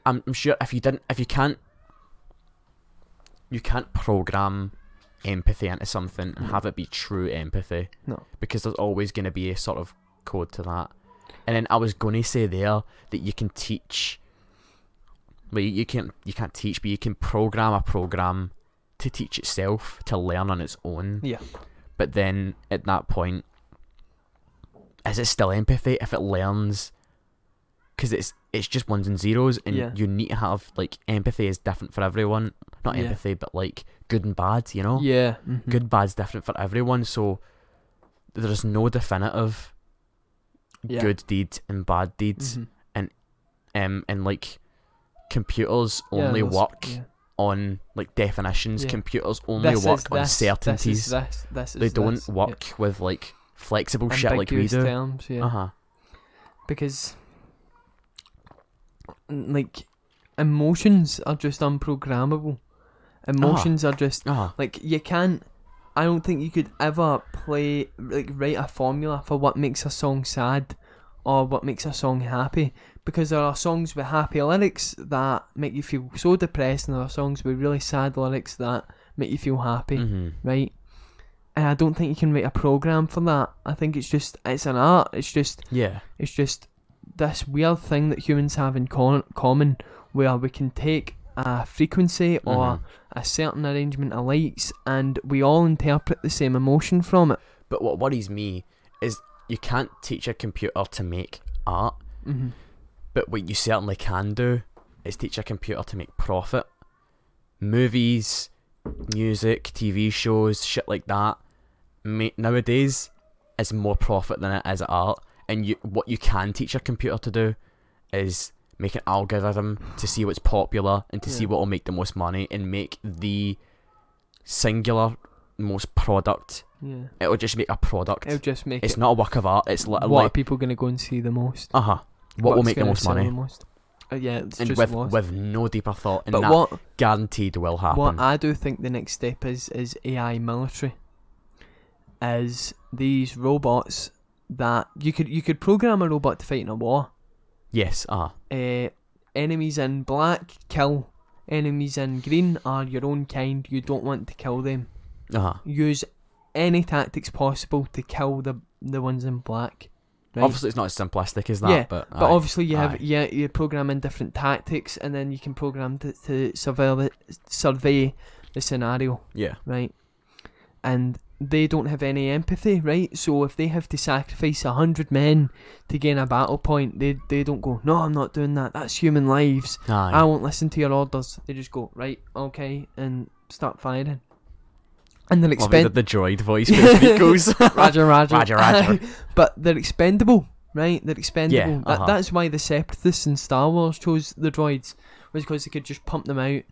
S2: I'm, I'm sure if you didn't, if you can't, you can't program empathy into something and
S1: No.
S2: have it be true empathy.
S1: No.
S2: because there's always going to be a sort of code to that. And then I was going to say there that you can teach. Well, you, you can't you can't teach, but you can program a program to teach itself to learn on its own.
S1: Yeah.
S2: But then at that point, is it still empathy if it learns? Because it's it's just ones and zeros, and
S1: Yeah.
S2: you need to have like empathy is different for everyone. Not
S1: Yeah.
S2: empathy, but like good and bad. You know,
S1: Yeah. mhm.
S2: good bad's different for everyone. So there's no definitive
S1: Yeah.
S2: good deeds and bad deeds.
S1: Mhm.
S2: Um, and like computers
S1: Yeah,
S2: only
S1: those-
S2: work
S1: yeah.
S2: on like definitions.
S1: Yeah.
S2: Computers only
S1: This
S2: work
S1: is
S2: on
S1: this,
S2: certainties.
S1: This is this. this is
S2: they don't
S1: this, yeah.
S2: work with like flexible shit like we
S1: Ambiguous
S2: do.
S1: terms, yeah.
S2: Uh huh.
S1: because n- like emotions are just unprogrammable.
S2: Uh-huh.
S1: Emotions are just
S2: Uh huh.
S1: like you can't. I don't think you could ever play like write a formula for what makes a song sad or what makes a song happy because there are songs with happy lyrics that make you feel so depressed and there are songs with really sad lyrics that make you feel happy
S2: hmm
S1: right? And I don't think you can write a program for that. I think it's just it's an art. It's just
S2: Yeah.
S1: it's just this weird thing that humans have in con- common where we can take a frequency or
S2: Mhm.
S1: a certain arrangement of lights and we all interpret the same emotion from it.
S2: But what worries me is you can't teach a computer to make art.
S1: Mm-hmm.
S2: But what you certainly can do is teach a computer to make profit. Movies, music, TV shows, shit like that. Ma- nowadays, is more profit than it is art. And you, what you can teach a computer to do is make an algorithm to see what's popular and to see
S1: Yeah.
S2: what will make the most money and make the singular most product.
S1: Yeah,
S2: It'll just make a product.
S1: it'll just make
S2: it's
S1: it.
S2: not a work of art. It's
S1: what
S2: literally
S1: are people going to go and see the most?
S2: uh huh. What will
S1: What's
S2: make the
S1: gonna
S2: most
S1: sell
S2: money?
S1: The most? Uh, yeah, it's
S2: and
S1: just
S2: with
S1: lost.
S2: with no deeper thought, and
S1: but
S2: that
S1: what
S2: guaranteed will happen.
S1: What I do think the next step is is AI military. Is these robots that you could you could program a robot to fight in a war.
S2: yes, ah,
S1: Uh, enemies in black kill. Enemies in green are your own kind. You don't want to kill them.
S2: uh huh.
S1: Use any tactics possible to kill the the ones in black. Right?
S2: Obviously, it's not as simplistic as that,
S1: Yeah,
S2: but
S1: But
S2: aye.
S1: obviously, you
S2: aye.
S1: have yeah, you program in different tactics, and then you can program to, to survey the, survey the scenario
S2: yeah,
S1: right? and they don't have any empathy, right? So if they have to sacrifice a hundred men to gain a battle point, they they don't go, no, I'm not doing that. That's human lives. I
S2: Aye.
S1: won't listen to your orders. They just go, right, okay, and start firing. And they're
S2: Love it
S1: expend
S2: that the droid voice basically goes.
S1: Roger, Roger,
S2: Roger, Roger.
S1: but they're expendable, right? They're expendable.
S2: Yeah, uh-huh.
S1: that, that's why the Separatists in Star Wars chose the droids was because they could just pump them out,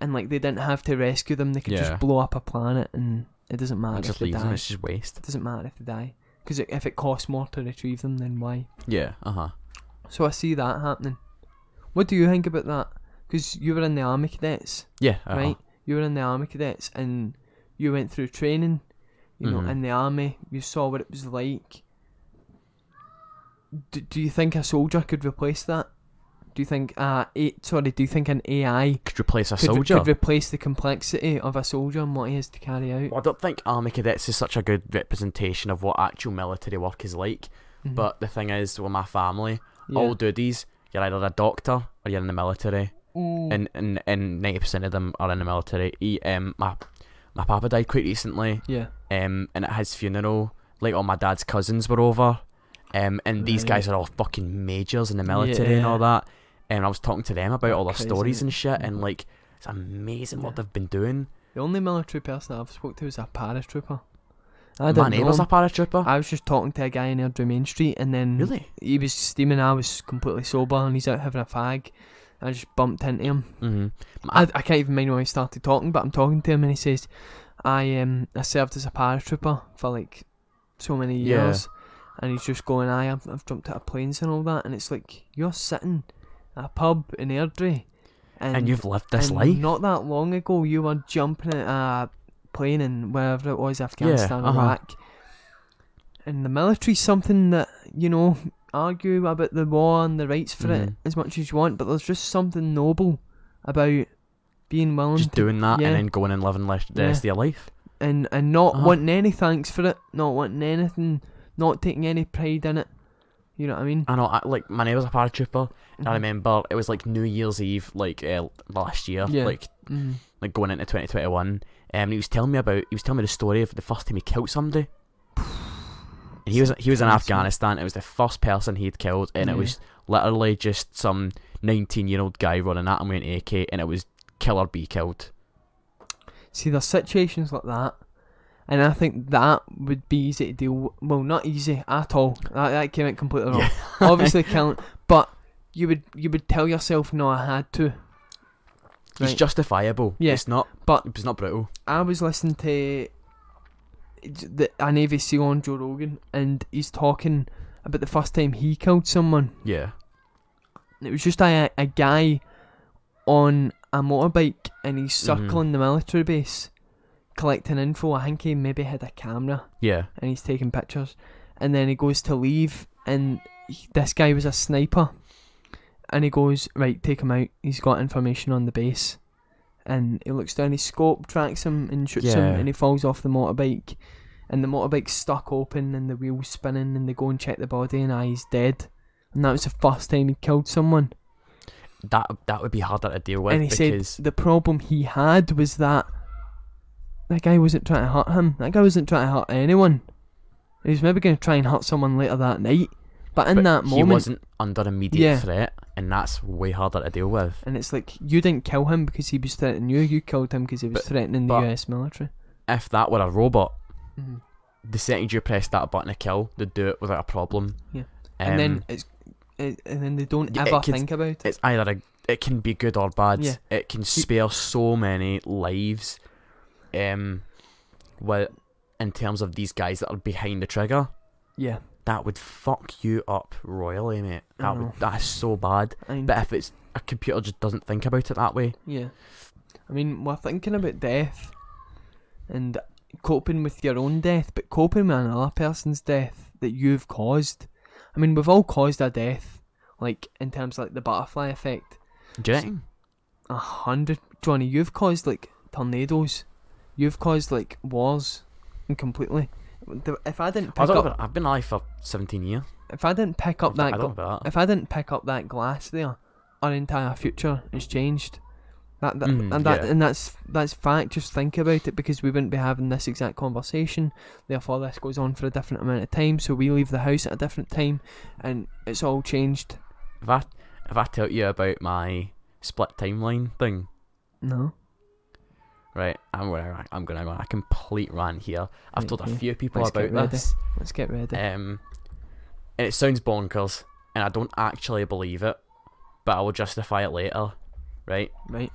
S1: and like they didn't have to rescue them. They could
S2: Yeah.
S1: just blow up a planet, and it doesn't matter.
S2: I
S1: If
S2: just
S1: they
S2: leave
S1: die.
S2: them. It's just waste.
S1: It doesn't matter if they die because if it costs more to retrieve them, then why?
S2: Yeah. Uh huh.
S1: So I see that happening. What do you think about that? Because you were in the army cadets,
S2: Yeah. uh-huh.
S1: right? You were in the army cadets, and you went through training. You know,
S2: Mhm.
S1: in the army, you saw what it was like. D- do you think a soldier could replace that? Do you think uh, a sorry? Do you think an AI
S2: Could replace a
S1: could, re-
S2: soldier.
S1: could replace the complexity of a soldier and what he has to carry out?
S2: Well, I don't think army cadets is such a good representation of what actual military work is like.
S1: Mhm.
S2: But the thing is, with my family,
S1: Yeah.
S2: all duties, you're either a doctor or you're in the military,
S1: Mm.
S2: and and and ninety percent of them are in the military. He, um, my my papa died quite recently,
S1: yeah,
S2: um, and at his funeral, like all my dad's cousins were over, um, and these
S1: Right.
S2: guys are all fucking majors in the military and all that, and I was talking to them about all their
S1: Crazy. Mm-hmm.
S2: stories and shit, and like it's amazing
S1: Yeah.
S2: what they've been doing.
S1: the only military person I've spoke to is a paratrooper. I
S2: My
S1: didn't know
S2: neighbour's
S1: him.
S2: a paratrooper.
S1: I was just talking to a guy in Airdrie Main Street, and then
S2: really?
S1: he was steaming. I was completely sober, and he's out having a fag. I just bumped into him.
S2: hmm
S1: I, I can't even mind why he started talking, but I'm talking to him, and he says, "I um I served as a paratrooper for like so many
S2: Yeah.
S1: years," and he's just going, "I I've, I've jumped out of planes and all that," and it's like you're sitting at a pub in Airdrie, and,
S2: And, you've lived this
S1: and
S2: life.
S1: Not that long ago, you were jumping at a plane in wherever it was, Afghanistan,
S2: uh-huh.
S1: Iraq. And the military's something that, you know, argue about the war and the rights for it
S2: Mhm.
S1: as much as you want, but there's just something noble about being willing
S2: just
S1: to-
S2: doing that
S1: yeah.
S2: and then going and living le- the
S1: Yeah.
S2: rest of your life.
S1: and, and not
S2: Uh-huh.
S1: wanting any thanks for it, not wanting anything, not taking any pride in it. You know what I mean?
S2: I know, I, like my neighbour's a paratrooper, and I
S1: Mhm.
S2: remember it was like New Year's Eve, like uh, last year,
S1: Yeah.
S2: like
S1: Mhm.
S2: like going into 2021. Um, and he was telling me about he was telling me the story of the first time he killed somebody. And he was he was in
S1: Crazy.
S2: Afghanistan. It was the first person he'd killed, and
S1: Yeah.
S2: it was literally just some 19 year old guy running at him with an AK, and it was kill or be killed.
S1: See, there's situations like that, and I think that would be easy to deal. w Well, not easy at all. That, that came out completely wrong.
S2: Yeah.
S1: Oh. Obviously, killing, but you would you would tell yourself, no, I had to.
S2: It's
S1: Right.
S2: justifiable.
S1: Yeah.
S2: It's not.
S1: But-
S2: it's not brutal.
S1: I was listening to the a Navy SEAL on Joe Rogan, and he's talking about the first time he killed someone.
S2: Yeah.
S1: And It was just a a guy on a motorbike, and he's
S2: Mhm.
S1: circling the military base, collecting info. I think he maybe had a camera.
S2: Yeah.
S1: and he's taking pictures. And then he goes to leave, and he, this guy was a sniper. And he goes, Right, take him out. He's got information on the base. And he looks down his scope, tracks him, and shoots him,
S2: Yeah.
S1: and he falls off the motorbike. And the motorbike's stuck open, and the wheel's spinning, and they go and check the body, and ah, he's dead. And that was the first time he killed someone.
S2: That that would be harder to deal with
S1: and he
S2: because
S1: said the problem he had was that that guy wasn't trying to hurt him. That guy wasn't trying to hurt anyone. He was maybe going to try and hurt someone later that night, but in
S2: But
S1: that
S2: he
S1: moment,
S2: wasn't under immediate
S1: Yeah.
S2: threat, and that's way harder to deal with.
S1: and it's like you didn't kill him because he was threatening you. You killed him because he was
S2: But-
S1: threatening the
S2: but-
S1: U.S. military.
S2: If that were a robot,
S1: Mhm.
S2: the second you press that button to kill, they'd do it without a problem.
S1: Yeah.
S2: um,
S1: and then it's it, and then they don't
S2: yeah, it
S1: ever
S2: could-
S1: think about it.
S2: it's either a, it can be good or bad.
S1: Yeah.
S2: It can spare so many lives. Um, well, in terms of these guys that are behind the trigger,
S1: Yeah,
S2: that would fuck you up royally, mate.
S1: I
S2: That would
S1: know.
S2: that's so bad.
S1: I mean,
S2: But if it's a computer just doesn't think about it that way,
S1: yeah. I mean, we're thinking about death and coping with your own death, but coping with another person's death that you've caused. I mean, we've all caused a death, like in terms of like the butterfly effect.
S2: do you reckon?
S1: A hundred, Johnny, you've caused like tornadoes, you've caused like wars, and completely. The- If I didn't
S2: I
S1: pick
S2: don't know
S1: up,
S2: about- I've been alive for seventeen years.
S1: if I didn't pick up that,
S2: I don't
S1: gl-
S2: know about that.
S1: if I didn't pick up that glass there, our entire future is changed. That, that
S2: Mhm,
S1: and that
S2: yeah.
S1: and that's that's fact. Just think about it because we wouldn't be having this exact conversation. Therefore, this goes on for a different amount of time. So we leave the house at a different time, and it's all changed.
S2: If I if I tell you about my split timeline thing,
S1: No,
S2: right? I'm gonna I'm gonna go on a complete rant here. I've
S1: Right,
S2: told a
S1: yeah.
S2: few people
S1: Let's get ready.
S2: about this,
S1: let's get ready.
S2: um, and it sounds bonkers, and I don't actually believe it, but I will justify it later, right?
S1: right.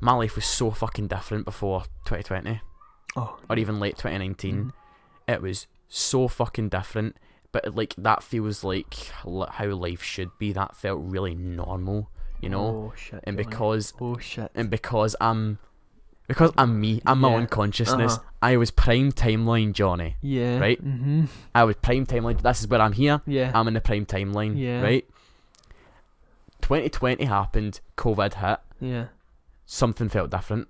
S2: My life was so fucking different before 2020,
S1: Oh,
S2: or even late 2019.
S1: mhm.
S2: it was so fucking different but like that feels like li- how life should be that felt really normal you
S1: Oh
S2: know
S1: shit.
S2: and
S1: you're right.
S2: because
S1: oh shit.
S2: and because i'm because i'm me i'm my
S1: Yeah,
S2: own consciousness
S1: uh-huh.
S2: i was prime timeline johnny
S1: yeah.
S2: right? Um,
S1: Mhm.
S2: i was prime timeline this is where i'm here
S1: Yeah.
S2: i'm in the prime timeline
S1: Yeah.
S2: right 2020 happened covid hit
S1: yeah.
S2: something felt different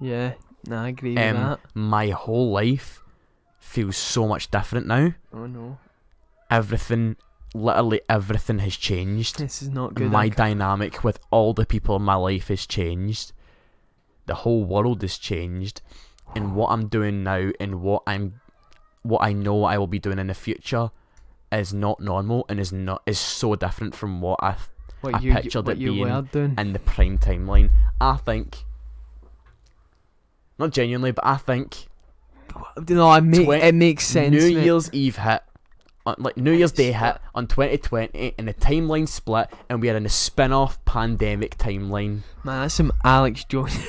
S1: Yeah. Nah, I agree with
S2: um,
S1: that.
S2: my whole life feels so much different now
S1: Oh no.
S2: everything literally everything has changed
S1: This is not good.
S2: my
S1: I ca-
S2: dynamic with all the people in my life has changed. The whole world has changed, and what I'm doing now and what I'm, what I know I will be doing in the future, is not normal and is not is so different from what I th-
S1: what
S2: I
S1: you,
S2: pictured
S1: what
S2: it
S1: you
S2: being
S1: were doing.
S2: in the prime timeline. I think, not genuinely, but I think
S1: No, it, make,
S2: Twen-
S1: it makes sense.
S2: New
S1: mate.
S2: Year's Eve hit, on, like New Year's Day hit
S1: Split.
S2: on 2020, and the timeline split, and we are in a spin-off pandemic timeline.
S1: Man, that's some Alex Jones.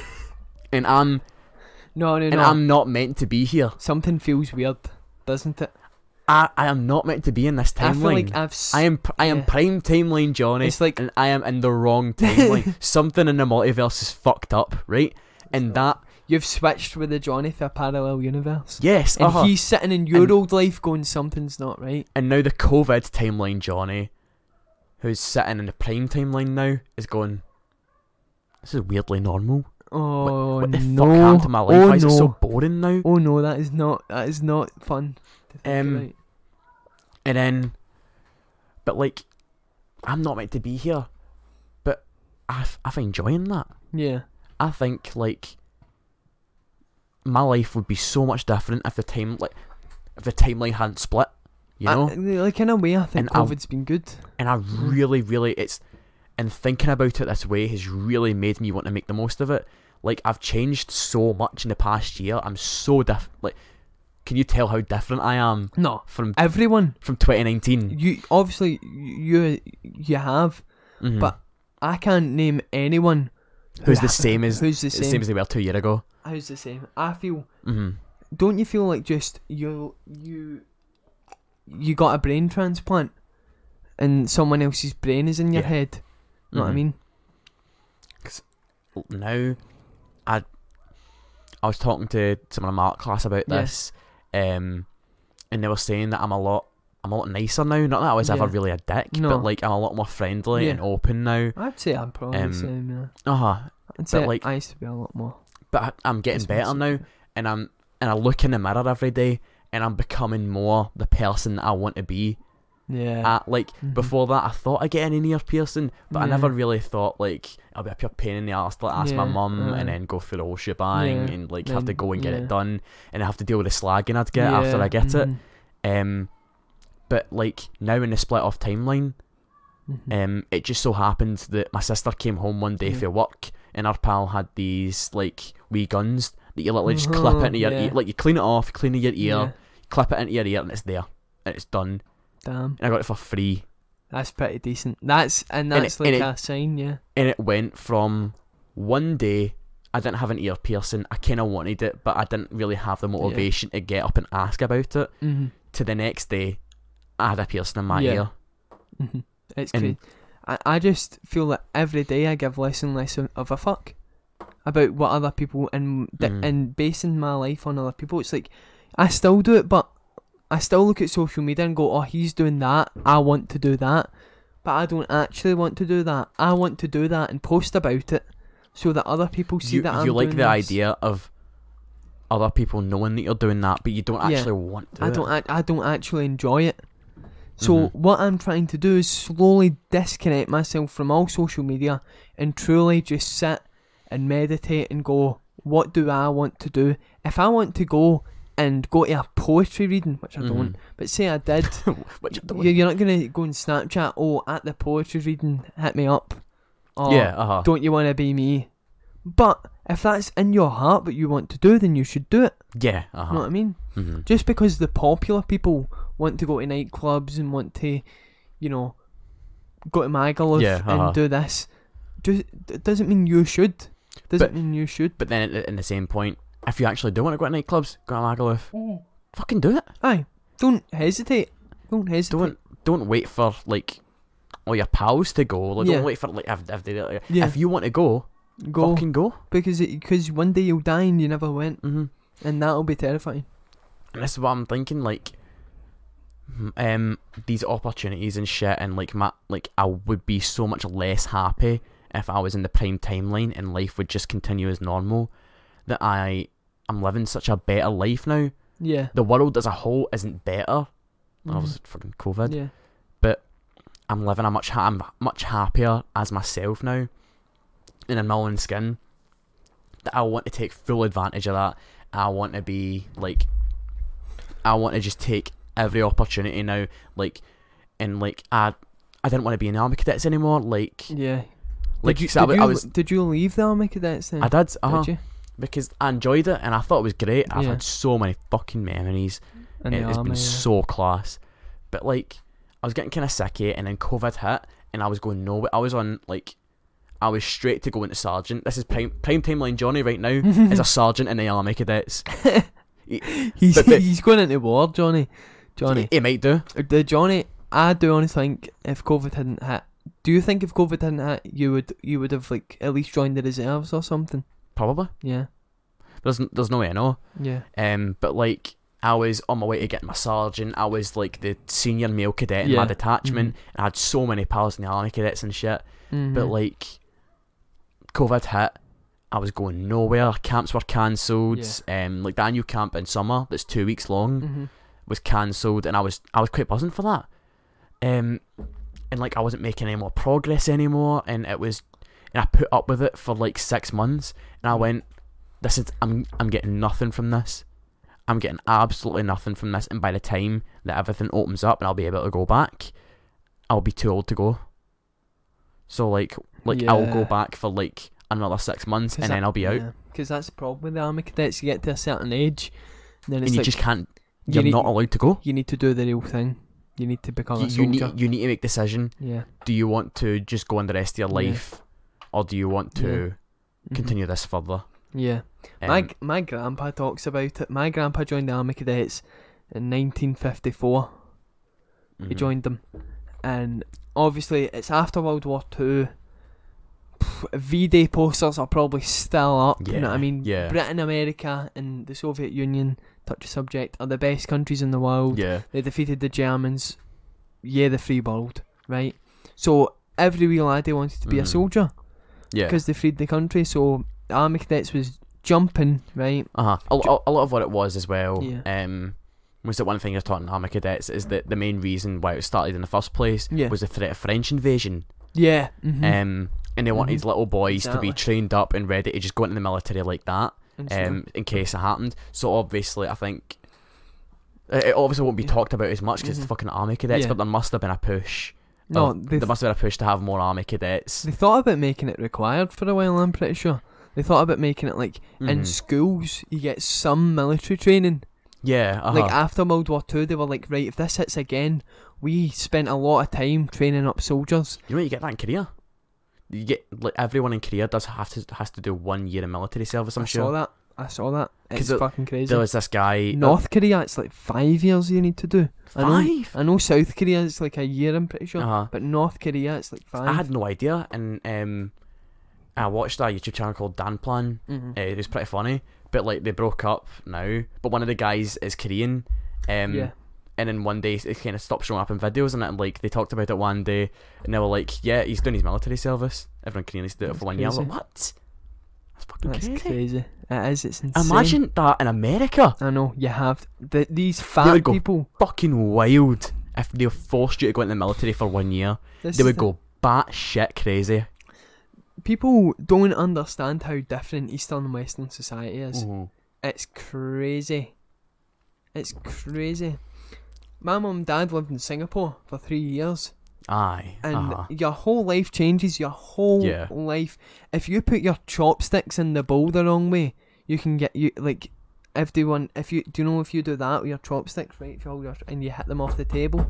S2: And I'm
S1: no, no, no.
S2: and I'm not meant to be here.
S1: Something feels weird, doesn't it?
S2: I, I am not meant to be in this
S1: I feel
S2: timeline.
S1: like I've. S-
S2: I am pr- I am
S1: yeah.
S2: prime timeline Johnny,
S1: It's like-
S2: and I am in the wrong timeline. Something in the multiverse is fucked up, right? And that
S1: You've switched with the Johnny for a parallel universe.
S2: yes,
S1: And
S2: uh-huh.
S1: he's sitting in your
S2: And-
S1: old life going, something's not right.
S2: and now the COVID timeline Johnny, who's sitting in the prime timeline now, is going. This is weirdly normal.
S1: Oh,
S2: what the
S1: no.
S2: fuck happened to my life?
S1: Oh,
S2: Why is
S1: no.
S2: it so boring now?
S1: Oh, no, that is not, that is not fun. To think
S2: Um,
S1: about.
S2: And then, but like, I'm not meant to be here. But I've I've enjoying that.
S1: Yeah.
S2: I think like my life would be so much different if the time like if the timeline hadn't split, you
S1: I-
S2: know.
S1: like, in a way, I think
S2: And I'll-
S1: COVID's been good.
S2: and I
S1: mm.
S2: really, really, it's and thinking about it this way has really made me want to make the most of it. Like I've changed so much in the past year. I'm so different. Like, can you tell how different I am
S1: No.
S2: from
S1: Everyone,
S2: from 2019?
S1: you obviously, you you have.
S2: Mhm.
S1: but I can't name anyone
S2: who's
S1: who ha-
S2: the same as
S1: who's the
S2: the
S1: same.
S2: same as they were two year ago?
S1: who's the same. I feel
S2: hmm
S1: don't you feel like just you you you got a brain transplant and someone else's brain is in your
S2: Yeah.
S1: head know what i
S2: Mhm.
S1: mean
S2: now I I was talking to someone in my art class about
S1: Yeah.
S2: this, um, and they were saying that I'm a lot I'm a lot nicer now. Not that I was ever
S1: Yeah.
S2: really a dick,
S1: No.
S2: but like I'm a lot more friendly
S1: Yeah. Uh-huh.
S2: and open now.
S1: i'd say i'm probably
S2: Um,
S1: the same yeah
S2: Uh huh.
S1: i'd say
S2: like-
S1: i used to be a lot more
S2: But I, I'm getting better now,
S1: responsive.
S2: and I'm and I look in the mirror every day, and I'm becoming more the person that I want to be.
S1: yeah
S2: Uh, like
S1: Mhm.
S2: before that, I thought I'd get an ear piercing, but I
S1: Yeah.
S2: never really thought like I'll be a pure pain in the arse. to, Like ask my
S1: Yeah,
S2: mum and
S1: aye.
S2: then go through the whole shebang
S1: Yeah,
S2: and like have to
S1: then-
S2: go and get
S1: yeah.
S2: it done and have to deal with the slagging I'd get after I get
S1: Mm-hmm.
S2: it. Um, but like now in the split off timeline,
S1: Mm-hmm. Mm.
S2: um, it just so happened that my sister came home one day
S1: Yeah.
S2: for work and our pal had these like wee guns that you literally just clip
S1: Uh-huh,
S2: into your
S1: yeah.
S2: ear. Like you clean it off, clean your ear,
S1: yeah
S2: clip it into your ear, and it's there and it's done.
S1: damn
S2: And I got it for free.
S1: that's pretty decent that's and
S2: And
S1: that's
S2: it-
S1: like
S2: and
S1: a sign yeah
S2: and it went from one day I didn't have an ear piercing, I kind of wanted it, but I didn't really have the motivation to get up and ask about it.
S1: mm-hmm.
S2: To the next day, I had a piercing in my
S1: Yeah.
S2: ear.
S1: Mhm. It's
S2: And-
S1: crazy. I, I just feel that every day I give less and less of- of a fuck about what other people and di-
S2: Mm.
S1: and basing my life on other people. It's like I still do it, but I still look at social media and go, "Oh, he's doing that. I want to do that," but I don't actually want to do that. I want to do that and post about it so that other people see
S2: You,
S1: that I'm
S2: you like the
S1: doing this.
S2: idea of other people knowing that you're doing that, but you don't
S1: Yeah.
S2: actually want to.
S1: I
S2: do
S1: don't.
S2: It. Mm.
S1: I, I don't actually enjoy it. So
S2: Mhm.
S1: what I'm trying to do is slowly disconnect myself from all social media and truly just sit and meditate and go, what do I want to do? If I want to go and go to a poetry reading, which I don't, but say I did,
S2: Mm-hmm. Which I don't.
S1: you- you're not going to go on Snapchat, oh, at the poetry reading, hit me up. Or,
S2: yeah, uh huh.
S1: Don't you want to be me? But if that's in your heart what you want to do, then you should do it.
S2: Yeah, uh
S1: You know what
S2: huh.
S1: I mean?
S2: hmm
S1: Just because the popular people want to go to nightclubs and want to, you know, go to Magaluf
S2: Yeah, uh-huh.
S1: and do this, just, it doesn't mean you should. Doesn't
S2: But-
S1: mean you should.
S2: But then, at, in the same point, if you actually do want to go to nightclubs, go to Magaluf, fucking do it.
S1: Aye, don't hesitate. Don't hesitate.
S2: Don't don't wait for like all your pals to go. Like,
S1: Yeah.
S2: Don't wait for like if, if they like,
S1: Yeah.
S2: if you want to go,
S1: go
S2: fucking go.
S1: because it, cause one day you'll die and you never went,
S2: Mm-hmm.
S1: and that'll be terrifying.
S2: And this is what I'm thinking, like, m- um, these opportunities and shit, and like my, like I would be so much less happy if I was in the prime timeline and life would just continue as normal. That I, I'm living such a better life now.
S1: Yeah.
S2: The world as a whole isn't better.
S1: Mhm.
S2: Obviously, fucking COVID.
S1: Yeah.
S2: I'm living a much, ha- I'm much happier as myself now, and in my own skin. That I want to take full advantage of that. I want to be like, I want to just take every opportunity now. Like, and like I, I didn't want to be an army cadets anymore. Like,
S1: Yeah.
S2: like
S1: did you,
S2: so I,
S1: did
S2: w-
S1: you,
S2: I was,
S1: did you leave the army cadets then?
S2: I did, uh-huh,
S1: Did you?
S2: because I enjoyed it and I thought it was great. I've
S1: Yeah.
S2: had so many fucking memories
S1: In
S2: it
S1: the
S2: has
S1: army,
S2: been
S1: yeah.
S2: so class. But like, I was getting kind of sick of it, and then COVID hit, and I was going nowhere. I was on like, I was straight to go into sergeant. This is prime prime timeline Johnny right now is a sergeant in the army cadets.
S1: He's
S2: But the-
S1: he's going into war, Johnny. Johnny,
S2: He, he might do.
S1: the Johnny. I do honestly think if COVID hadn't hit, do you think if COVID hadn't hit, you would you would have like at least joined the reserves or something?
S2: Probably.
S1: Yeah,
S2: There's n- there's no way I know.
S1: yeah,
S2: Um, but like. I was on my way to getting my sergeant. I was like the senior male cadet in
S1: Yeah. Mm.
S2: my detachment. And I had so many pals in the army cadets and shit. But
S1: Mhm.
S2: like, COVID hit. I was going nowhere. Camps were cancelled. Um, like the annual camp in summer that's two weeks long
S1: Mhm.
S2: was cancelled, and I was I was quite buzzing for that. Um, and like I wasn't making any more progress anymore, and it was, and I put up with it for like six months, and I went, this is I'm I'm getting nothing from this. I'm getting absolutely nothing from this, and by the time that everything opens up and I'll be able to go back, I'll be too old to go. So like like I'll go
S1: Yeah.
S2: back for like another six months,
S1: 'Cause
S2: and
S1: that-
S2: then I'll be out,
S1: yeah. 'Cause that's the problem with the army cadets. You get to a certain age, and then
S2: and
S1: it's
S2: you
S1: like
S2: just can't.
S1: you
S2: You're
S1: need- Oh,
S2: not allowed to go.
S1: you need to do the real thing. You need to become
S2: You,
S1: a
S2: you
S1: soldier.
S2: need you need to make decision.
S1: yeah,
S2: do you want to just go on the rest of your
S1: Yeah.
S2: life, or do you want to
S1: Mhm.
S2: continue this further?
S1: Yeah.
S2: Um,
S1: my g- my grandpa talks about it. My grandpa joined the army cadets in 1954. He
S2: mhm.
S1: joined them, and obviously it's after World War Two. V Day posters are probably still up. You know what I
S2: Yeah,
S1: mean?
S2: yeah.
S1: Britain, America, and the Soviet Union. Touch a subject are the best countries in the world.
S2: Yeah,
S1: They defeated the Germans. Yeah, the free world, right? So every wee laddie wanted to be a
S2: Mhm.
S1: soldier
S2: yeah.
S1: because they freed the country. So the army cadets was jumping, right?
S2: Uh-huh. A, a, a lot of what it was as well.
S1: Yeah.
S2: Um, was that one thing I was taught in Army Cadets is that the main reason why it was started in the first place
S1: Yeah.
S2: was the threat of French invasion.
S1: Yeah. mhm.
S2: Um, and they wanted
S1: Mhm.
S2: little boys to
S1: Exactly.
S2: be trained up and ready to just go into the military like that.
S1: And so-
S2: um, in case it happened. So obviously, I think it it obviously won't be
S1: Yeah.
S2: talked about as much because it's
S1: Mhm.
S2: fucking army cadets,
S1: Yeah.
S2: but there must have been a push.
S1: no,
S2: of-
S1: they,
S2: there must have been a push to have more army cadets.
S1: they thought about making it required for a while. I'm pretty sure they thought about making it like in
S2: Mhm.
S1: schools you get some military training.
S2: yeah, uh
S1: Like after World War Two, they were like, right, if this hits again, we spent a lot of time training up soldiers.
S2: you know what you get that in Korea. You get like everyone in Korea does have to has to do one year of military service. I'm
S1: I saw
S2: sure
S1: that. I saw that.
S2: 'Cause
S1: It's
S2: it-
S1: fucking crazy.
S2: there was this guy uh,
S1: North Korea, it's like five years you need to do. I know,
S2: five.
S1: I know South Korea, it's like a year. I'm pretty sure.
S2: Uh-huh.
S1: But North Korea, it's like five.
S2: I had no idea, and um, I watched a YouTube channel called Dan Plan,
S1: Mhm.
S2: Uh, it was pretty funny. But like they broke up now. But one of the guys is Korean. Um,
S1: Yeah.
S2: And then one day it kind of stopped showing up in videos, and, it, like they talked about it one day, and they were like, "Yeah, he's doing his military service. Everyone in Korea needs to do it
S1: That's
S2: for one year." I was like,
S1: crazy.
S2: "What? That's fucking
S1: That's
S2: crazy.
S1: crazy. It is. It's insane.
S2: Imagine that in America,
S1: I know you have th- these fat
S2: would go,
S1: people.
S2: fucking wild. If they forced you to go into the military for one year,
S1: This
S2: they
S1: is
S2: would
S1: the-
S2: go bat shit crazy.
S1: people don't understand how different Eastern and Western society is.
S2: Mhm.
S1: It's crazy. It's crazy. My mum and dad lived in Singapore for three years,
S2: Aye.
S1: and
S2: uh-huh.
S1: your whole life changes. Your whole
S2: Yeah.
S1: life. If you put your chopsticks in the bowl the wrong way, you can get you like everyone. If you do you know if you do that with your chopsticks, right? If you hold your and you hit them off the table,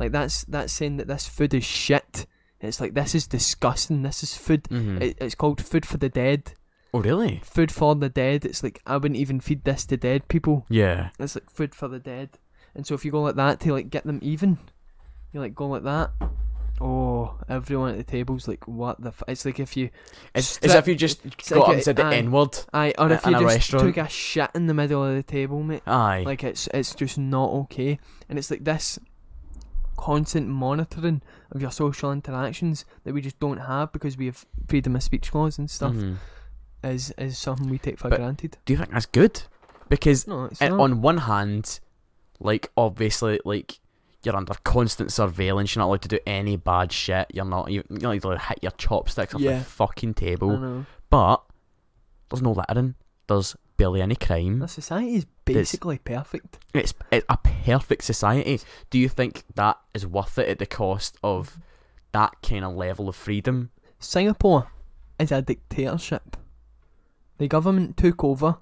S1: like that's that's saying that this food is shit. It's like this is disgusting. This is food.
S2: Mhm.
S1: It, it's called food for the dead.
S2: oh really?
S1: Food for the dead. It's like I wouldn't even feed this to dead people.
S2: Yeah.
S1: It's like food for the dead. And so if you go like that to like get them even, you like go like that. Oh, everyone at the table's like, what the? F-? It's like if you,
S2: It's,
S1: Strip-
S2: it's if you just got
S1: like
S2: up
S1: a-
S2: and said the
S1: aye.
S2: N word.
S1: I or
S2: Uh,
S1: if
S2: in
S1: you
S2: a
S1: just
S2: restaurant.
S1: took a shit in the middle of the table, mate.
S2: Aye.
S1: Like it's it's just not okay. And it's like this constant monitoring of your social interactions that we just don't have because we have freedom of speech laws and stuff
S2: Mhm.
S1: is is something we take for
S2: But-
S1: granted.
S2: Do you think that's good? Because
S1: No, it's
S2: and
S1: not.
S2: on one hand, like obviously, like you're under constant surveillance. You're not allowed to do any bad shit. You're not even you're not allowed to hit your chopsticks off
S1: Yeah.
S2: the fucking
S1: I
S2: table.
S1: know.
S2: But there's no littering. There's barely any crime.
S1: Our society is basically perfect.
S2: It's, it's a perfect society. Do you think that is worth it at the cost of
S1: Mm-hmm.
S2: that kind of level of freedom?
S1: Singapore is a dictatorship. The government took over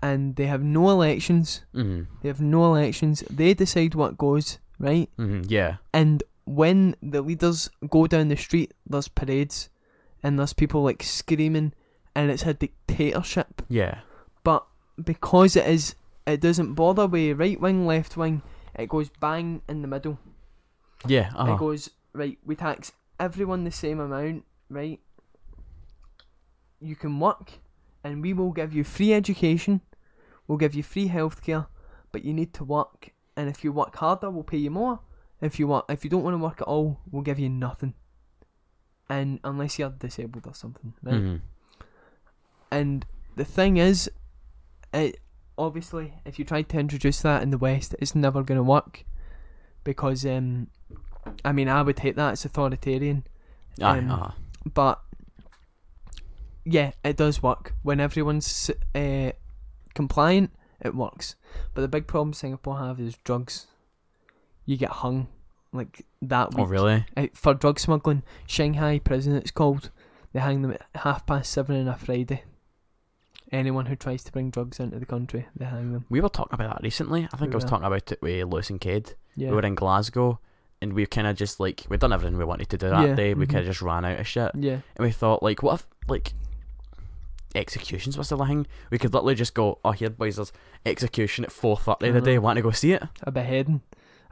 S1: and they have no elections.
S2: Mm.
S1: They have no elections. They decide what goes, right?
S2: Mm, yeah.
S1: And when the leaders go down the street, there's parades and there's people like screaming and it's a dictatorship.
S2: Yeah.
S1: But because it is, it doesn't bother with right wing, left wing, it goes bang in the middle.
S2: Yeah.
S1: It
S2: Uh-huh.
S1: goes, right, we tax everyone the same amount, right? You can work and we will give you free education, we'll give you free healthcare, but you need to work and if you work harder we'll pay you more. If you want if you don't want to work at all, we'll give you nothing. And unless you're disabled or something, right?
S2: Mhm.
S1: And the thing is, it obviously, if you try to introduce that in the West, it's never going to work because, um, I mean, I would hate that. It's authoritarian,
S2: Aye,
S1: um,
S2: uh-huh.
S1: but yeah, it does work when everyone's uh, compliant. It works, but the big problem Singapore have is drugs. You get hung like that
S2: Oh
S1: week
S2: really?
S1: uh, for drug smuggling. Shanghai prison, it's called. They hang them at half past seven on a Friday. Anyone who tries to bring drugs into the country, they hang them.
S2: We were talking about that recently. I think I was
S1: Yeah.
S2: talking about it with Lewis and Kid.
S1: Yeah.
S2: we were in Glasgow and we kind of just like we'd done everything we wanted to do that
S1: Yeah, Mm.
S2: day. We
S1: mhm.
S2: kind of just ran out of shit, and
S1: yeah.
S2: we thought like, what if like executions was still a thing? We could literally just go, oh here boys, there's execution at four thirty
S1: I
S2: today.
S1: know.
S2: Want to go see it?
S1: A beheading.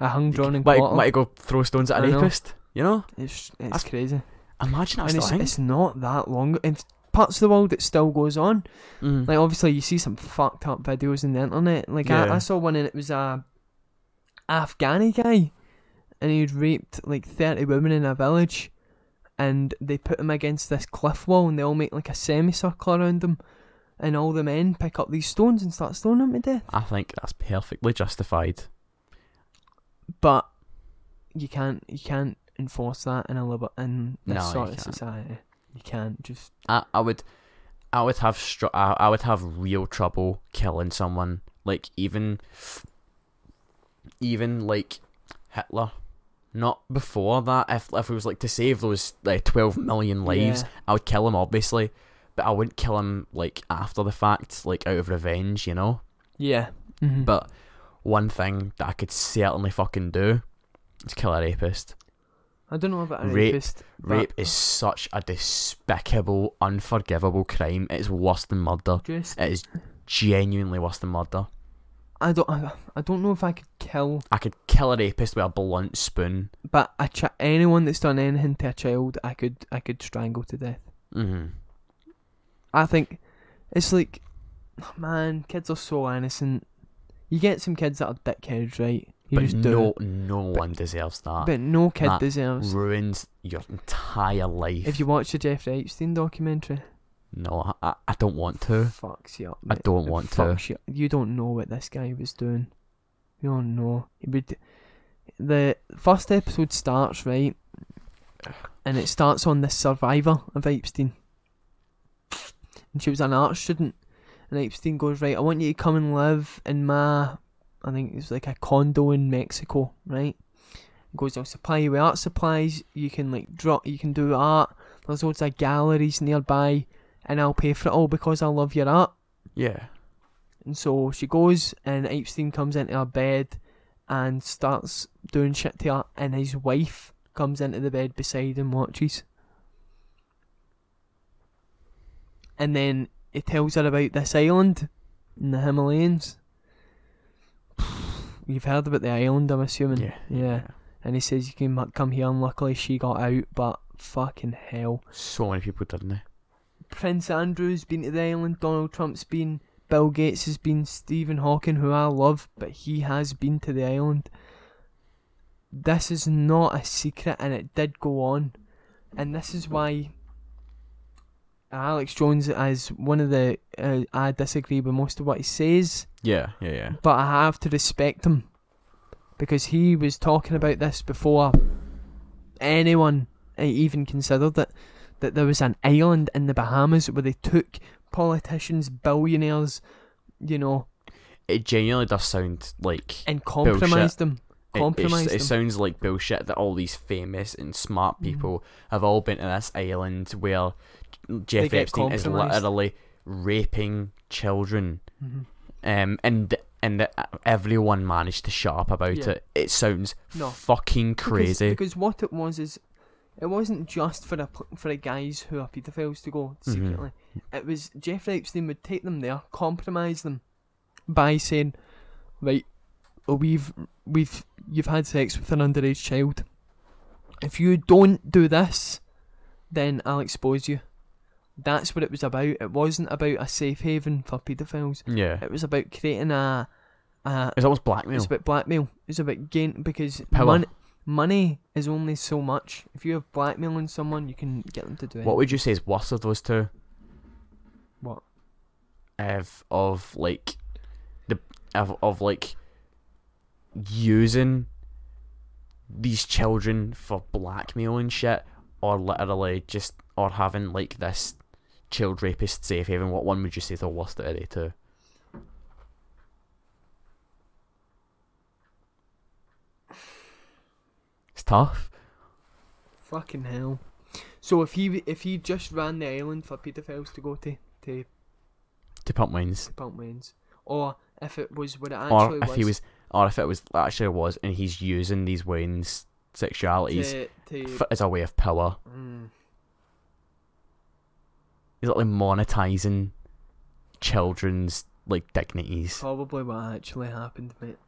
S1: A hung, Mm-hmm. drawn, and
S2: Might
S1: quartered.
S2: might go throw stones at a
S1: I know.
S2: rapist? You know?
S1: It's, it's
S2: That's-
S1: crazy.
S2: Imagine that was
S1: And it's,
S2: still a thing.
S1: it's not that long. In parts of the world, it still goes on.
S2: Mm.
S1: Like, obviously, you see some fucked up videos on the internet. Like,
S2: Yeah.
S1: I, I saw one and it was a Afghani guy and he'd raped like 30 women in a village and they put him against this cliff wall and they all make like a semicircle around him and all the men pick up these stones and start stoning him to death.
S2: I think that's perfectly justified.
S1: But you can't, you can't enforce that in a liber- in this
S2: No, you
S1: sort of
S2: can't.
S1: society. You can't just,
S2: I, I would, I would have str- I, I would have real trouble killing someone. Like even, even like Hitler. Not before that. If if it was like to save those like twelve million lives,
S1: Yeah.
S2: I would kill him obviously, but I wouldn't kill him like after the fact, like out of revenge, you know.
S1: yeah. Mhm.
S2: But one thing that I could certainly fucking do is kill a rapist.
S1: I don't know about a
S2: Rape-
S1: rapist. but
S2: Rape is such a despicable, unforgivable crime. It's worse than murder.
S1: Just
S2: It is genuinely worse than murder.
S1: I don't I, I don't know if I could kill,
S2: I could kill a rapist with a blunt spoon.
S1: but a ch- anyone that's done anything to a child, I could I could strangle to death.
S2: Mm-hmm.
S1: I think it's like, oh man, kids are so innocent. You get some kids that are dickheads, right? You
S2: But
S1: just
S2: no, uh,
S1: do,
S2: no
S1: But-
S2: one deserves that.
S1: but no kid
S2: that
S1: deserves.
S2: Ruins your entire life.
S1: If you watch the Jeffrey Epstein documentary,
S2: no, I, I don't want to.
S1: fucks you up.
S2: I
S1: Mate.
S2: don't want to.
S1: Fucks you. You don't know what this guy was doing. You don't know. He would. The first episode starts right. and it starts on this survivor of Epstein. And she was an art student, and Epstein goes right. I want you to come and live in my, I think it's like a condo in Mexico, right? He goes, I'll supply you with art supplies. You can like draw. You can do art. There's loads of galleries nearby, and I'll pay for it all because I love your art.
S2: Yeah.
S1: And so she goes, and Epstein comes into her bed and starts doing shit to her, and his wife comes into the bed beside and watches. And then he tells her about this island in the Himalayas. You've heard about the island, I'm assuming.
S2: Yeah.
S1: Yeah. And he says you can mu- come here, and luckily she got out, but fucking hell.
S2: So many people didn't they?
S1: Prince Andrew's been to the island, Donald Trump's been, Bill Gates has been, Stephen Hawking, who I love, but he has been to the island. This is not a secret, and it did go on. And this is why Alex Jones is one of the. Uh, I disagree with most of what he says,
S2: Yeah, yeah, yeah.
S1: but I have to respect him. Because he was talking about this before anyone uh, even considered it that there was an island in the Bahamas where they took politicians, billionaires, you know,
S2: It genuinely does sound like
S1: and compromised them.
S2: it- it's-
S1: Compromised
S2: It,
S1: them. Mm-hmm.
S2: sounds like bullshit that all these famous and smart people have all been to this island where Jeff
S1: get
S2: Epstein is
S1: compromised.
S2: literally raping children,
S1: Mhm.
S2: um, and and everyone managed to shut up about
S1: Yeah.
S2: it. It sounds
S1: No.
S2: fucking
S1: Because-
S2: crazy.
S1: Because, what it was is, it wasn't just for a pl- for the guys who are paedophiles to go secretly. It was Jeffrey Epstein would take them there, compromise them by saying, right, oh, we've we've you've had sex with an underage child. If you don't do this, then I'll expose you. That's what it was about. It wasn't about a safe haven for paedophiles.
S2: yeah,
S1: It was about creating a, a
S2: it's almost blackmail.
S1: it's about blackmail. It's about gain because
S2: Power.
S1: Money, money is only so much. If you have blackmail on someone, you can get them to do it.
S2: What would you say is worse of those two?
S1: What?
S2: Of of like the of, of like using these children for blackmail and shit, or literally just or having like this child rapist safe haven. What one would you say is the worst out of the two? It's tough.
S1: Fucking hell. So if he if he just ran the island for paedophiles to go to to,
S2: To pump wins.
S1: to Pump Wayne's, or if it was what it
S2: or
S1: actually
S2: if
S1: was
S2: he was, or if it was actually was, and he's using these Wayne's sexualities
S1: to, to
S2: f- as a way of power.
S1: mm,
S2: He's like monetizing children's like dignities.
S1: probably what actually happened, mate.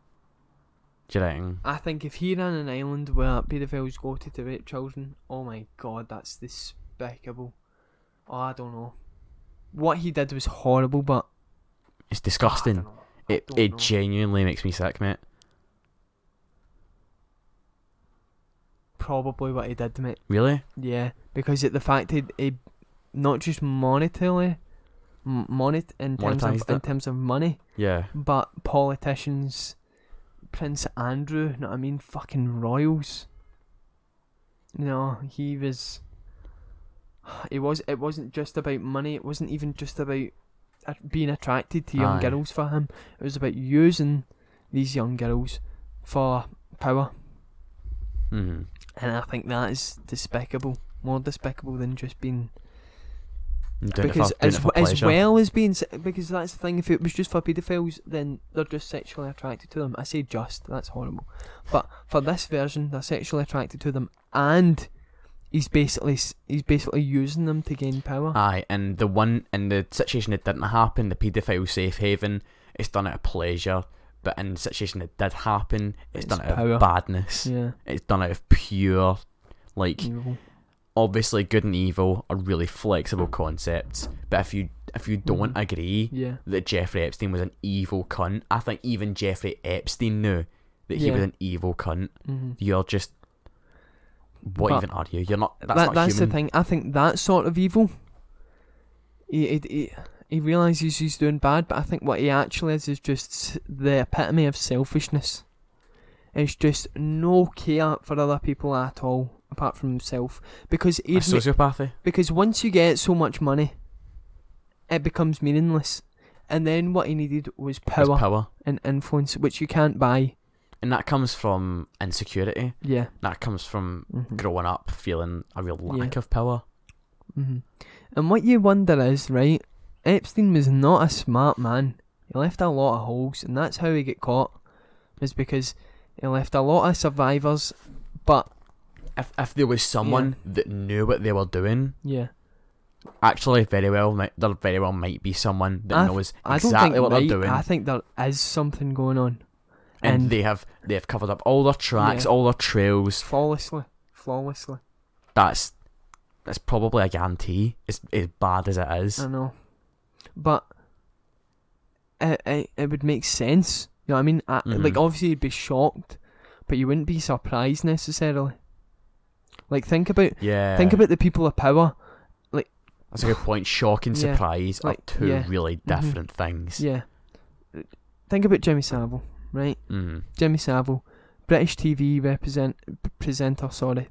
S2: Do you reckon?
S1: I think if he ran an island where paedophiles go to to rape children, oh my god, that's despicable. Oh, I don't know. What he did was horrible, but
S2: It's
S1: I
S2: disgusting.
S1: don't know. I
S2: It
S1: don't
S2: it
S1: know.
S2: genuinely makes me sick, mate.
S1: probably what he did, mate.
S2: Really?
S1: Yeah, because it, the fact he, he not just monetarily, m- monet in terms of
S2: Monetised
S1: in
S2: it.
S1: terms of money,
S2: Yeah.
S1: but politicians, Prince Andrew, know what I mean, fucking royals. You know, he was. It was. It wasn't just about money. It wasn't even just about uh, being attracted to young
S2: Aye.
S1: girls for him. It was about using these young girls for power.
S2: Hmm.
S1: And I think that is despicable. More despicable than just being
S2: I'm Doing
S1: because
S2: it for, doing
S1: as,
S2: it for
S1: w- as
S2: pleasure.
S1: well as being se- because that's the thing. If it was just for paedophiles, then they're just sexually attracted to them. I say just that's horrible, but for this version, they're sexually attracted to them, and he's basically s- he's basically using them to gain power.
S2: Aye, and the one in the situation that didn't happen, the paedophile safe haven, it's done out of pleasure. But in the situation that did happen,
S1: It's
S2: it's, done out
S1: power.
S2: of badness.
S1: yeah,
S2: It's done out of pure, like
S1: evil.
S2: obviously good and evil are really flexible concepts. But if you if you don't
S1: Mhm.
S2: agree
S1: yeah,
S2: that Jeffrey Epstein was an evil cunt, I think even Jeffrey Epstein knew that he was
S1: Yeah.
S2: an evil cunt.
S1: hmm
S2: You're just what
S1: But
S2: even are you? You're not. That's
S1: that,
S2: not
S1: that's
S2: human.
S1: the thing. I think that sort of evil. He he, he, he realizes he's doing bad, but I think what he actually is is just s- the epitome of selfishness. It's just no care for other people at all. apart from himself because
S2: A
S1: he'd ma-
S2: sociopathy.
S1: because once you get so much money, it becomes meaningless. And then what he needed was
S2: Power.
S1: power
S2: power.
S1: and influence, which you can't buy.
S2: And that comes from insecurity.
S1: Yeah.
S2: That comes from
S1: Mm-hmm.
S2: growing up feeling a real lack of power.
S1: hmm And what you wonder is, right? Epstein was not a smart man. He left a lot of holes, and that's how he got caught. Is because he left a lot of survivors, but
S2: If if there was someone that knew what they were doing,
S1: yeah,
S2: actually very well might, there very well might be someone that
S1: I th-
S2: knows
S1: I don't
S2: exactly
S1: think
S2: what
S1: right,
S2: they're doing.
S1: I think there is something going on,
S2: and,
S1: and-
S2: they have they have covered up all their tracks,
S1: Yeah.
S2: all their trails.
S1: flawlessly, flawlessly.
S2: That's that's probably a guarantee. As as bad as it is,
S1: I know, but it, it, it would make sense. You know what I mean? I, Like
S2: Mhm.
S1: obviously you'd be shocked, but you wouldn't be surprised necessarily. Like think about
S2: yeah.
S1: think about the people of power.
S2: that's a good point. Shock and
S1: Yeah,
S2: surprise are
S1: like,
S2: two
S1: yeah. Mm-hmm.
S2: really different things.
S1: Yeah. Think about Jimmy Savile, right?
S2: Mm.
S1: Jimmy Savile, British TV represent p- presenter. Sorry.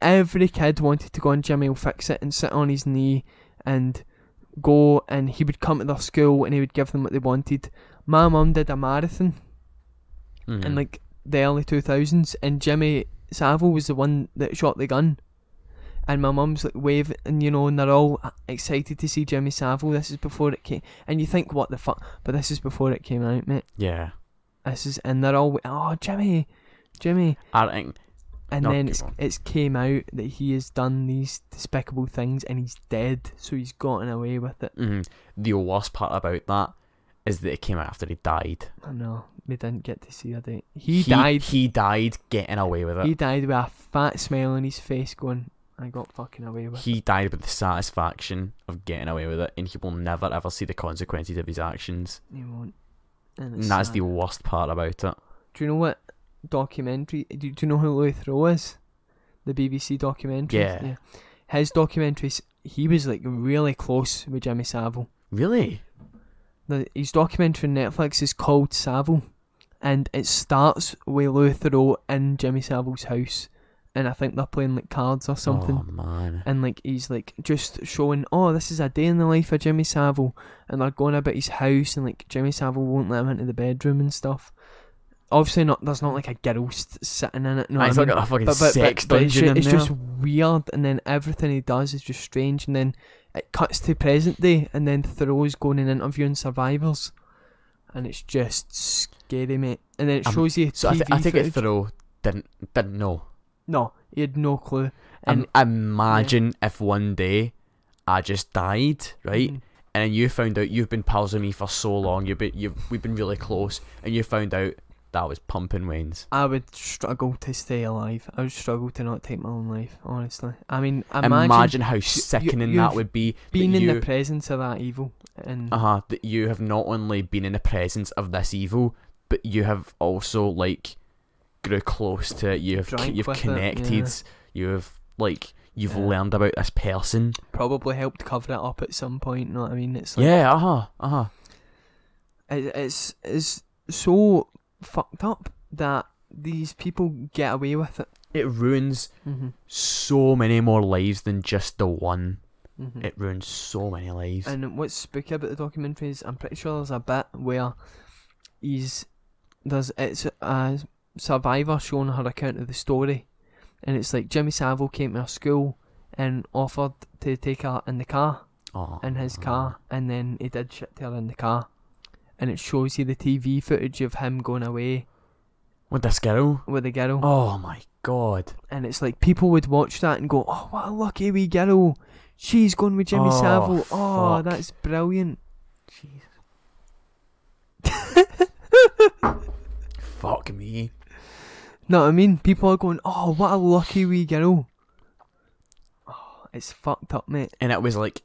S1: Every kid wanted to go on Jimmy will fix it and sit on his knee and go and he would come to their school and he would give them what they wanted. My mum did a marathon in
S2: mhm.
S1: like the early two thousands, and Jimmy Savile was the one that shot the gun. And my mum's like waving, and you know, and they're all excited to see Jimmy Savile. This is before it came, and you think, what the fuck? But this is before it came out, mate.
S2: yeah.
S1: This is, and they're all, oh, Jimmy, Jimmy,
S2: I think
S1: and
S2: No,
S1: then
S2: keep
S1: it's,
S2: going.
S1: it's came out that he has done these despicable things, and he's dead, so he's gotten away with it.
S2: mhm, the worst part about that is that it came out after he died.
S1: I know we didn't get to see that. Day. He, died.
S2: He died getting away with it.
S1: He died with a fat smile on his face, going, I got fucking away with it.
S2: he died with the satisfaction of getting away with it, and he will never ever see the consequences of his actions.
S1: You won't. And
S2: And that's
S1: sad.
S2: the worst part about it.
S1: Do you know what documentary? Do, do you know who Louis Theroux is? The BBC documentary.
S2: Yeah.
S1: His documentaries. He was like really close with Jimmy Savile.
S2: Really?
S1: The, his documentary on Netflix is called Savile, and it starts with Louis Theroux in Jimmy Savile's house, and I think they're playing like cards or something
S2: Oh man.
S1: and like he's like just showing, oh, this is a day in the life of Jimmy Savile, and they're going about his house, and like Jimmy Savile won't let him into the bedroom and stuff. Obviously, not there's not like a girl st- sitting in it. No,
S2: I he's
S1: I mean,
S2: not got a fucking
S1: but, but,
S2: sex
S1: but, but it's,
S2: dungeon
S1: ju-
S2: in
S1: it's
S2: there.
S1: just weird, and then everything he does is just strange, and then it cuts to present day, and then Thoreau's going and interviewing survivors, and it's just scary, mate. And then it
S2: Um,
S1: shows you.
S2: so I, th-
S1: TV
S2: I think
S1: footage.
S2: it Thoreau didn't didn't know.
S1: No, he had no clue.
S2: Um,
S1: And
S2: imagine if one day I just died, right?
S1: Mhm.
S2: And then you found out you've been pals with me for so long. You've been you've we've been really close, and you found out that was pumping Wayne's.
S1: I would struggle to stay alive. I would struggle to not take my own life, honestly. I mean, imagine,
S2: Imagine, how sickening
S1: you've
S2: that would be.
S1: being
S2: that
S1: in
S2: you,
S1: the presence of that evil. And
S2: uh huh, that you have not only been in the presence of this evil, but you have also like grew close to it. You've
S1: Drank
S2: you've
S1: with it,
S2: connected.
S1: yeah.
S2: You've like you've
S1: Yeah.
S2: learned about this person.
S1: probably helped cover it up at some point, you know what I mean? It's like,
S2: yeah, uh huh, uh huh.
S1: it, it's, it's so fucked up that these people get away with it.
S2: It ruins
S1: Mm-hmm.
S2: so many more lives than just the one.
S1: Mm-hmm.
S2: It ruins so many lives.
S1: And what's spooky about the documentary is I'm pretty sure there's a bit where he's there's it's a survivor showing her account of the story, and it's like Jimmy Savile came to her school and offered to take her in the car
S2: Aw.
S1: in his car, and then he did shit to her in the car, and it shows you the TV footage of him going away
S2: with this girl.
S1: with the girl,
S2: Oh my god.
S1: and it's like people would watch that and go, oh what a lucky wee girl, she's going with Jimmy
S2: Oh,
S1: Savile, oh
S2: fuck.
S1: that's brilliant.
S2: Jesus. Fuck me.
S1: No, I mean people are going, "Oh, what a lucky wee girl." Oh, it's fucked up, mate.
S2: And it was like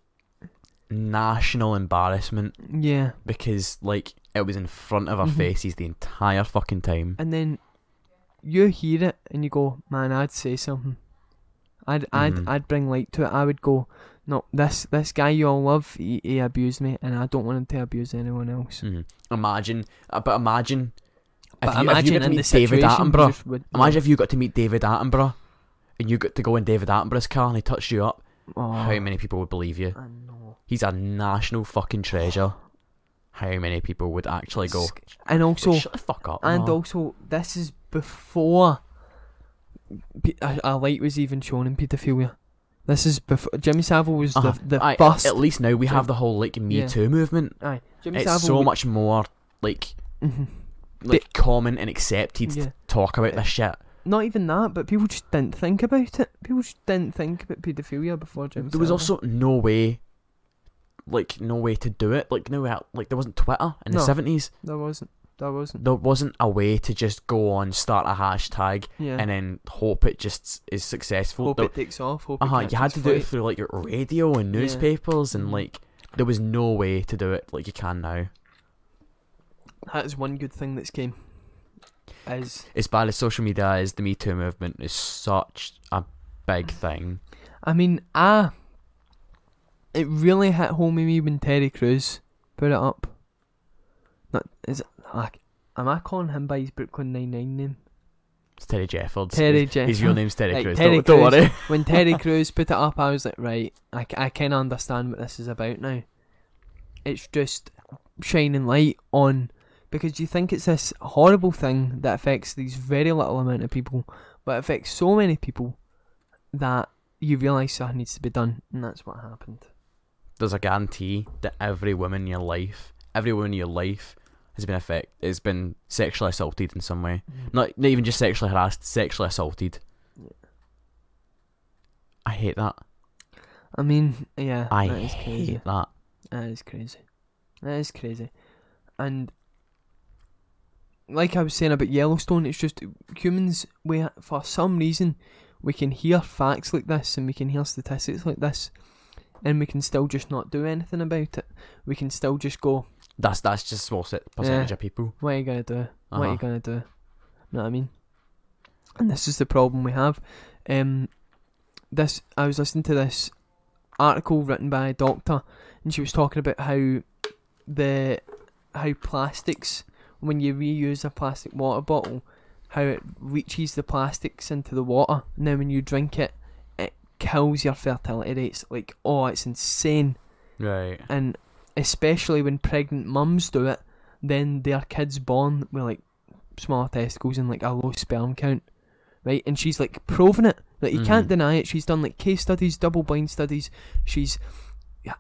S2: national embarrassment
S1: Yeah,
S2: because like it was in front of our
S1: Mhm.
S2: faces the entire fucking time.
S1: and then you hear it and you go, "Man, I'd say something. I'd,
S2: Mhm.
S1: I'd, I'd bring light to it. I would go, no, this, this guy you all love, he, he
S2: Mm. Mm-hmm.
S1: abused me, and I don't want him to abuse anyone else.
S2: Mhm. Imagine, uh, but imagine
S1: But
S2: if you, if you
S1: imagine
S2: get to
S1: in
S2: meet
S1: the situation,
S2: David
S1: you
S2: Attenborough,
S1: just would-
S2: imagine if you got to meet David Attenborough, and you got to go in David Attenborough's car and he touched you up.
S1: Oh,
S2: How many people would believe you?
S1: I know.
S2: He's a national fucking treasure. How many people would actually go?
S1: And also,
S2: "Like, shut the fuck up.
S1: and
S2: man."
S1: also, this is before pe- a, a light was even shown in paedophilia. This is before Jimmy Savile was
S2: Uh-huh.
S1: the the
S2: Aye,
S1: first.
S2: At least now we have the whole like Me
S1: Yeah.
S2: Too movement.
S1: aye, Jimmy
S2: It's
S1: Savile.
S2: so much more like
S1: Mhm.
S2: like common and accepted
S1: Yeah.
S2: to talk about this shit.
S1: Not even that, but people just didn't think about it. People just didn't think about paedophilia before Jimmy.
S2: there was
S1: Savile.
S2: also no way, like no way to do it. Like no way, out- like there wasn't Twitter in the
S1: No.
S2: seventies.
S1: there wasn't there wasn't
S2: There wasn't a way to just go on, start a hashtag,
S1: yeah.
S2: and then hope it just is successful.
S1: hope
S2: There-
S1: it takes off. Hope it
S2: Uh-huh, you had
S1: catches
S2: to do it
S1: flight.
S2: through like your radio and
S1: Yeah.
S2: newspapers and
S1: Mhm.
S2: like there was no way to do it like you can now.
S1: That is one good thing that's came. Is
S2: As bad as social media is, the Me Too movement is such a
S1: Mm.
S2: big thing.
S1: I mean, I. It really hit home with me when Terry Crews put it up. Not is it, like, am I calling him by his Brooklyn Nine Nine name?
S2: It's Terry Jeffords.
S1: Terry
S2: His- His real
S1: Jeffords.
S2: name's Terry
S1: Right,
S2: Crews.
S1: Terry
S2: don't, don't
S1: Crews.
S2: worry.
S1: When Terry Crews put it up, I was like, right, I, c- I kind of understand what this is about now. It's just shining light on because you think it's this horrible thing that affects these very little amount of people, but it affects so many people that you realise something needs to be done, and that's what happened.
S2: There's a guarantee that every woman in your life, every woman in your life, has been affected. Has been sexually assaulted in some way. Not not even just sexually harassed, sexually assaulted.
S1: Yeah.
S2: I hate that.
S1: I mean, yeah,
S2: I
S1: that is crazy.
S2: hate that.
S1: That is crazy. That is crazy. And like I was saying about Yellowstone, it's just humans we for some reason we can hear facts like this and we can hear statistics like this and we can still just not do anything about it. We can still just go,
S2: That's that's just a small set percentage
S1: Yeah.
S2: of people.
S1: What are you gonna do? What are
S2: Uh-huh.
S1: you gonna do? Know what I mean? And this is the problem we have. Um this I was listening to this article written by a doctor and she was talking about how the how plastics when you reuse a plastic water bottle, how it leaches the plastics into the water. Now when you drink it it kills your fertility rates. Like, oh it's insane
S2: Right.
S1: and especially when pregnant mums do it, then their kids born with like smaller testicles and like a low sperm count, right? And she's like proven it. Like you can't
S2: Mhm.
S1: deny it. She's done like case studies, double blind studies. She's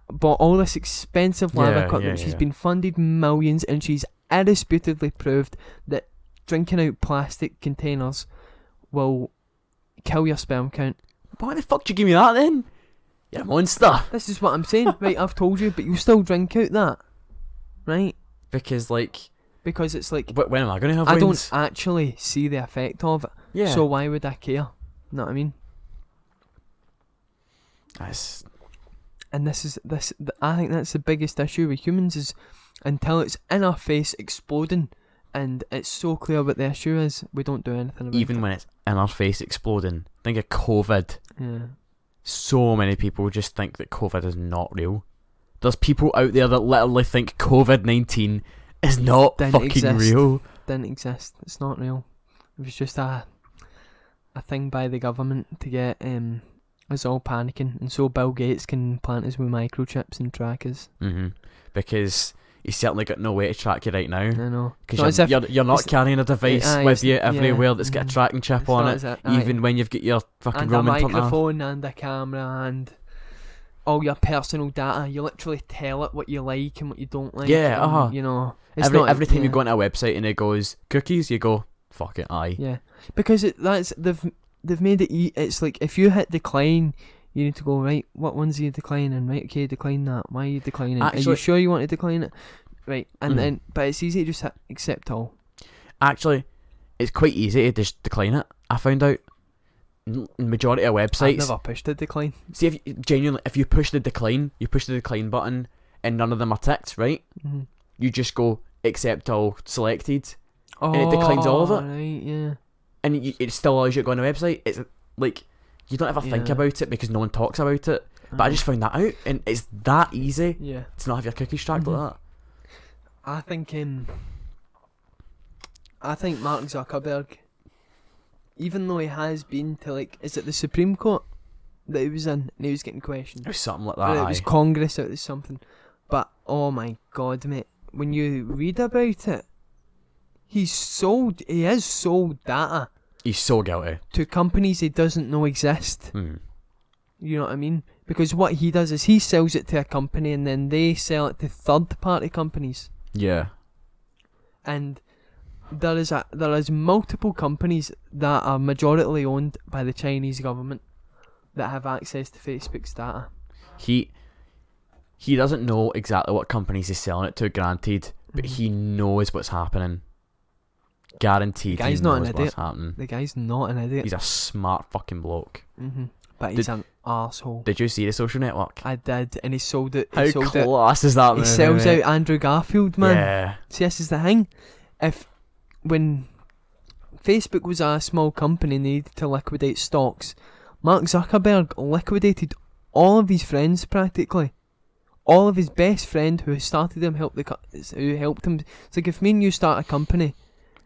S1: bought all this expensive lab
S2: Yeah,
S1: equipment.
S2: yeah,
S1: She's
S2: yeah.
S1: been funded millions, and she's indisputably proved that drinking out plastic containers will kill your sperm count.
S2: Why the fuck did you give me that then? You're a monster.
S1: This is what I'm saying, right? I've told you, but you still drink out that, right?
S2: Because like,
S1: Because it's like
S2: wh- when am I gonna have
S1: I
S2: wings?
S1: don't actually see the effect of it.
S2: yeah.
S1: So why would I care? Know what I mean?
S2: That's-
S1: And this is this. th- I think that's the biggest issue with humans is until it's in our face exploding, and it's so clear what the issue is, we don't do anything about
S2: even when it's in our face exploding. Think of COVID.
S1: it. Yeah.
S2: So many people just think that COVID is not real. There's people out there that literally think COVID nineteen is not
S1: Didn't
S2: fucking
S1: exist.
S2: real.
S1: Didn't exist. It's not real. It was just a a thing by the government to get um us all panicking, and so Bill Gates can plant us with microchips and trackers.
S2: hmm Because you certainly got no way to track you right now.
S1: I know. Not
S2: Because
S1: as
S2: you're,
S1: if-
S2: you're, you're not
S1: it's-
S2: carrying a device
S1: aye, it's-
S2: with you
S1: yeah,
S2: everywhere that's got a
S1: mhm.
S2: tracking chip
S1: it's
S2: on
S1: not
S2: it.
S1: as if- aye.
S2: Even when you've got your fucking
S1: and a
S2: Roman pump
S1: microphone and a camera and all your personal data. You literally tell it what you like and what you don't like.
S2: Yeah,
S1: and,
S2: uh-huh.
S1: You know, it's
S2: every,
S1: not
S2: every time
S1: yeah,
S2: you go on a website and it goes cookies, you go fuck it, aye.
S1: Yeah, because it, that's they've they've made it. E- it's like if you hit decline. You need to go right. What ones are you declining? Right, okay, decline that. Why are you declining? are
S2: Actually-
S1: you sure you want to decline it? Right, and
S2: Mhm.
S1: then but it's easy to just hit accept all.
S2: Actually, it's quite easy to just decline it. I found out N- majority of
S1: I've
S2: websites.
S1: never pushed a decline.
S2: See if you, genuinely, if you push the decline, you push the decline button, and none of them are ticked, right?
S1: Mhm.
S2: You just go accept all selected,
S1: Oh,
S2: it declines all of it?
S1: Right, yeah.
S2: and you, it still allows you to go on a website. It's like you don't ever think
S1: Yeah. Mm.
S2: about it because no one talks about it. But I
S1: Aye.
S2: just found that out, and it's that easy
S1: yeah. Mm-hmm.
S2: to not have your cookies tracked like that.
S1: I think um, I think Mark Zuckerberg, even though he has been to like, is it the Supreme Court that he was in, and he was getting questioned.
S2: It was something like
S1: Or
S2: that.
S1: it was
S2: aye.
S1: Congress, or it was something. But oh my god, mate, when you read about it, he's sold. He has sold data
S2: He's so guilty.
S1: to companies he doesn't know exist.
S2: Hmm.
S1: You know what I mean? Because what he does is he sells it to a company, and then they sell it to third party companies.
S2: Yeah.
S1: and there is a there is multiple companies that are majority owned by the Chinese government that have access to Facebook's data.
S2: He he doesn't know exactly what companies he's selling it to, granted, but he
S1: Mm-hmm.
S2: knows what's happening. Guaranteed.
S1: The guy's
S2: he
S1: not an
S2: knows
S1: idiot.
S2: what's happening.
S1: Mm-hmm. The guy's not an idiot,
S2: He's a smart fucking bloke.
S1: hmm but he's an asshole.
S2: Did you see the social network?
S1: I did, and he sold it. He
S2: How
S1: sold it.
S2: class is that
S1: He
S2: movie,
S1: sells
S2: mate?
S1: out Andrew Garfield, man.
S2: Yeah.
S1: See, this is the thing. If when Facebook was a small company and they needed to liquidate stocks, Mark Zuckerberg liquidated all of his friends practically. All of his best friend who started him helped the co- who helped him. It's like if me and you start a company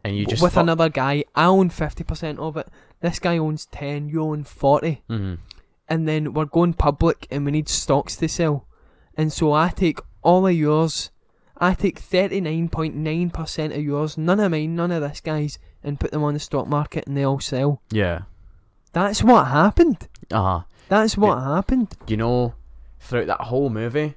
S2: And you just
S1: with
S2: thought-
S1: another guy, I own fifty percent of it. This guy owns ten, you own forty,
S2: Mhm.
S1: and then we're going public and we need stocks to sell. And so I take all of yours. I take 39.9% of yours, none of mine, none of this guy's, and put them on the stock market and they all sell.
S2: Yeah.
S1: That's what happened.
S2: Uh huh.
S1: That's what happened.
S2: you know, throughout that whole movie,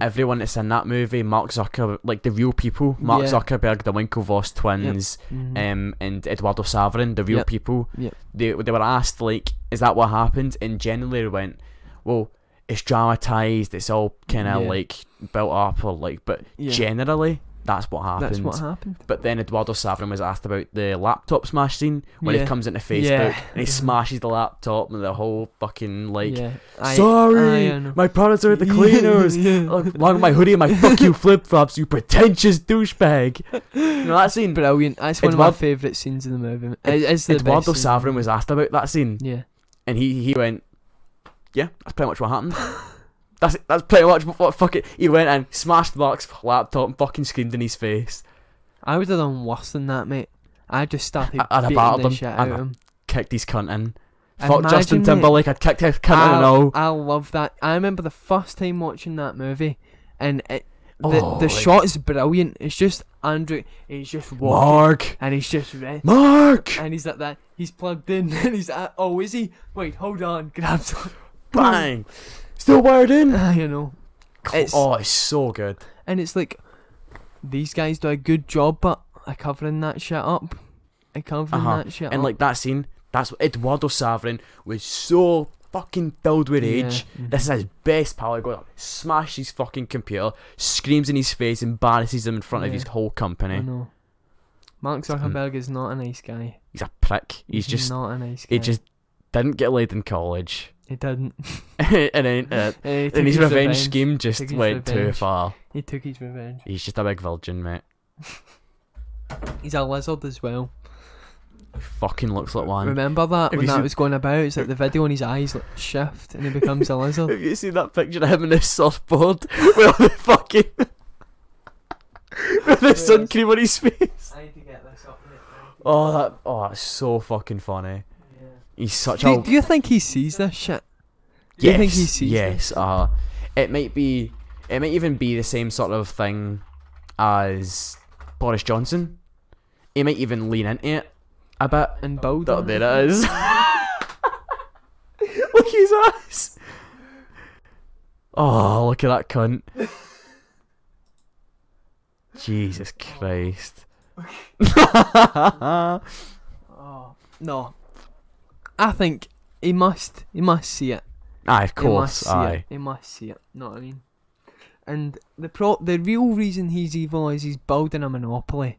S2: everyone that's in that movie, Mark Zuckerberg, like the real people, Mark
S1: Yeah.
S2: Zuckerberg, the Winklevoss twins,
S1: Mhm.
S2: um, and Eduardo Saverin, the real
S1: Yep.
S2: people,
S1: Yep.
S2: they they were asked like, "Is that what happened?" And generally they went, "Well, it's dramatized. It's all kind of
S1: Yeah.
S2: like built up or like." But
S1: Yeah.
S2: generally, that's what happened.
S1: That's what happened.
S2: But then Eduardo Saverin was asked about the laptop smash scene when
S1: Yeah.
S2: he comes into Facebook
S1: Yeah.
S2: and he smashes the laptop and the whole fucking like
S1: yeah. I-
S2: Sorry,
S1: I, I know.
S2: my products are at the cleaners.
S1: Yeah.
S2: Look, Along with my hoodie and my fuck you flip flops, you pretentious douchebag. You know that scene?
S1: Brilliant. That's one of
S2: Eduard-
S1: my favourite scenes in the movie. It is the
S2: Eduardo
S1: best scene.
S2: Saverin was asked about that scene,
S1: Yeah.
S2: and he, he went, "Yeah, that's pretty much what happened. that's it, that's pretty much what fuck it." He went and smashed Mark's laptop and fucking screamed in his face,
S1: I would have done worse than that, mate. I just started
S2: I- I'd have
S1: beating
S2: battled
S1: the
S2: him.
S1: shit
S2: I'd
S1: out of
S2: have-
S1: him.
S2: kicked his cunt in.
S1: Imagine,
S2: Fuck Justin
S1: mate.
S2: Timberlake, I'd kicked his cunt in and
S1: I-
S2: all.
S1: I love that. I remember the first time watching that movie, and it, the
S2: Oh,
S1: the
S2: like-
S1: shot is brilliant. It's just Andrew. He's just walking,
S2: Mark,
S1: and he's just red,
S2: Mark,
S1: and he's like that. He's plugged in, and he's at. Oh, is he? Wait, hold on. Grabs.
S2: bang, still wired in.
S1: Ah, you know, It's-
S2: oh, it's so good.
S1: and it's like these guys do a good job, but are covering that shit up. Are covering
S2: Uh-huh.
S1: that shit
S2: And
S1: up.
S2: like that scene, that's what Eduardo Saverin was so fucking filled with
S1: Yeah.
S2: rage. This is his best power going up, smash his fucking computer, screams in his face, embarrasses him in front of his
S1: Yeah.
S2: whole
S1: I
S2: company.
S1: know. Mark Zuckerberg is not a nice guy.
S2: He's a prick. He's just
S1: not a nice guy.
S2: he just didn't get laid in college,
S1: he didn't.
S2: and then uh,
S1: And
S2: and his revenge, scheme just
S1: Took his
S2: went too
S1: revenge.
S2: far.
S1: He took his revenge.
S2: He's just a big virgin, mate.
S1: He's a lizard as well.
S2: Fucking looks like one.
S1: Remember that
S2: Have
S1: when
S2: you
S1: that
S2: seen-
S1: was going about? It's like the video and his eyes like shift and he becomes a lizard.
S2: Have you seen that picture of him in his surfboard with all the fucking with the sun
S1: Yes.
S2: cream on his face?
S1: I need to get this up.
S2: Oh, that oh, that's so fucking funny. He's such
S1: Do,
S2: a
S1: do you think he sees this shit? Do
S2: yes,
S1: you think he sees
S2: yes. Uh, it might be, it might even be the same sort of thing as Boris Johnson. He might even lean into it a bit.
S1: And build
S2: Oh,
S1: on it?
S2: there it is. look at his eyes. Oh, look at that cunt. Jesus Christ.
S1: Oh, No. I think he must. He must see it.
S2: Aye, of
S1: He must
S2: course.
S1: see
S2: Aye.
S1: it. He must see it. Know what I mean? And the pro- the real reason he's evil is he's building a monopoly.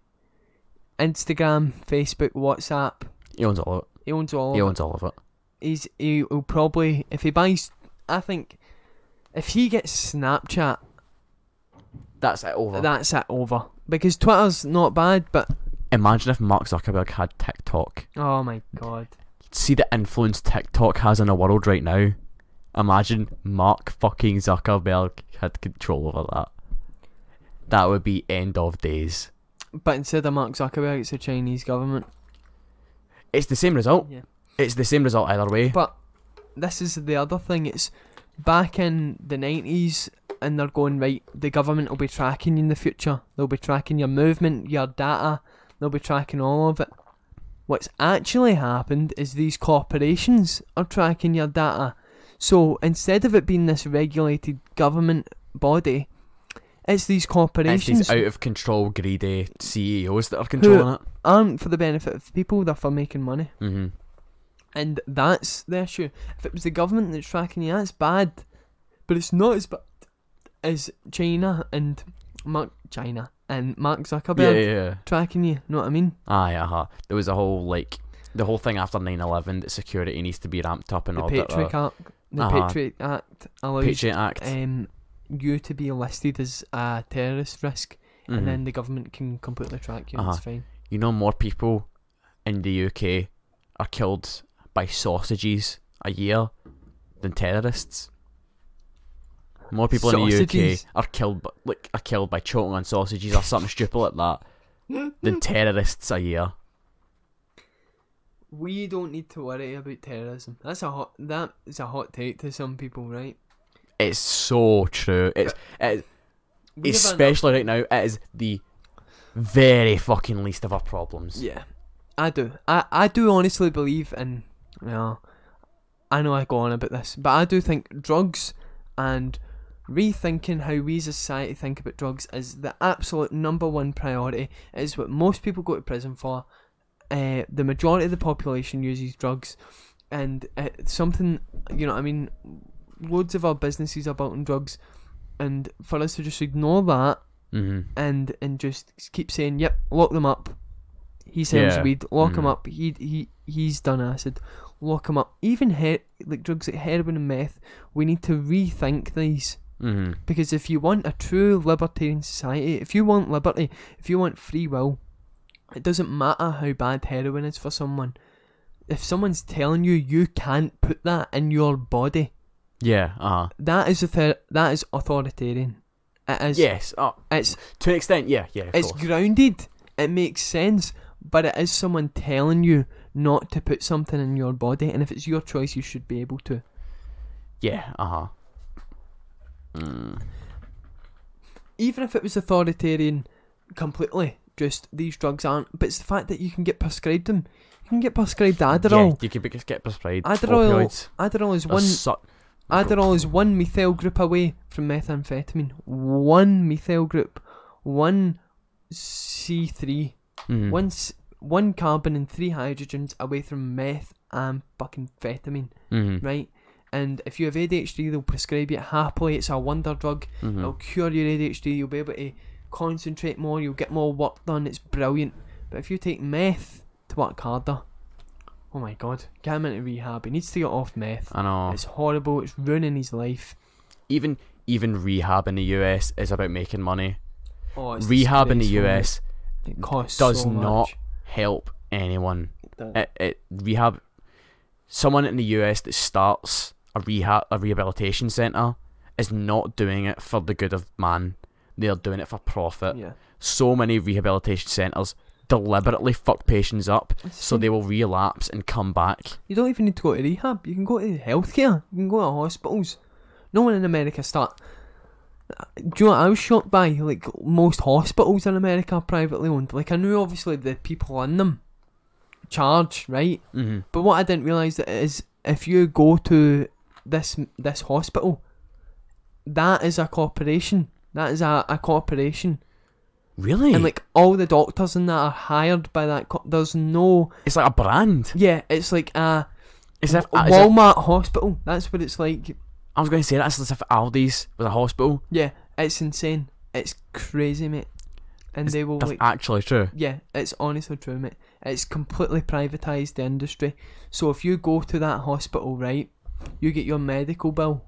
S1: Instagram, Facebook, WhatsApp.
S2: He owns all of it.
S1: He owns all
S2: He
S1: of it.
S2: owns all of it.
S1: he's he'll probably if he buys I think if he gets Snapchat
S2: That's it over.
S1: that's it over because Twitter's not bad but
S2: Imagine if Mark Zuckerberg had TikTok.
S1: oh my god
S2: See the influence TikTok has on the world right now. Imagine Mark fucking Zuckerberg had control over that. That would be end of days.
S1: But instead of Mark Zuckerberg, it's the Chinese government.
S2: It's the same result.
S1: Yeah.
S2: It's the same result either way.
S1: But this is the other thing. It's back in the nineties, and they're going right. The government will be tracking you in the future. They'll be tracking your movement, your data. They'll be tracking all of it. What's actually happened is these corporations are tracking your data. So instead of it being this regulated government body, it's these
S2: It's
S1: corporations
S2: these out of control, greedy CEOs that are controlling it.
S1: aren't for the benefit of the people. They're for making money.
S2: hmm
S1: And that's the issue. If it was the government that's tracking you, that's bad. But it's not as bad as China and Mark China and Mark
S2: Yeah,
S1: Zuckerberg
S2: yeah, yeah.
S1: tracking you. Know what I mean?
S2: Aye, uh-huh. There was a whole like the whole thing after 9-11 that security needs to be ramped up and
S1: The
S2: all that.
S1: Patriot
S2: uh,
S1: Act. The
S2: Uh-huh.
S1: Patriot Act allows
S2: Patriot Act.
S1: um you to be listed as a terrorist risk,
S2: Mhm.
S1: and then the government can completely track you.
S2: Uh-huh.
S1: It's fine.
S2: you know more people in the UK are killed by sausages a year than terrorists. More people
S1: Sausages?
S2: in the UK are killed by, like are killed by choking on sausages or something stupid like that than terrorists a year.
S1: We don't need to worry about terrorism. That's a hot. That is a hot take to some people, right?
S2: It's so true. It's it,
S1: We have an-
S2: especially right now. It is the very fucking least of our problems.
S1: Yeah, I do. I, I do honestly believe in. You know, I know I go on about this, but I do think drugs and rethinking how we as a society think about drugs is the absolute number one priority. It is what most people go to prison for. Uh, the majority of the population uses drugs, and it's something you know. what I mean, loads of our businesses are built on drugs, and for us to just ignore that
S2: hmm
S1: and and just keep saying, "Yep, lock them up." He sells
S2: Yeah.
S1: weed. Lock him
S2: Mm.
S1: up. He he he's done acid. Lock him up. Even he- like drugs like heroin and meth, we need to rethink these
S2: hmm
S1: because if you want a true libertarian society, if you want liberty, if you want free will, it doesn't matter how bad heroin is for someone. If someone's telling you you can't put that in your body,
S2: Yeah. Uh-huh.
S1: that is author- that is authoritarian. It is.
S2: Yes. Uh,
S1: It's
S2: to an extent. Yeah. Yeah. Of
S1: it's
S2: course.
S1: grounded. It makes sense, but it is someone telling you not to put something in your body, and if it's your choice, you should be able to.
S2: Yeah, uh huh. Mm.
S1: Even if it was authoritarian, completely. Just these drugs aren't. But it's the fact that you can get prescribed them. You can get prescribed
S2: Yeah,
S1: Adderall.
S2: you could be- just get prescribed.
S1: Adderall
S2: opioids.
S1: Adderall is
S2: They're
S1: one.
S2: suck-
S1: Adderall is one methyl group away from methamphetamine. One methyl group. One C three.
S2: Mhm.
S1: One s- one carbon and three hydrogens away from meth and fucking amphetamine.
S2: Mhm.
S1: right? And if you have ADHD, they'll prescribe it happily. It's a wonder drug.
S2: Mhm.
S1: It'll cure your ADHD. You'll be able to concentrate more. You'll get more work done. It's brilliant. But if you take meth to work harder, oh my god, get him into rehab. He needs to get off meth.
S2: I know.
S1: It's horrible. It's ruining his life.
S2: Even even rehab in the US is about making money.
S1: Oh, it's
S2: rehab in the
S1: disgraceful.
S2: US
S1: it costs
S2: does
S1: so
S2: not
S1: much.
S2: help anyone.
S1: It
S2: It, it rehab. Someone in the US that starts a rehab a rehabilitation center is not doing it for the good of man. They are doing it for profit.
S1: Yeah.
S2: So many rehabilitation centers deliberately fuck patients up so they will relapse and come back.
S1: You don't even need to go to rehab. You can go to healthcare. You can go to hospitals. No one in America start. Do you know what I was shocked by? Like most hospitals in America are privately owned. Like I knew obviously the people in them charge right,
S2: Mm-hmm.
S1: but what I didn't realize that is if you go to this this hospital, that is a corporation. That is a, a corporation,
S2: Really?
S1: and like all the doctors in that are hired by that. Co- There's no
S2: it's like a brand.
S1: yeah. It's like a
S2: It's if, as if-
S1: Walmart hospital. That's what it's like.
S2: I was going to say that's as if Aldi's was a hospital.
S1: Yeah, it's insane. It's crazy, mate. And
S2: It's-
S1: they will
S2: That's
S1: like,
S2: actually true.
S1: yeah, it's honestly true, mate. It's completely privatized the industry. So if you go to that hospital, right, you get your medical bill.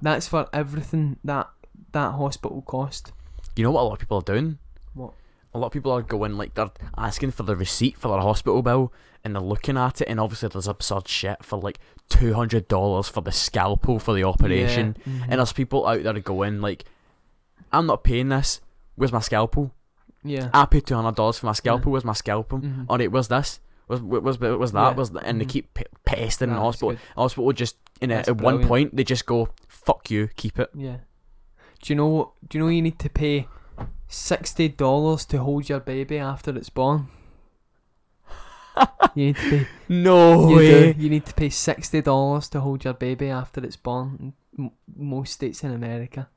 S1: That's for everything that that hospital cost.
S2: You know what a lot of people are doing?
S1: What?
S2: A lot of people are going like they're asking for the receipt for their hospital bill and they're looking at it and obviously there's absurd shit for like two hundred dollars for the scalpel for the operation.
S1: Yeah, mhm.
S2: And there's people out there going like, I'm not paying this. Where's my scalpel?
S1: Yeah.
S2: I paid two hundred dollars for my scalpel. Where's my scalpel?
S1: Mhm.
S2: All right, where's this? Was was was
S1: Yeah.
S2: that? Was th- and they
S1: Mhm.
S2: keep p- pestering
S1: Nah,
S2: the
S1: that's
S2: hospital.
S1: good.
S2: Hospital just in a,
S1: That's
S2: at one
S1: brilliant.
S2: point they just go fuck you, keep it.
S1: Yeah. Do you know? Do you know you need to pay sixty dollars to hold your baby after it's born? you need to pay.
S2: No
S1: you,
S2: way.
S1: do. you need to pay sixty dollars to hold your baby after it's born. In m- most states in America,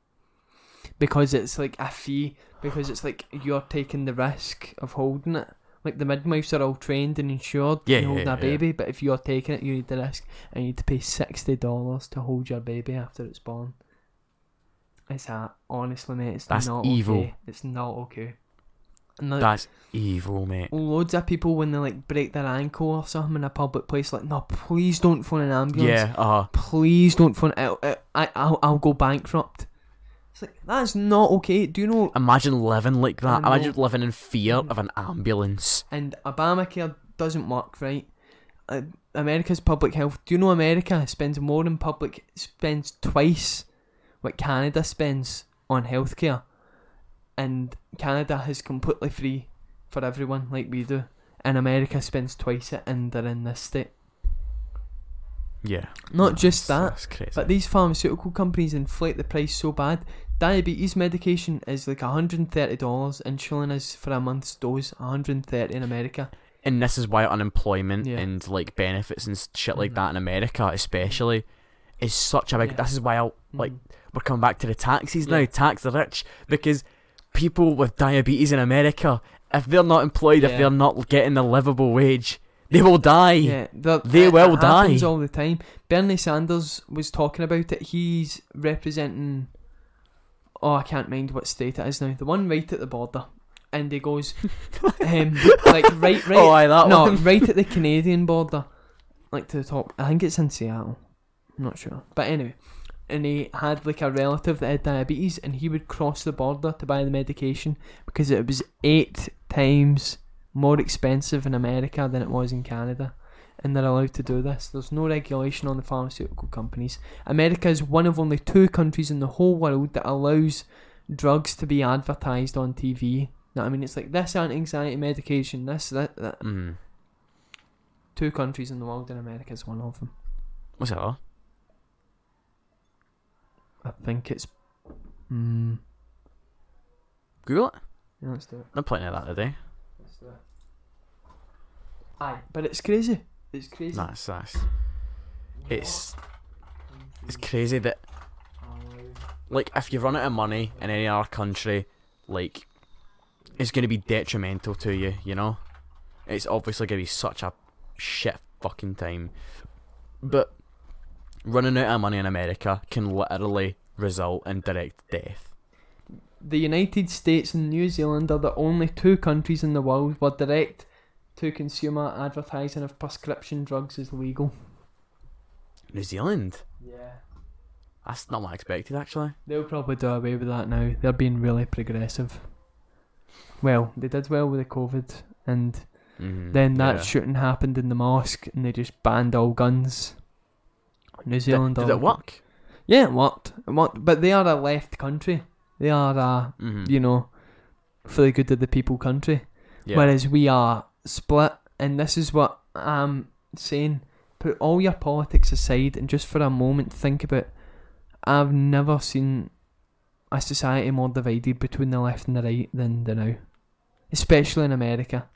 S1: because it's like a fee. Because it's like you're taking the risk of holding it. Like the midwives are all trained and insured
S2: Yeah,
S1: in
S2: yeah,
S1: holding
S2: yeah.
S1: a baby, but if you're taking it, you need the risk, and you need to pay sixty dollars to hold your baby after it's born. It's that honestly, mate. It's
S2: That's
S1: not
S2: evil.
S1: Okay. It's not okay. And like-
S2: That's evil, mate.
S1: loads of people when they like break their ankle or something in a public place, like, no, please don't phone an ambulance.
S2: Yeah, uh,
S1: Please don't phone. I, I, I, I'll, I'll go bankrupt. It's like that's not okay. Do you know?
S2: imagine living like
S1: I
S2: that. Imagine
S1: know.
S2: living in fear
S1: Mhm.
S2: of an ambulance.
S1: And Obamacare doesn't work right. Uh, America's public health. Do you know America spends more in public spends twice what Canada spends on healthcare, and Canada has completely free for everyone like we do, and America spends twice it, and they're in this state.
S2: Yeah.
S1: Not just
S2: That's-
S1: that,
S2: That's crazy.
S1: but these pharmaceutical companies inflate the price so bad. Diabetes medication is like $130. Insulin is for a month's dose, 130 in America.
S2: and this is why unemployment
S1: Yeah.
S2: and like benefits and s- shit like
S1: Mhm.
S2: that in America, especially, is such a big.
S1: Yeah.
S2: This is why I like
S1: Mhm.
S2: we're coming back to the taxes now.
S1: Yeah.
S2: Tax the rich because people with diabetes in America, if they're not employed, if
S1: Yeah.
S2: they're not getting a livable wage, they will die.
S1: Yeah, the-
S2: They
S1: it
S2: will die.
S1: happens all the time. Bernie Sanders was talking about it. He's representing. Oh, I can't mind what state it is now. The one right at the border, and he goes, um, like right, right.
S2: Oh, aye, that
S1: no,
S2: one.
S1: right at the Canadian border, like to the top. I think it's in Seattle. I'm not sure, but anyway. And he had like a relative that had diabetes, and he would cross the border to buy the medication because it was eight times more expensive in America than it was in Canada. And they're allowed to do this. There's no regulation on the pharmaceutical companies. America is one of only two countries in the whole world that allows drugs to be advertised on TV. Know what I mean, it's like this anti-anxiety medication. This that, that
S2: Mm.
S1: two countries in the world, and America is one of them.
S2: What's that? all?
S1: I think it's. Mm,
S2: Google it.
S1: yeah, let's do it.
S2: I'm playing of that today.
S1: Let's do it. Aye, but it's crazy. It's crazy.
S2: That's that's. It's it's crazy that like if you run out of money in any other country, like it's gonna be detrimental to you, you know? It's obviously gonna be such a shit fucking time. But running out of money in America can literally result in direct death.
S1: the United States and New Zealand are the only two countries in the world where direct to consumer advertising of prescription drugs is legal.
S2: New Zealand?
S1: Yeah.
S2: That's not what I expected actually.
S1: They'll probably do away with that now. They're being really progressive. Well, they did well with the COVID, and
S2: Mhm,
S1: then that
S2: yeah.
S1: shooting happened in the mosque, and they just banned all guns. New
S2: Did-
S1: Zealand.
S2: Did,
S1: all-
S2: it work?
S1: Yeah, it worked. It worked. But they are a left country. They are a,
S2: Mhm,
S1: you know, for the good of the people country.
S2: yeah.
S1: Whereas we are split, and this is what I'm saying. Put all your politics aside and just for a moment think about I've never seen a society more divided between the left and the right than the now. Especially in America.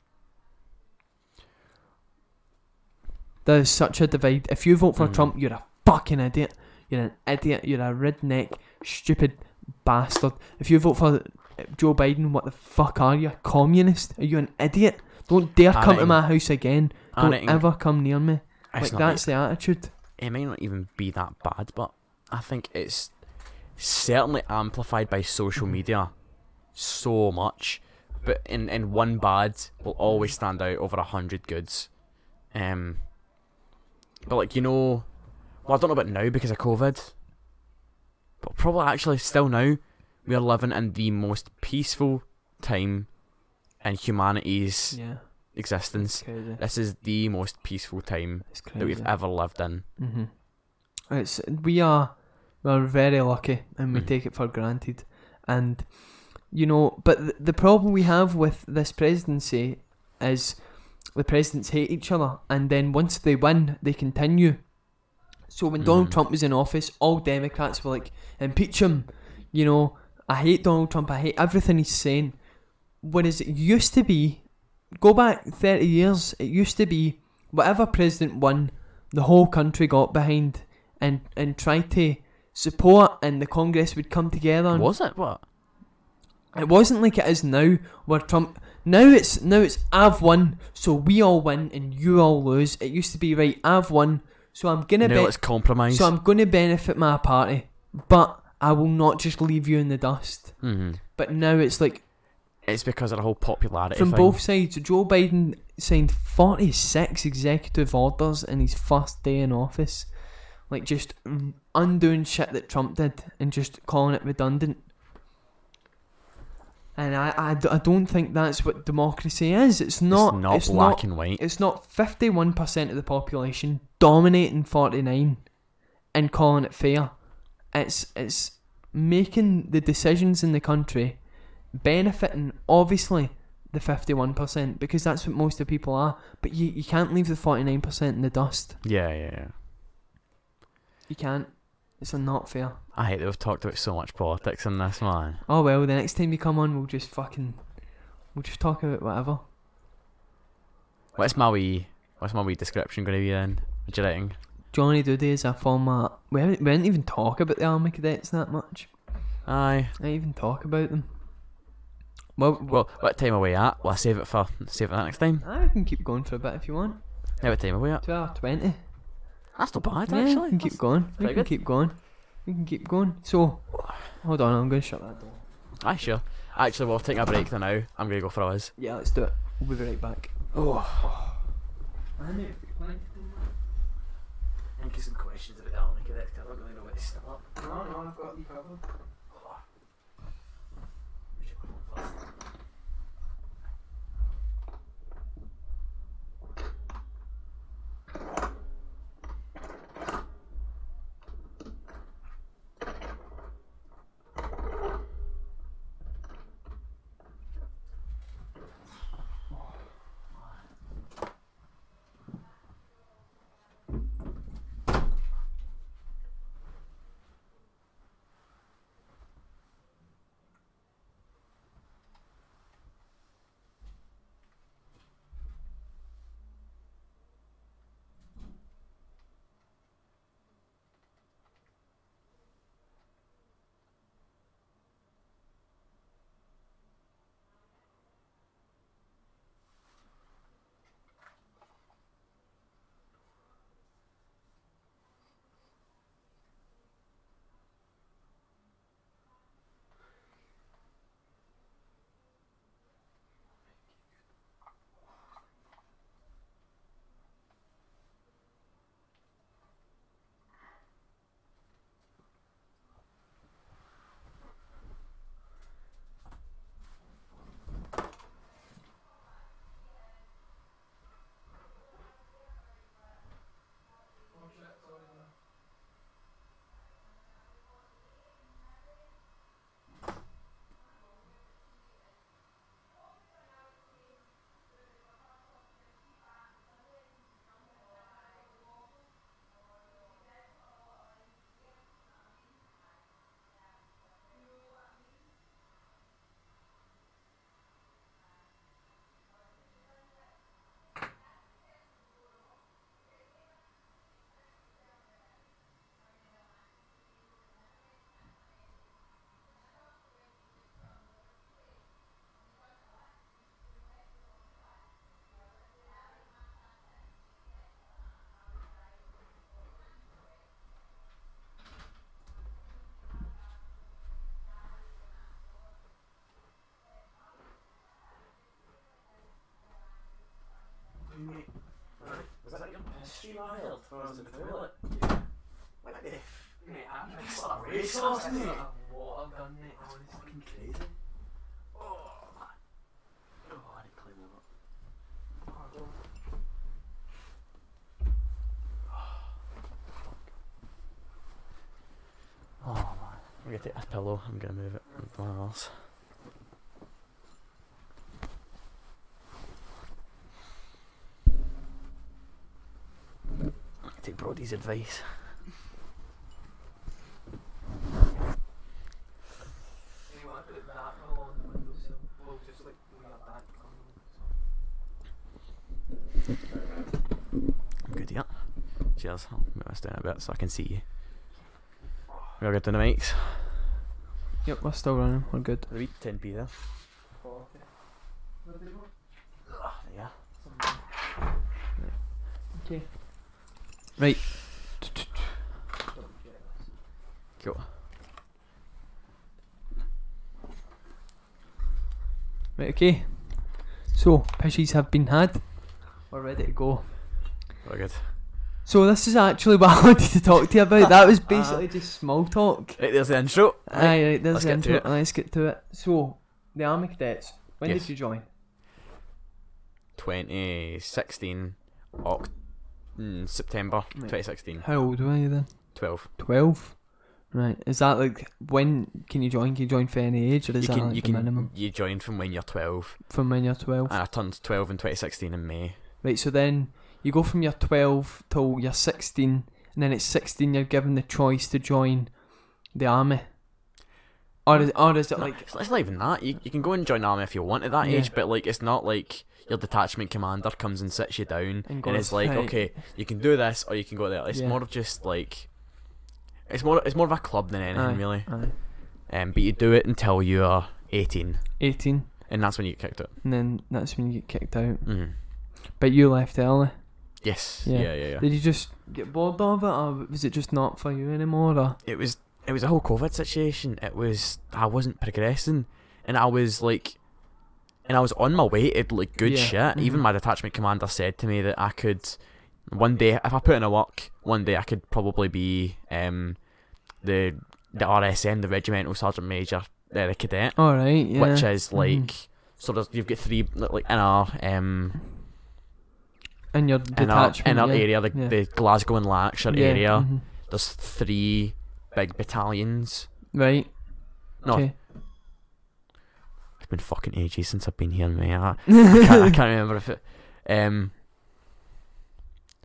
S1: There's such a divide. If you vote for
S2: Mhm.
S1: Trump, you're a fucking idiot. You're an idiot. You're a redneck, stupid bastard. If you vote for Joe Biden, what the fuck are you? Communist? Are you an idiot? Don't dare
S2: I
S1: come to
S2: mean-
S1: my house again.
S2: And
S1: Don't
S2: it ain't-
S1: ever come near me.
S2: it's
S1: like
S2: not
S1: that's the attitude.
S2: it may not even be that bad, but I think it's certainly amplified by social media so much. But in, in one bad will always stand out over a hundred goods. Um, but like you know, well I don't know about now because of COVID, but probably actually still now we are living in the most peaceful time in humanity's
S1: Yeah,
S2: existence.
S1: crazy.
S2: This is the most peaceful time
S1: It's
S2: that
S1: crazy.
S2: we've ever lived in.
S1: hmm It's we are we are very lucky, and we
S2: Mhm.
S1: take it for granted. And you know. But th- the problem we have with this presidency is the presidents hate each other, and then once they win, they continue. So when Donald
S2: Mhm.
S1: Trump was in office, all Democrats were like, "Impeach him," you know. I hate Donald Trump. I hate everything he's saying. Whereas it used to be, go back thirty years, it used to be whatever president won, the whole country got behind and and tried to support, and the Congress would come together. And
S2: Was it what?
S1: it wasn't like it is now, where Trump. Now it's now it's I've won, so we all win and you all lose. It used to be right. I've won, so I'm gonna
S2: Now
S1: bet.
S2: it's compromise.
S1: So I'm going to benefit my party, but I will not just leave you in the dust.
S2: hmm
S1: But now it's like
S2: It's because of the whole popularity
S1: from
S2: thing.
S1: both sides. Joe Biden signed 46 executive orders in his first day in office, like just undoing shit that Trump did and just calling it redundant. And I, I, d- I don't think that's what democracy is. It's not.
S2: it's not
S1: it's
S2: black
S1: not-
S2: and white.
S1: it's not 51% of the population dominating 49 and calling it fair. It's it's making the decisions in the country benefiting obviously the 51% because that's what most of the people are, but you, you can't leave the 49% in the dust.
S2: Yeah, yeah, yeah.
S1: You can't. It's not fair.
S2: I hate that we've talked about so much politics in this man.
S1: Oh well, the next time you come on, we'll just fucking we'll just talk about whatever.
S2: What's my wee? What's my wee description going to be then? What do you reckon?
S1: Johnny Doody is a former. We haven't, we didn't even talk about the army cadets that much.
S2: Aye.
S1: I even talk about them. Well, well,
S2: Well, what time are we at? Well, I save it for save it for next time.
S1: I Ah, can keep going for a bit if you want.
S2: Yeah, what time are we at?
S1: Two hour twenty.
S2: That's not bad
S1: Yeah,
S2: actually.
S1: we can
S2: That's-
S1: keep going. We
S2: pretty
S1: can
S2: good.
S1: keep going. We can keep going. So, hold on, I'm going to shut that door.
S2: Aye, sure. Actually, we'll take a break then now. I'm gonna go for ours.
S1: Yeah, let's do it. We'll be right back.
S2: Oh.
S3: I'm getting some questions about the army cadets. 'cause I don't really know where to start. Was that your pastry I held when I was in the toilet? Like if. Mate, I'm just a racehorse, mate. That's fucking crazy. Oh, man. Oh, I didn't clean them up.
S2: Oh man. I'm gonna take this pillow. I'm gonna move it. With my arse. take Brody's advice. Good, yeah. Cheers. I'll move this down a bit so I can see you. We're good to the mics.
S1: Yep, we're still running. We're good.
S2: The week 10p there. Yeah.
S1: Right.
S2: Cool.
S1: Right, okay. So, pishies have been had. We're ready to go.
S2: We're good.
S1: So, this is actually what I wanted to talk to you about. That was basically just small talk.
S2: Right, there's the intro.
S1: Aye, right, there's
S2: let's
S1: the
S2: get to
S1: intro.
S2: it.
S1: Let's get to it. So, the Army Cadets, when
S2: Yes.
S1: did you join?
S2: 2016 Oct- mm, September 2016.
S1: How old were you then?
S2: 12.
S1: 12? Right. Is that like when can you join? Can you join for any age or is
S2: you
S1: that
S2: can
S1: like
S2: you
S1: the
S2: can
S1: minimum
S2: you join from when you're 12.
S1: from when you're 12?
S2: And I turned 12 in 2016 in May.
S1: Right, so then you go from your 12 till you're 16, and then at 16 you're given the choice to join the army. Or is, or is it like.
S2: It's, it's not even that. You, you can go and join the army if you want at that
S1: Yeah.
S2: age, but like it's not like your detachment commander comes and sits you down
S1: And
S2: and,
S1: goes,
S2: it's like,
S1: "Right."
S2: okay, you can do this or you can go there. It's
S1: Yeah.
S2: more of just like it's more it's more of a club than anything
S1: Aye,
S2: really.
S1: aye,
S2: Um, but you do it until you're 18,
S1: 18,
S2: and that's when you get kicked out.
S1: and then that's when you get kicked out.
S2: Mm.
S1: But you left early.
S2: Yes.
S1: Yeah.
S2: Yeah. Yeah. Yeah.
S1: Did you just get bored of it, or was it just not for you anymore? Or?
S2: it was it was a whole COVID situation. It was I wasn't progressing, and I was like, and I was on my way to like good
S1: Yeah,
S2: shit. Even
S1: mhm.
S2: my detachment commander said to me that I could one day if I put in a work, one day I could probably be um the the RSM, the regimental sergeant major, uh, the cadet,
S1: Alright, yeah.
S2: which uh, is
S1: mhm.
S2: like so there's you've got three like in our um
S1: in your
S2: in our,
S1: detachment.
S2: in our
S1: yeah.
S2: area, the,
S1: yeah.
S2: the Glasgow and Lanarkshire
S1: Yeah,
S2: area.
S1: mhm.
S2: There's three big battalions.
S1: Right.
S2: No,
S1: okay.
S2: It's been fucking ages since I've been here, mate. I, I, can't, I can't remember if it. Um,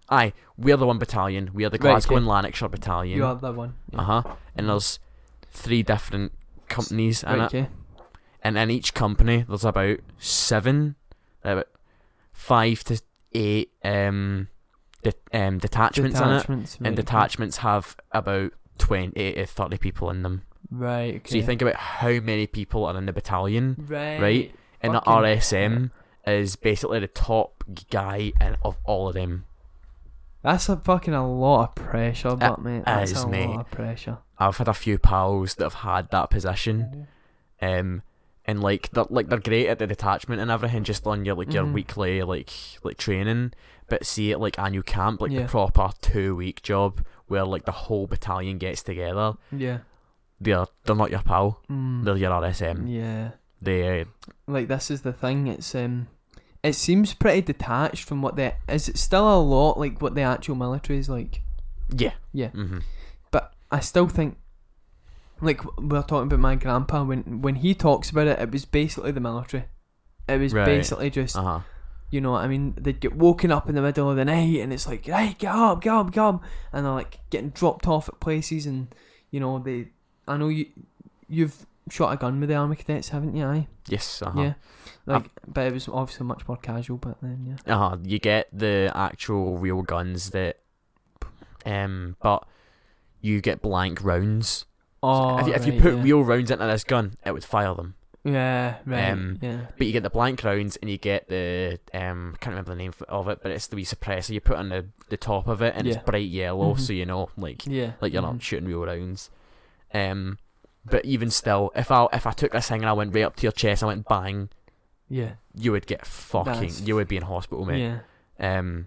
S2: aye, we're the one battalion. We're the
S1: Right,
S2: Glasgow
S1: okay.
S2: and Lanarkshire battalion.
S1: You are that one. Yeah.
S2: Uh huh. And there's three different companies in
S1: Right,
S2: it,
S1: okay.
S2: and in each company there's about seven, about five to eight um, det- um detachments in it,
S1: Detachments.
S2: and
S1: right, okay.
S2: detachments have about twenty to thirty people in them.
S1: Right, okay.
S2: So you think about how many people are in the battalion.
S1: Right.
S2: right? And the
S1: Fucking-
S2: RSM is basically the top guy in, of all of them.
S1: That's a fucking a lot of pressure, but mate, that's
S2: is,
S1: a
S2: mate.
S1: lot of pressure.
S2: I've had a few pals that have had that position, um, and like they're like they're great at the detachment and everything, just on your like your
S1: Mhm.
S2: weekly like like training. But see it like annual camp, like
S1: Yeah.
S2: the proper two week job where like the whole battalion gets together.
S1: Yeah.
S2: They're they're not your pal.
S1: Mm.
S2: They're your RSM.
S1: Yeah.
S2: They
S1: Like this is the thing. It's um, it seems pretty detached from what the is. It still a lot like what the actual military is like,
S2: yeah
S1: Yeah.
S2: hmm
S1: but I still think. Like we we're talking about my grandpa when when he talks about it, it was basically the military. It was
S2: Right.
S1: basically just
S2: uh huh
S1: You know what I mean? They'd get woken up in the middle of the night and it's like, hey, get up, get up, get up. And they're like getting dropped off at places and, you know, they. I know you, you've shot a gun with the Army Cadets, haven't you? Aye.
S2: yes uh huh
S1: Yeah. Like, but it was obviously much more casual But then, yeah.
S2: Uh huh. You get the actual real guns that, um, but you get blank rounds.
S1: Oh,
S2: if, you, if you
S1: right,
S2: put
S1: yeah.
S2: real rounds into this gun, it would fire them.
S1: Yeah, right.
S2: um,
S1: yeah.
S2: But you get the blank rounds, and you get the um, I can't remember the name f- of it, but it's the wee suppressor you put on the, the top of it, and
S1: Yeah.
S2: it's bright yellow,
S1: Mhm.
S2: so you know, like
S1: Yeah.
S2: like you're
S1: mhm.
S2: not shooting real rounds. Um, but even still, if I if I took this thing and I went right up to your chest, I went bang,
S1: Yeah.
S2: you would get fucking,
S1: That's-
S2: you would be in hospital, mate.
S1: Yeah.
S2: Um,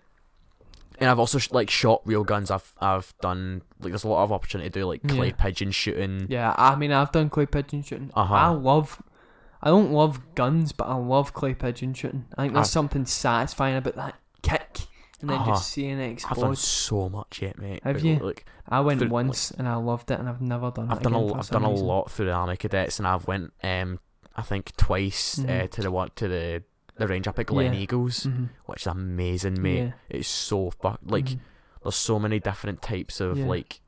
S2: and I've also sh- like shot real guns. I've I've done like there's a lot of opportunity to do like clay
S1: Yeah.
S2: pigeon shooting.
S1: Yeah. I mean, I've done clay pigeon shooting.
S2: Mm. Uh-huh.
S1: I love. I don't love guns, but I love clay pigeon shooting. I think there's
S2: I've-
S1: something satisfying about that kick and then
S2: Uh-huh.
S1: just seeing it
S2: I've done
S1: explode.
S2: so much yet, mate.
S1: Have
S2: Like,
S1: you?
S2: Like
S1: I went
S2: through-
S1: once and I loved it, and I've never done it.
S2: I've done a
S1: again
S2: lo-
S1: for
S2: I've
S1: some
S2: done a
S1: reason.
S2: lot through the army cadets, and I've went um I think twice uh,
S1: Mhm.
S2: to the what to the the range up at Glen
S1: Yeah.
S2: Eagles,
S1: Mhm.
S2: which is amazing, mate.
S1: Yeah.
S2: It's so fuck like
S1: Mhm.
S2: There's so many different types of
S1: Yeah.
S2: like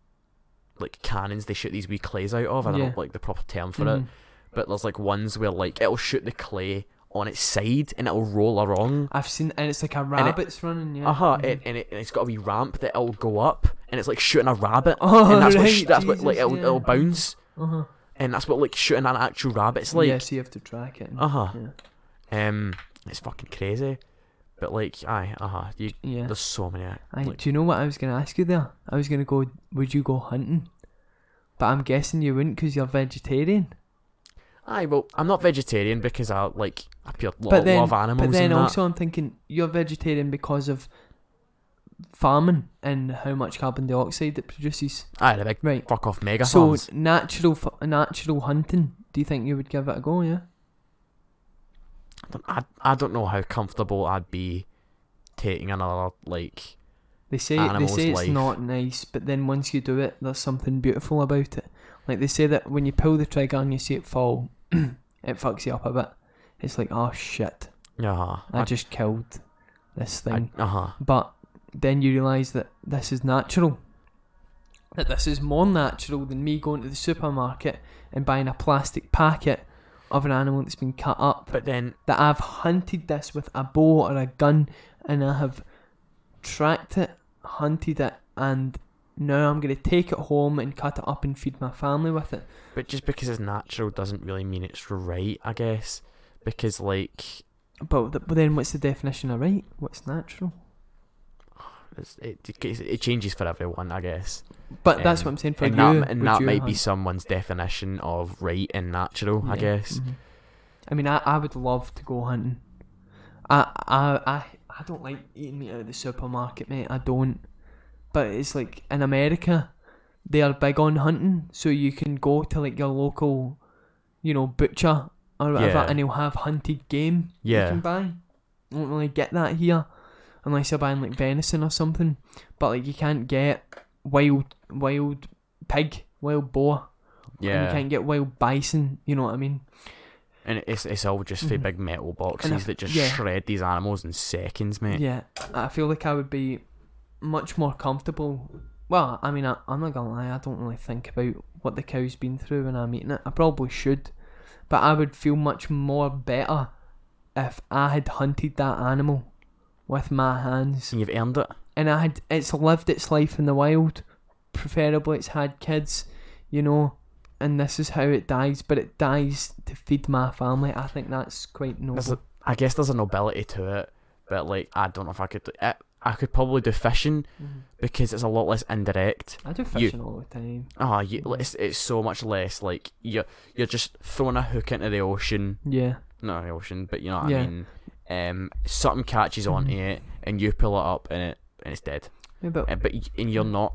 S2: like cannons they shoot these wee clays out of. I don't
S1: Yeah.
S2: know like the proper term for it.
S1: Mhm.
S2: But there's like ones where like it'll shoot the clay on its side and it'll roll along.
S1: I've seen, and it's like a rabbit's running. Yeah.
S2: Uh huh.
S1: Mhm.
S2: And, and, it, and it's got a wee ramp that it'll go up and it's like shooting a rabbit.
S1: Oh,
S2: and that's what
S1: right,
S2: sh- that's what
S1: Jesus,
S2: like it'll,
S1: yeah.
S2: it'll bounce.
S1: Uh-huh.
S2: And that's what like shooting an actual rabbit's like.
S1: yeah, so you have to track it. and-
S2: Uh huh.
S1: Yeah.
S2: Um, it's fucking crazy. But like, aye, uh huh. You
S1: yeah.
S2: there's so many.
S1: Aye,
S2: like-
S1: do you know what I was going to ask you there? I was going to go, would you go hunting? But I'm guessing you wouldn't because you're vegetarian.
S2: Aye, well, I'm not vegetarian because I like I pure lo-
S1: But then-
S2: love animals
S1: But then
S2: and that.
S1: also, I'm thinking you're vegetarian because of farming and how much carbon dioxide it produces.
S2: Aye, the big
S1: Right.
S2: fuck off mega
S1: so
S2: farms.
S1: natural, f- natural hunting. Do you think you would give it a go? Yeah.
S2: I don't, I, I don't know how comfortable I'd be taking another like.
S1: They say
S2: Animal's
S1: they say it's
S2: life.
S1: not nice, but then once you do it, there's something beautiful about it. Like they say that when you pull the trigger and you see it fall, it fucks you up a bit. It's like, oh shit,
S2: Uh-huh,
S1: I just killed this thing.
S2: Uh huh.
S1: but then you realise that this is natural. That this is more natural than me going to the supermarket and buying a plastic packet of an animal that's been cut up.
S2: But then,
S1: That I've hunted this with a bow or a gun and I have tracked it, hunted it, and now I'm going to take it home and cut it up and feed my family with it.
S2: but just because it's natural doesn't really mean it's right. I guess because like
S1: But, th- but then what's the definition of right? What's natural?
S2: it's, it, it it changes for everyone. I guess.
S1: But that's
S2: Um,
S1: what I'm saying for
S2: and
S1: you.
S2: that, and
S1: would
S2: that
S1: you
S2: might be
S1: hunt?
S2: someone's definition of right and natural, I
S1: Yeah,
S2: guess.
S1: mhm. I mean, I, I would love to go hunting. I, I I I don't like eating meat out of the supermarket, mate. I don't. But it's like in America, they are big on hunting, so you can go to like your local, you know, butcher or whatever,
S2: Yeah.
S1: and he'll have hunted game
S2: Yeah.
S1: you can buy. You don't really get that here, unless you're buying like venison or something. But like you can't get wild wild pig, wild boar. And you
S2: Yeah.
S1: can't get wild bison, you know what I mean?
S2: And it's it's all just for
S1: Mhm.
S2: big metal boxes
S1: if-
S2: that just
S1: yeah.
S2: shred these animals in seconds, mate.
S1: Yeah. I feel like I would be much more comfortable. Well, I mean, I, I'm not gonna lie, I don't really think about what the cow's been through when I'm eating it. I probably should, but I would feel much more better if I had hunted that animal with my hands
S2: And you've earned it.
S1: and I had it's lived its life in the wild. Preferably, it's had kids, you know, and this is how it dies. But it dies to feed my family. I think that's quite noble.
S2: There's a, I guess there's a nobility to it, but like I don't know if I could. I, I could probably do fishing
S1: Mhm.
S2: because it's a lot less indirect.
S1: I do fishing all the time.
S2: Ah, you
S1: Mm-hmm.
S2: it's, it's so much less like you're you're just throwing a hook into the ocean,
S1: Yeah,
S2: not the ocean, but you know what
S1: Yeah. Mm-hmm.
S2: I mean. Um, something catches onto it, and you pull it up, and it and it's dead.
S1: yeah but
S2: Uh, but y- and
S1: Mm.
S2: you're not,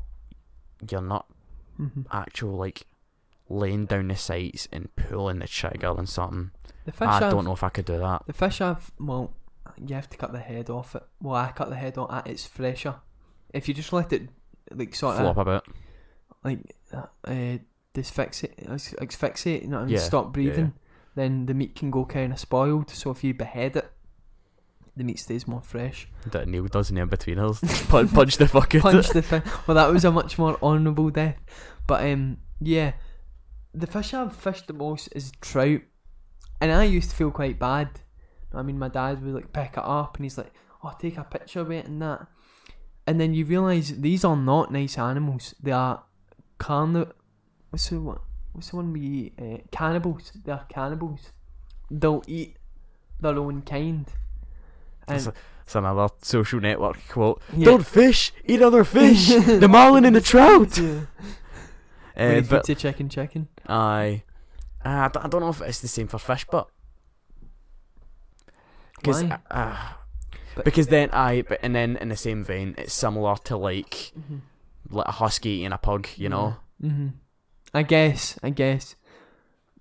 S2: you're not
S1: mhm.
S2: actual like laying down the sights and pulling the trigger and something.
S1: the fish
S2: I
S1: I've,
S2: don't know if I could do that.
S1: The fish I've well, you have to cut the head off it. Well, I cut the head off. It, it's fresher. If you just let it like sort
S2: Flop
S1: of
S2: about.
S1: like uh, uh, disfixate, ex- asphyxiate, you know, what I mean?
S2: Yeah,
S1: stop
S2: yeah, yeah.
S1: breathing, then the meat can go kind of spoiled. So if you behead it, the meat stays more fresh.
S2: That Neil does in between us. punch, punch the fucker.
S1: Punch the fish. Well, that was a much more honourable death. But um, yeah, the fish I've fished the most is trout, and I used to feel quite bad. I mean, my dad would like pick it up, and he's like, "Oh, take a picture of it and that," and then you realise these are not nice animals. They are carni. What's the one? What's the one we eat? Uh, cannibals. They are cannibals. They'll eat their own kind.
S2: That's It's another social network quote.
S1: Yeah.
S2: Don't fish, eat other fish. the marlin and the trout.
S1: Yeah.
S2: Uh,
S1: When
S2: but
S1: it's chicken, chicken.
S2: I, uh, I don't- I don't know if it's the same for fish, but because
S1: Why? But-
S2: uh, because then I but and then in the same vein, it's similar to like
S1: Mhm.
S2: like a husky eating a pug. You know,
S1: hmm I guess, I guess.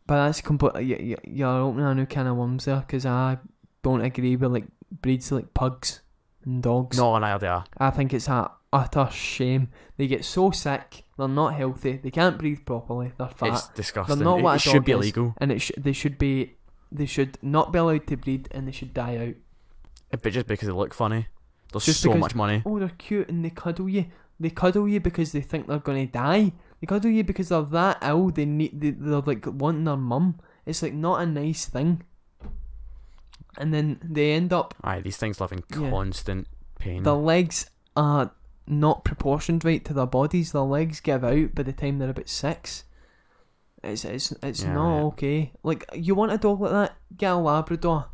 S1: But that's completely. You're opening a new can of worms there because I don't agree with like breeds like pugs and dogs.
S2: no, and I are.
S1: I think it's a utter shame. They get so sick, they're not healthy, they can't breathe properly, they're fat.
S2: It's disgusting.
S1: not
S2: it
S1: what a
S2: it should
S1: dog
S2: be
S1: is.
S2: illegal.
S1: and it sh- they should be. They should not be allowed to breed and they should die out.
S2: But uh, just because they look funny, there's
S1: Just
S2: so
S1: because-
S2: much money.
S1: Oh, they're cute and they cuddle you. They cuddle you because they think they're gonna die. They cuddle you because they're that ill. They need. They, they're like wanting their mum. It's like not a nice thing. And then they end up.
S2: Aye, these things live in
S1: Yeah.
S2: constant pain.
S1: Their legs are not proportioned right to their bodies. Their legs give out by the time they're about six. It's it's it's
S2: Yeah,
S1: not
S2: right.
S1: okay. Like you want a dog like that, get a Labrador.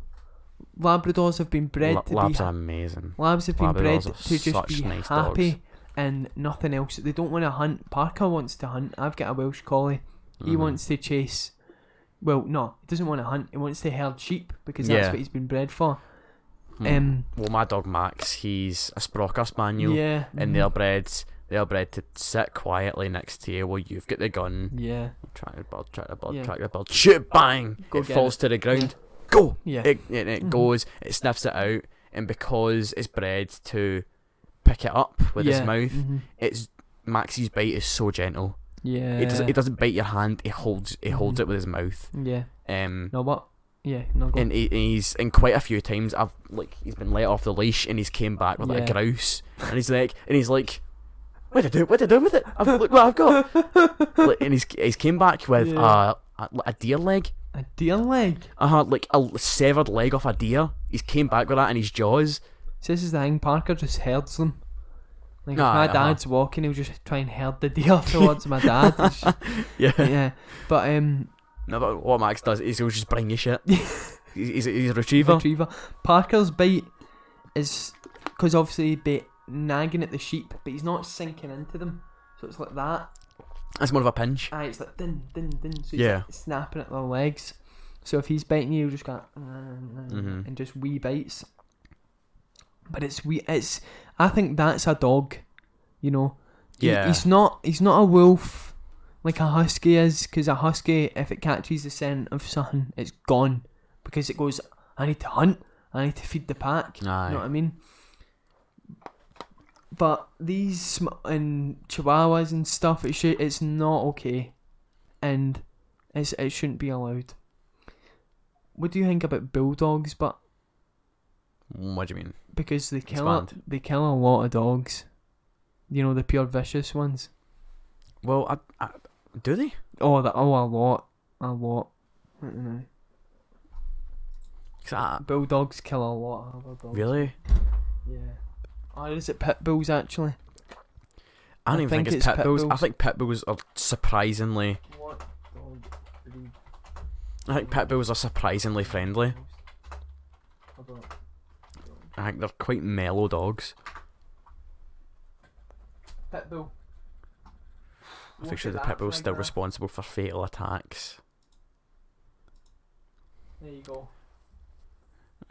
S1: Labradors have been bred
S2: La-
S1: to be
S2: labs are amazing.
S1: Labs have been bred
S2: Labradors are
S1: to just
S2: such
S1: be
S2: nice
S1: happy
S2: dogs.
S1: and nothing else. They don't want to hunt. Parker wants to hunt. I've got a Welsh collie. He
S2: Mhm.
S1: wants to chase. Well, no, he doesn't want to hunt. He wants to herd sheep because that's
S2: Yeah.
S1: what he's been bred for.
S2: Hmm.
S1: Um,
S2: well, my dog Max, he's a Sprocker Spaniel,
S1: yeah, mm.
S2: and they're bred. They're bred to sit quietly next to you while you've got the gun.
S1: yeah,
S2: Track the bird, track the bird,
S1: Yeah.
S2: track the bird. Shoot! Bang!
S1: Go
S2: it
S1: get
S2: falls to the ground. Go!
S1: yeah,
S2: It, it, it
S1: Mhm.
S2: goes. It sniffs it out, and because it's bred to pick it up with
S1: yeah.
S2: its mouth,
S1: mhm,
S2: it's Maxie's bite is so gentle.
S1: Yeah, Mm-hmm.
S2: It doesn't. It doesn't bite your hand. It holds. It holds it with his mouth.
S1: yeah.
S2: Um,
S1: No, what? Yeah, no. Go.
S2: and he, he's and quite a few times I've like he's been let off the leash and he's came back with like
S1: Yeah.
S2: a grouse and he's like and he's like, what did I do? What did I do with it? I've, look what I've got. Like, and he's he's came back with
S1: Yeah.
S2: uh, a a deer leg.
S1: a deer leg.
S2: Uh huh. Like a severed leg off a deer. He's came back with that in his jaws.
S1: So this is the thing. Parker just herds them. Like
S2: Aye,
S1: if my
S2: uh-huh.
S1: dad's walking, he'll just try and herd the deer towards my dad. It's just-
S2: Yeah.
S1: yeah, but um,
S2: No, but what Max does is he'll just bring you shit. he's, he's, he's a retriever.
S1: retriever. Parker's bite is because obviously he'd be nagging at the sheep, but he's not sinking into them. So it's like that.
S2: That's more of a pinch.
S1: Aye, it's like din din din. So he's
S2: Yeah.
S1: like snapping at their legs. So if he's biting you, you just go
S2: Mhm.
S1: and just wee bites. But it's wee. It's. I think that's a dog. You know. He-
S2: Yeah.
S1: he's not. He's not a wolf. Like a husky is, because a husky, if it catches the scent of something, it's gone. Because it goes, I need to hunt. I need to feed the pack. You
S2: Aye.
S1: know what I mean? But these sm- and chihuahuas and stuff, it should, it's not okay, and it's it shouldn't be allowed. What do you think about bulldogs? But
S2: What do you mean?
S1: because they kill a,
S2: Expand.
S1: they kill a lot of dogs, you know the pure vicious ones.
S2: Well, I, I, do they?
S1: Oh, the, oh, a lot, a lot. I don't know.
S2: 'Cause I-
S1: Bulldogs kill a lot of other dogs.
S2: really?
S1: Yeah. Or is it pit bulls actually?
S2: I don't
S1: I
S2: even
S1: think
S2: think, it's
S1: it's
S2: pit,
S1: pit
S2: bulls. I
S1: bulls.
S2: think pit bulls are surprisingly.
S1: What dog breed
S2: I think pit bulls are surprisingly friendly. I think they're quite mellow dogs.
S1: Pitbull.
S2: I think sure the pit bull's
S1: uh,
S2: still responsible for fatal attacks.
S1: There you go.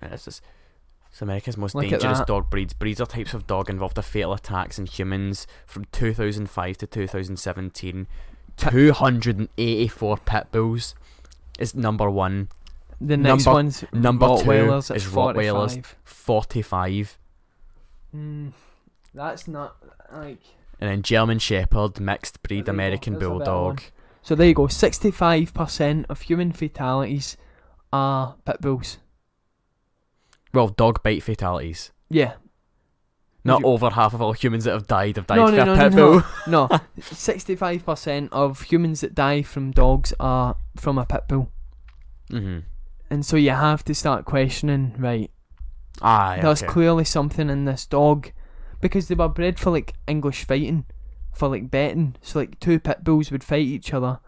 S2: And It's just. It's America's most
S1: Look at
S2: dangerous
S1: that.
S2: dog breeds. Breeds are types of dog involved in fatal attacks in humans from 2005 to 2017. 284 pit bulls is number one.
S1: The next
S2: Number-
S1: one's
S2: number two
S1: Rottweilers at
S2: is Rottweilers.
S1: 45.
S2: 45.
S1: Mm, that's not like.
S2: And then German Shepherd, mixed
S1: There you
S2: breed
S1: go,
S2: American
S1: there's a better
S2: Bulldog.
S1: So there you go. Sixty-five percent of human fatalities are pit bulls.
S2: Well, dog bite fatalities.
S1: Yeah.
S2: Not
S1: you-
S2: over half of all humans that have died have died
S1: No,
S2: from
S1: no,
S2: a
S1: no,
S2: pit
S1: no,
S2: bull.
S1: No. Sixty-five percent of humans that die from dogs are from a pit bull,
S2: Mm-hmm.
S1: and so you have to start questioning. Right.
S2: Aye.
S1: There's
S2: okay.
S1: clearly something in this dog because they were bred for like English fighting, for like betting. So like two pit bulls would fight each other.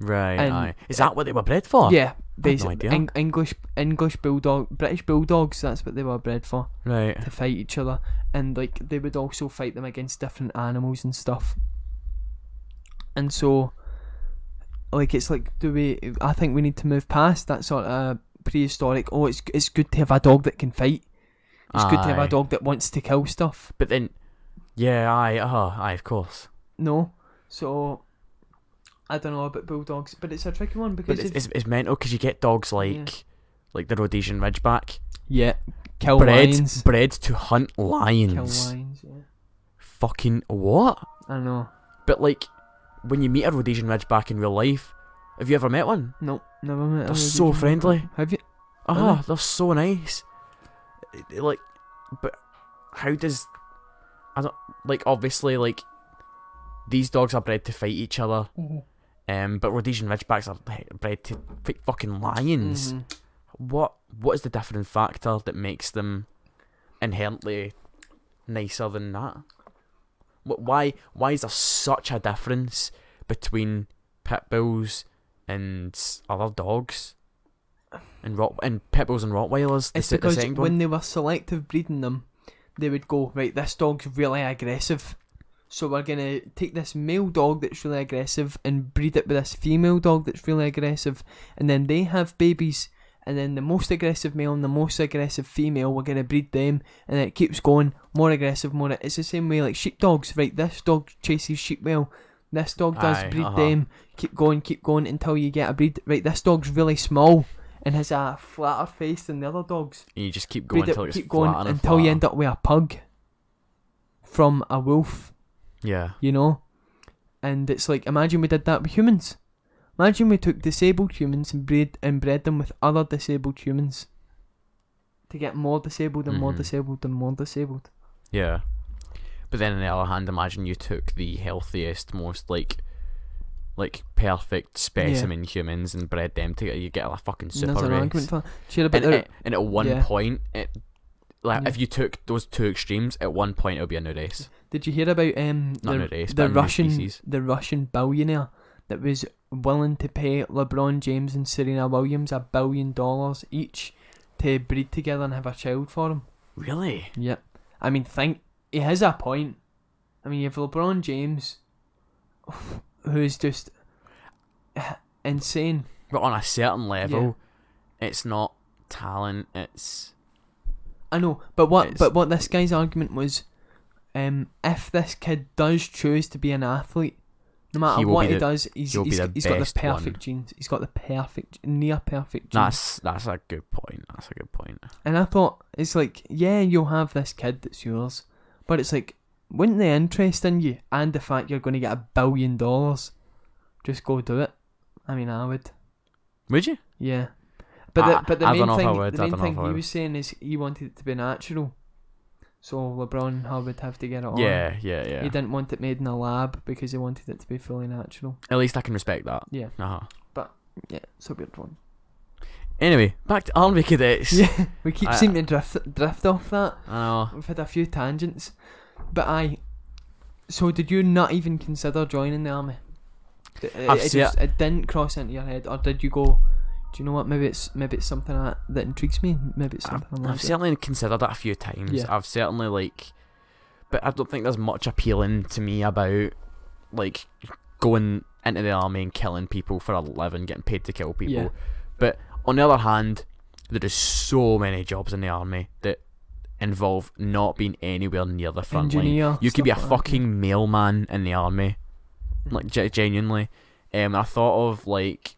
S2: right.
S1: and-
S2: aye. Is that what they were bred for?
S1: yeah,
S2: no
S1: basically
S2: idea.
S1: Eng- English English bulldog, British bulldogs. That's what they were bred for
S2: Right.
S1: to fight each other, and like they would also fight them against different animals and stuff. And so, like it's like do we? I think we need to move past that sort of prehistoric. Oh, it's it's good to have a dog that can fight. It's good to have
S2: Aye.
S1: a dog that wants to kill stuff.
S2: But then, yeah, aye, uh, aye, of course.
S1: No. So I don't know about bulldogs, but it's a tricky one because
S2: But it's, it's, it's mental because you get dogs like, like the Rhodesian Ridgeback,
S1: yeah, kill
S2: bred
S1: lions,
S2: bred to hunt lions.
S1: kill lions. Yeah,
S2: Fucking what?
S1: I know.
S2: But like, when you meet a Rhodesian Ridgeback in real life, have you ever met one?
S1: Nope, never met. a
S2: They're so
S1: Rhodesian.
S2: friendly.
S1: Have you?
S2: Ah,
S1: Really?
S2: they're so nice. It- it, Like, but how does I don't like? Obviously, like These dogs are bred to fight each other. Um, but Rhodesian Ridgebacks are he- bred to fight fucking lions.
S1: Mhm.
S2: What What is the different factor that makes them inherently nicer than that? Wh- Why Why is there such a difference between pit bulls and other dogs? And rot and pit bulls and Rottweilers. The,
S1: It's
S2: se- the
S1: because
S2: second one?
S1: when they were selective breeding them, they would go right. This dog's really aggressive, so we're gonna take this male dog that's really aggressive and breed it with this female dog that's really aggressive, and then they have babies. And then the most aggressive male and the most aggressive female, we're gonna breed them, and then it keeps going more aggressive, more. It's the same way like sheepdogs, right? This dog chases sheep well. This dog does
S2: Aye,
S1: breed
S2: uh-huh.
S1: them. Keep going, keep going until you get a breed. Right, this dog's really small and has a flatter face than the other dogs.
S2: And you just keep going
S1: Breed
S2: until
S1: it,
S2: it's
S1: keep going
S2: flatter and
S1: until you
S2: flatter.
S1: end up with a pug from a wolf,
S2: Yeah.
S1: you know? And it's like, imagine we did that with humans. Imagine we took disabled humans and bred, and bred them with other disabled humans to get more disabled and more
S2: Mhm.
S1: disabled and more disabled.
S2: Yeah. But then on the other hand, imagine you took the healthiest, most like like perfect specimen humans and bred them together, you get a fucking
S1: And there's
S2: super
S1: an
S2: race.
S1: argument for that. Cheer about
S2: And, uh,
S1: the-
S2: it- and at one
S1: yeah.
S2: point it like
S1: Yeah.
S2: if you took those two extremes, at one point it'll be a new race.
S1: Did you hear about um
S2: Not
S1: the,
S2: a race,
S1: the
S2: but a new
S1: Russian
S2: species.
S1: the Russian billionaire that was willing to pay LeBron James and Serena Williams a billion dollars each to breed together and have a child for him?
S2: Really?
S1: Yep. I mean, think he has a point. I mean, you have LeBron James, who is just insane.
S2: But on a certain level, it's not talent, it's
S1: I know, but what
S2: It's-
S1: but what this guy's argument was, um, if this kid does choose to be an athlete, no matter
S2: He will
S1: what
S2: be
S1: he
S2: the-
S1: does, he's
S2: he'll be
S1: he's,
S2: the
S1: he's got the
S2: best
S1: perfect
S2: one.
S1: genes. He's got the perfect near perfect genes.
S2: that's that's a good point. That's a good point.
S1: And I thought it's like, yeah, you'll have this kid that's yours, but it's like, wouldn't the interest in you and the fact you're going to get a billion dollars, just go do it. I mean, I would.
S2: Would you?
S1: Yeah. But
S2: I-
S1: the, but the
S2: I
S1: main
S2: dunno if I
S1: thing,
S2: would,
S1: the
S2: I
S1: main
S2: dunno
S1: thing
S2: if I
S1: he
S2: would.
S1: was saying is he wanted it to be natural. So LeBron how would have to get it on.
S2: Yeah, yeah, yeah.
S1: Oh, He didn't want it made in a lab because he wanted it to be fully natural.
S2: At least I can respect that.
S1: Yeah.
S2: Uh-huh.
S1: Yeah, it's a weird one.
S2: Anyway, back to army cadets.
S1: Yeah, we keep
S2: I-
S1: seeming to drift, drift off that.
S2: I know.
S1: We've had a few tangents. But I. So did you not even consider joining the army? D- It,
S2: I've
S1: it
S2: seen
S1: just- it didn't cross into your head, or did you go? Do you know what? Maybe it's maybe it's something that, that intrigues me. Maybe it's
S2: I've,
S1: something I'm
S2: I've
S1: after."
S2: certainly considered it a few times.
S1: Yeah.
S2: I've certainly like, but I don't think there's much appealing to me about like going into the army and killing people for a living, getting paid to kill people.
S1: Yeah.
S2: But on the other hand, there is so many jobs in the army that involve not being anywhere near the front line.
S1: engineer.
S2: You could be a
S1: stuff like that.
S2: fucking mailman in the army. like ge- genuinely. Um, I thought of like,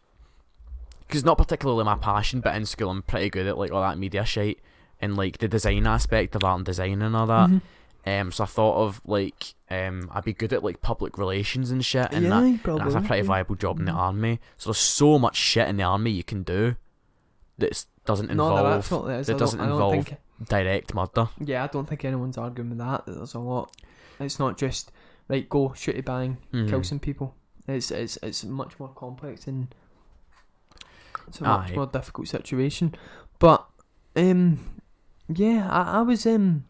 S2: because not particularly my passion, but in school I'm pretty good at like all that media shit and like the design aspect of art and design and all that.
S1: Mhm.
S2: Um, so I thought of like, um, I'd be good at like public relations and shit, and
S1: yeah,
S2: that
S1: you probably.
S2: that's a pretty
S1: would be.
S2: viable job in the
S1: Mhm.
S2: army. So there's so much shit in the army you can do that doesn't
S1: no, there
S2: involve
S1: absolutely is.
S2: that
S1: I don't-
S2: doesn't
S1: I don't
S2: involve-
S1: think-
S2: direct murder.
S1: yeah, I don't think anyone's arguing with that. that There's a lot. It's not just right. Go shoot a bang, kill
S2: Mhm.
S1: some people. It's it's it's much more complex and it's a much
S2: Aye.
S1: more difficult situation. But um, yeah, I, I was um,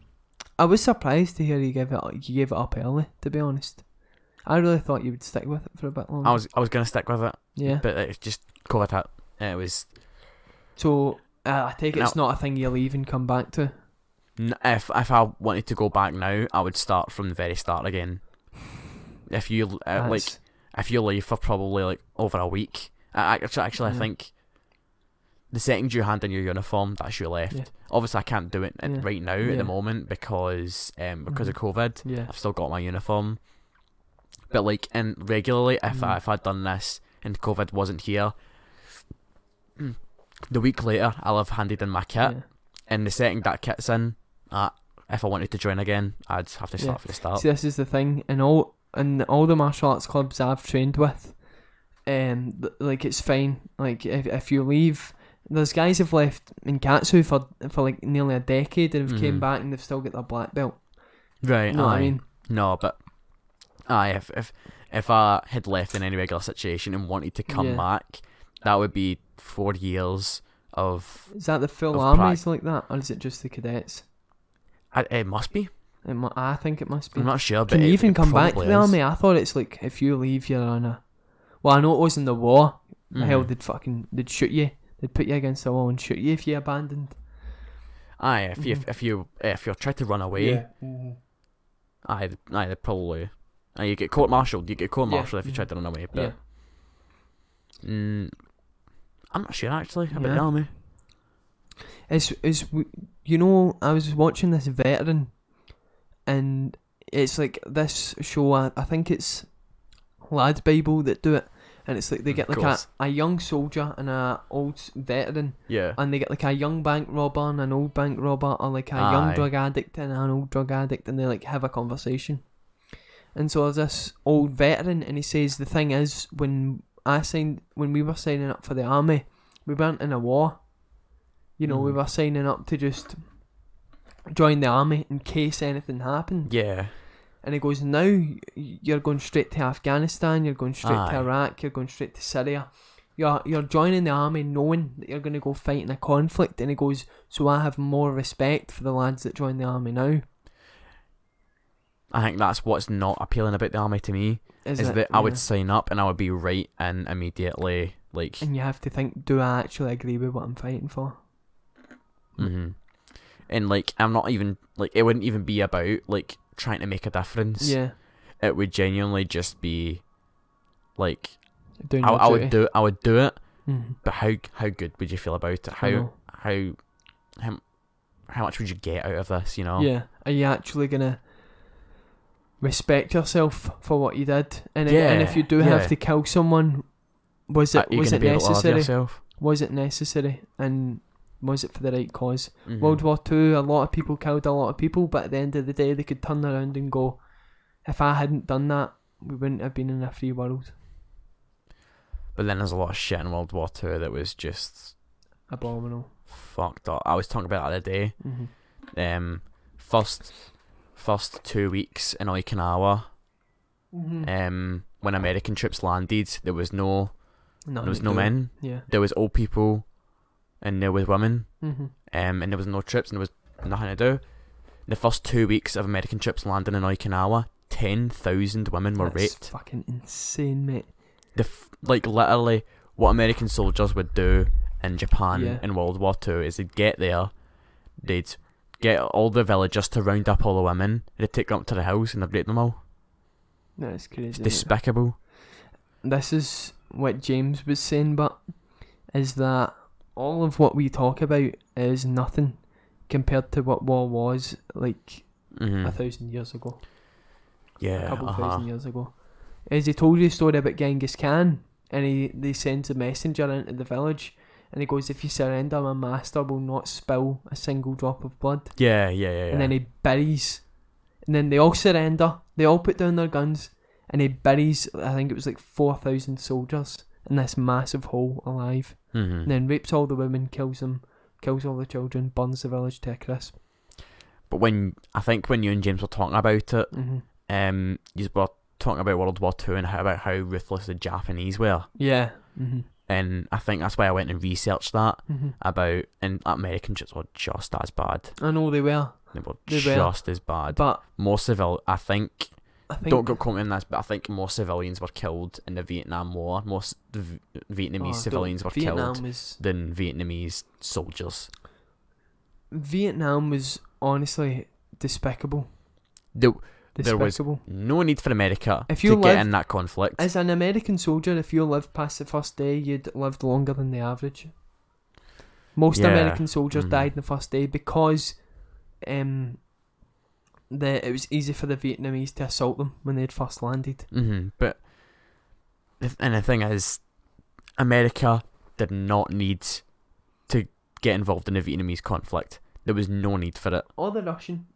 S1: I was surprised to hear you gave it you gave it up early. To be honest, I really thought you would stick with it for a bit longer.
S2: Hmm. I was I was gonna stick with it,
S1: yeah.
S2: but it just COVID hit. and It was
S1: So uh, I take it it's
S2: No.
S1: not a thing you leave and come back to.
S2: N- if if I wanted to go back now, I would start from the very start again. If you uh, like,
S1: That's-
S2: if you leave for probably like over a week, I, I- actually, actually I
S1: Yeah.
S2: think the second you hand in your uniform, that's you left.
S1: Yeah.
S2: Obviously, I can't do it at-
S1: Yeah.
S2: right now at
S1: Yeah. Mm-hmm.
S2: the moment because um because of COVID,
S1: yeah.
S2: I've still got my uniform. But like, and regularly, if I,
S1: Mhm.
S2: if I'd done this and COVID wasn't here, the week later I'll have handed in my kit
S1: yeah.
S2: and the second that kit's in, uh, if I wanted to join again, I'd have to
S1: Yeah.
S2: start from the start.
S1: See, this is the thing, and all and all the martial arts clubs I've trained with, um, th- like it's fine. Like if if you leave, there's guys have left in Katsu for for like nearly a decade and have came
S2: Mhm.
S1: back and they've still got their black belt.
S2: right,
S1: You know what I
S2: aye.
S1: mean?
S2: No, but Aye, if if if I had left in any regular situation and wanted to come
S1: Yeah.
S2: back, that would be four years of.
S1: Is that the full
S2: Of
S1: armies like that, or is it just the cadets?
S2: I, it must be.
S1: It mu- I think it must be.
S2: I'm not sure, but
S1: Can you
S2: it-
S1: even
S2: it
S1: come back to
S2: probably
S1: the
S2: is.
S1: army? I thought it's like if you leave, you're on a. Well, I know it was in the war. The Hell,
S2: Mhm.
S1: they'd fucking they'd shoot you. They'd put you against the wall and shoot you if you abandoned.
S2: Aye, if you
S1: Mhm.
S2: if you if you try to run away, aye, th- aye, they probably. Aye, you get court martialed. You get court martialed if you
S1: mhm.
S2: try to run away.
S1: Yeah.
S2: But mm, I'm not sure actually about
S1: Yeah.
S2: the army.
S1: It's it's w- you know I was watching this veteran, and it's like this show. I, I think it's Lad Bible that do it, and it's like they
S2: Mm,
S1: get
S2: of
S1: like a,
S2: course.
S1: a young soldier and a old s- veteran,
S2: Yeah,
S1: and they get like a young bank robber and an old bank robber, or like a young
S2: Aye.
S1: drug addict and an old drug addict, and they like have a conversation. And so there's this old veteran, and he says the thing is when I signed when we were signing up for the army, we weren't in a war. You know, we
S2: Mhm.
S1: were signing up to just join the army in case anything happened.
S2: yeah,
S1: And he goes, now y- you're going straight to Afghanistan, you're going straight
S2: Aye.
S1: to Iraq, you're going straight to Syria. You're, you're joining the army knowing that you're going to go fight in a conflict. And he goes, so I have more respect for the lads that join the army now.
S2: I think that's what's not appealing about the army to me
S1: Is,
S2: is,
S1: it?
S2: that I would
S1: Yeah.
S2: sign up and I would be right in immediately. Like,
S1: And you have to think, do I actually agree with what I'm fighting for?
S2: hmm and like I'm not even like it wouldn't even be about like trying to make a difference.
S1: Yeah,
S2: it would genuinely just be like
S1: doing
S2: I,
S1: your
S2: I would
S1: duty.
S2: do I would do it,
S1: Mhm.
S2: but how how good would you feel about it?
S1: I
S2: How
S1: know.
S2: how how how much would you get out of this? You know?
S1: Yeah, are you actually gonna respect yourself for what you did? And, i- and if
S2: Yeah,
S1: you do have
S2: yeah.
S1: to kill someone, was
S2: Are
S1: it
S2: Uh, you
S1: was
S2: gonna
S1: it
S2: be able to love
S1: necessary?
S2: yourself?
S1: Was it necessary? And was it for the right because
S2: Mhm.
S1: World War Two, a lot of people killed a lot of people, but at the end of the day, they could turn around and go, "If I hadn't done that, we wouldn't have been in a free world."
S2: But then there's a lot of shit in World War Two that was just
S1: Abominable.
S2: fucked up. I was talking about that the other day.
S1: hmm
S2: Um, first first two weeks in Okinawa.
S1: hmm
S2: Um, when American troops landed, there was no
S1: no,
S2: there was no men.
S1: Yeah.
S2: There was old people, and there was women.
S1: hmm
S2: um, and there was no trips and there was nothing to do. The first two weeks of American trips landing in Okinawa, ten thousand women were
S1: That's
S2: raped.
S1: Fucking insane, mate.
S2: The f- like literally what American soldiers would do in Japan
S1: Yeah.
S2: in World War Two is they'd get there, they'd get all the villagers to round up all the women, they'd take them up to the house and they'd rape them all.
S1: That's crazy.
S2: It's
S1: mate.
S2: despicable.
S1: this is what James was saying, but is that all of what we talk about is nothing compared to what war was like
S2: hmm
S1: a thousand years ago, a
S2: Yeah,
S1: couple of
S2: uh-huh.
S1: thousand years ago. As he told you a story about Genghis Khan, and he they sends a messenger into the village, and he goes, "If you surrender, my master will not spill a single drop of blood."
S2: yeah, yeah, yeah. yeah.
S1: and then he buries, and then they all surrender. They all put down their guns, and he buries. I think it was like four thousand soldiers in this massive hole alive.
S2: Mhm.
S1: And then rapes all the women, kills them, kills all the children, burns the village to a crisp.
S2: But when I think when you and James were talking about it,
S1: Mm-hmm.
S2: um, you were talking about World War Two and how, about how ruthless the Japanese were,
S1: Yeah. Mm-hmm.
S2: and I think that's why I went and researched that
S1: hmm
S2: about and American troops were just as bad.
S1: I know they were,
S2: They were
S1: They were.
S2: just as bad.
S1: but
S2: More civil, I think.
S1: I think
S2: Don't go quoting this, but I think more civilians were killed in the Vietnam War. More s- the v-
S1: Oh,
S2: Vietnamese
S1: don't-
S2: civilians were
S1: Vietnam
S2: killed
S1: was
S2: than Vietnamese soldiers.
S1: Vietnam was honestly despicable.
S2: There, There was-
S1: Despicable.
S2: no need for America
S1: If you
S2: to get
S1: lived-
S2: in that conflict.
S1: As an American soldier, if you lived past the first day, you'd lived longer than the average. Most
S2: Yeah,
S1: American soldiers
S2: mhm.
S1: died in the first day because um, the, it was easy for the Vietnamese to assault them when they'd first landed.
S2: hmm But the th- and the thing is, America did not need to get involved in the Vietnamese conflict. There was no need for it.
S1: Or the Russian,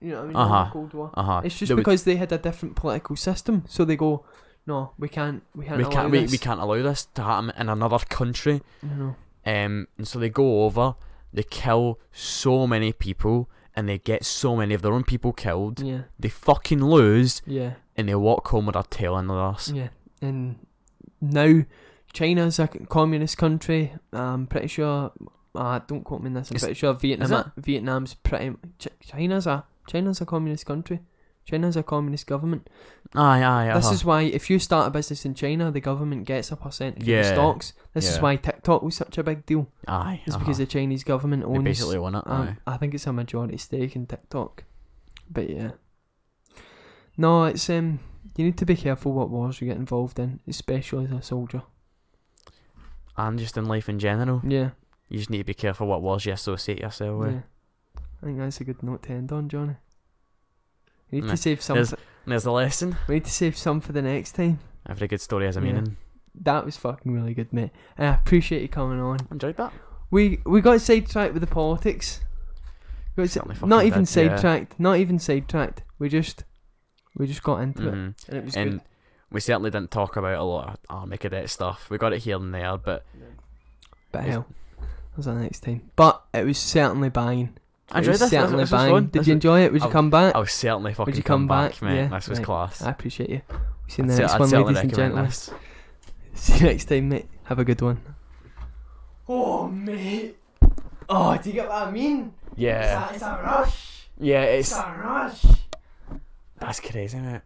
S1: you know, what I mean,
S2: Uh-huh.
S1: the Cold War.
S2: Uh huh.
S1: It's just because they had a different political system, so they go, no, we can't, we can't,
S2: we
S1: allow
S2: can't we,
S1: this."
S2: we can't allow this to happen in another country.
S1: You know,
S2: Um, and so they go over, they kill so
S1: Mm.
S2: many people, and they get so many of their own people killed.
S1: yeah,
S2: They fucking lose,
S1: yeah,
S2: and they walk home with their tail in their arse.
S1: Yeah, and now China's a c- communist country. I'm pretty sure. Uh, don't quote me on this. I'm
S2: Is-
S1: pretty sure Vietnam.
S2: it?
S1: Vietnam's pretty. Ch- China's a China's a communist country. China's a communist government.
S2: Aye, aye,
S1: Mm. This
S2: uh-huh.
S1: is why if you start a business in China, the government gets a percentage of
S2: Yeah,
S1: the stocks. This is
S2: yeah.
S1: why TikTok was such a big deal.
S2: aye.
S1: It's because
S2: uh-huh.
S1: the Chinese government
S2: they
S1: owns.
S2: basically won it.
S1: Um,
S2: aye.
S1: I think it's a majority stake in TikTok. But yeah. No, it's um you need to be careful what wars you get involved in, especially as a soldier.
S2: And just in life in general,
S1: Yeah.
S2: you just need to be careful what wars you associate yourself with.
S1: yeah. I think that's a good note to end on, Johnny. We need
S2: Nah,
S1: to save some
S2: there's- And there's the lesson.
S1: we need to save some for the next time.
S2: Every good story has a
S1: Yeah.
S2: meaning.
S1: That was fucking really good, mate. And I appreciate you coming on.
S2: Enjoyed that.
S1: We we got sidetracked with the politics. We got si-
S2: Certainly
S1: not
S2: fucking
S1: even
S2: did, yeah.
S1: sidetracked. Not even sidetracked. We just we just got into it.
S2: hmm
S1: And it was
S2: And
S1: good.
S2: we certainly didn't talk about a lot of army cadet stuff. We got it here and there, but
S1: But
S2: It's-
S1: hell, was that next time? But it was certainly banging.
S2: I
S1: it
S2: enjoyed
S1: was
S2: this. This,
S1: certainly
S2: this was
S1: banging.
S2: fun.
S1: Did
S2: This
S1: you
S2: was-
S1: enjoy it? Would you
S2: I'll-
S1: come back?
S2: I'll certainly fucking
S1: you
S2: come,
S1: come
S2: back,
S1: back?
S2: mate.
S1: Yeah,
S2: this was
S1: right.
S2: class.
S1: I appreciate you. See you in
S2: I'd
S1: the
S2: cer-
S1: next
S2: I'd
S1: one,
S2: certainly
S1: ladies and
S2: recommend
S1: gentlemen.
S2: this.
S1: See you next time, mate. Have a good one. Oh, mate. Oh, do you get what I mean?
S2: Yeah,
S1: It's a rush.
S2: yeah, it's
S1: rush.
S2: that's crazy, mate.